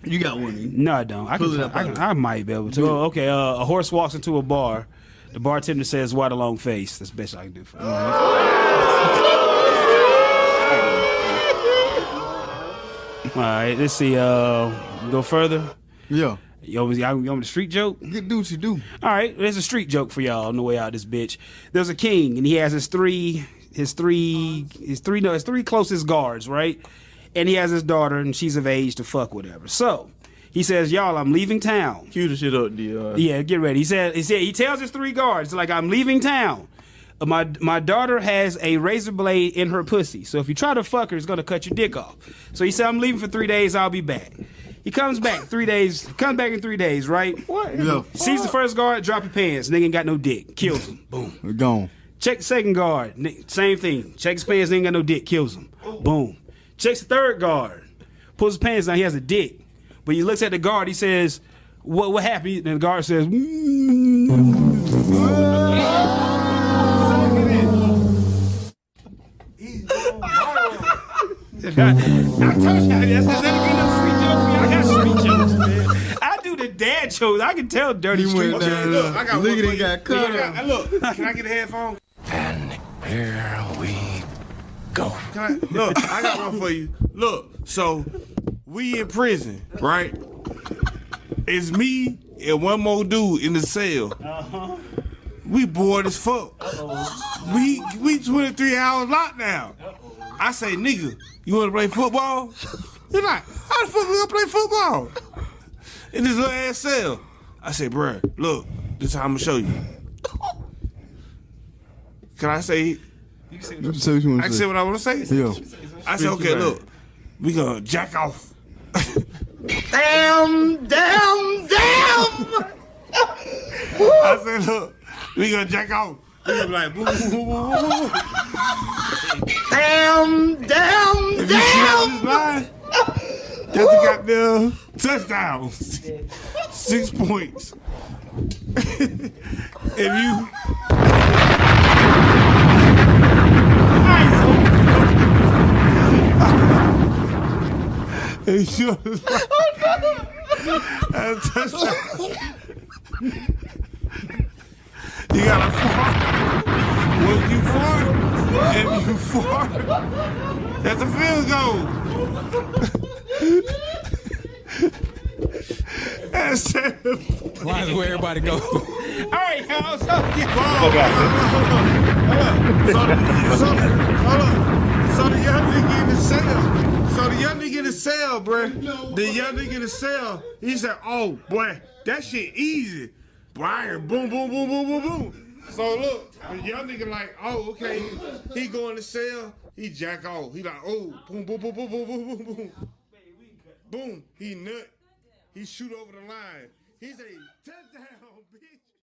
[SPEAKER 1] you got one.
[SPEAKER 2] No, I don't. I,
[SPEAKER 1] Pull
[SPEAKER 2] can,
[SPEAKER 1] it up,
[SPEAKER 2] I, can- I might be able to. Oh, okay, uh, a horse walks into a bar. The bartender says, "Why the long face?" That's the best I can do for you. All right, let's see. Uh, go further.
[SPEAKER 1] Yeah.
[SPEAKER 2] You want, me, you want me the street joke?
[SPEAKER 1] do what you do.
[SPEAKER 2] All right, there's a street joke for y'all on the way out of this bitch. There's a king, and he has his three, his three, his three, no, his three closest guards, right? And he has his daughter, and she's of age to fuck whatever. So he says, "Y'all, I'm leaving town."
[SPEAKER 11] Cue the shit up, Dion.
[SPEAKER 2] Yeah, get ready. He said. He said. He tells his three guards, like, "I'm leaving town. Uh, My my daughter has a razor blade in her pussy. So if you try to fuck her, it's gonna cut your dick off." So he said, "I'm leaving for three days. I'll be back." He comes back three days. Comes back in three days, right? What?
[SPEAKER 1] Yeah.
[SPEAKER 2] Sees the first guard, drop your pants. Nigga ain't got no dick. Kills him. Boom.
[SPEAKER 1] Gone.
[SPEAKER 2] Check the second guard. Ni- Same thing. Checks pants. Ain't got no dick. Kills him. Boom. Checks the third guard. Pulls his pants down. He has a dick. But he looks at the guard. He says, "What? What happened?" And the guard says, "Mm, "I do the dad jokes. I can tell dirty
[SPEAKER 1] He
[SPEAKER 2] street
[SPEAKER 1] went down
[SPEAKER 2] jokes."
[SPEAKER 1] there.
[SPEAKER 13] I got one
[SPEAKER 1] Nigga
[SPEAKER 13] for
[SPEAKER 1] done
[SPEAKER 13] you.
[SPEAKER 1] got cut
[SPEAKER 13] Look, I got- Look, can I get a headphone?
[SPEAKER 6] Here we go.
[SPEAKER 13] Can I, look, I got one for you. Look, so we in prison, right? It's me and one more dude in the cell. We bored as fuck. We we 23 hours lockdown. I say, nigga, you want to play football? You're like, how the fuck we gonna play football in this little ass cell? I say, bruh, look, this is how I'm gonna show you. Can I say?
[SPEAKER 1] You say what you want to
[SPEAKER 13] I can
[SPEAKER 1] say.
[SPEAKER 13] say what I want to say.
[SPEAKER 1] Yeah.
[SPEAKER 13] I said, okay, look, we gonna jack off. [laughs]
[SPEAKER 10] Damn, damn, damn.
[SPEAKER 13] I said, look, we gonna jack off. We gonna be like, boo, boo, boo, boo, boo, boo.
[SPEAKER 10] Damn, damn,
[SPEAKER 13] If you see on this line, that's a goddamn touchdown. Six points. if you. If you on this line, that's a touchdown. You gotta fart. When you fart, if you fart, that's a field goal. that's it.
[SPEAKER 8] Why is where everybody go?
[SPEAKER 2] All right, y'all. So,
[SPEAKER 13] So, hold on. So the young nigga in the cell. So the young nigga in the cell, bruh. The young nigga in the cell. He said, "Oh boy, that shit easy." Brian, boom, boom, boom, boom, boom, boom. So look, the young nigga like, "Oh okay." He go in the cell. He jack off. He like, oh, boom, boom, boom, boom, boom, boom, boom, boom. Boom. He nut. He shoot over the line. He's a touchdown.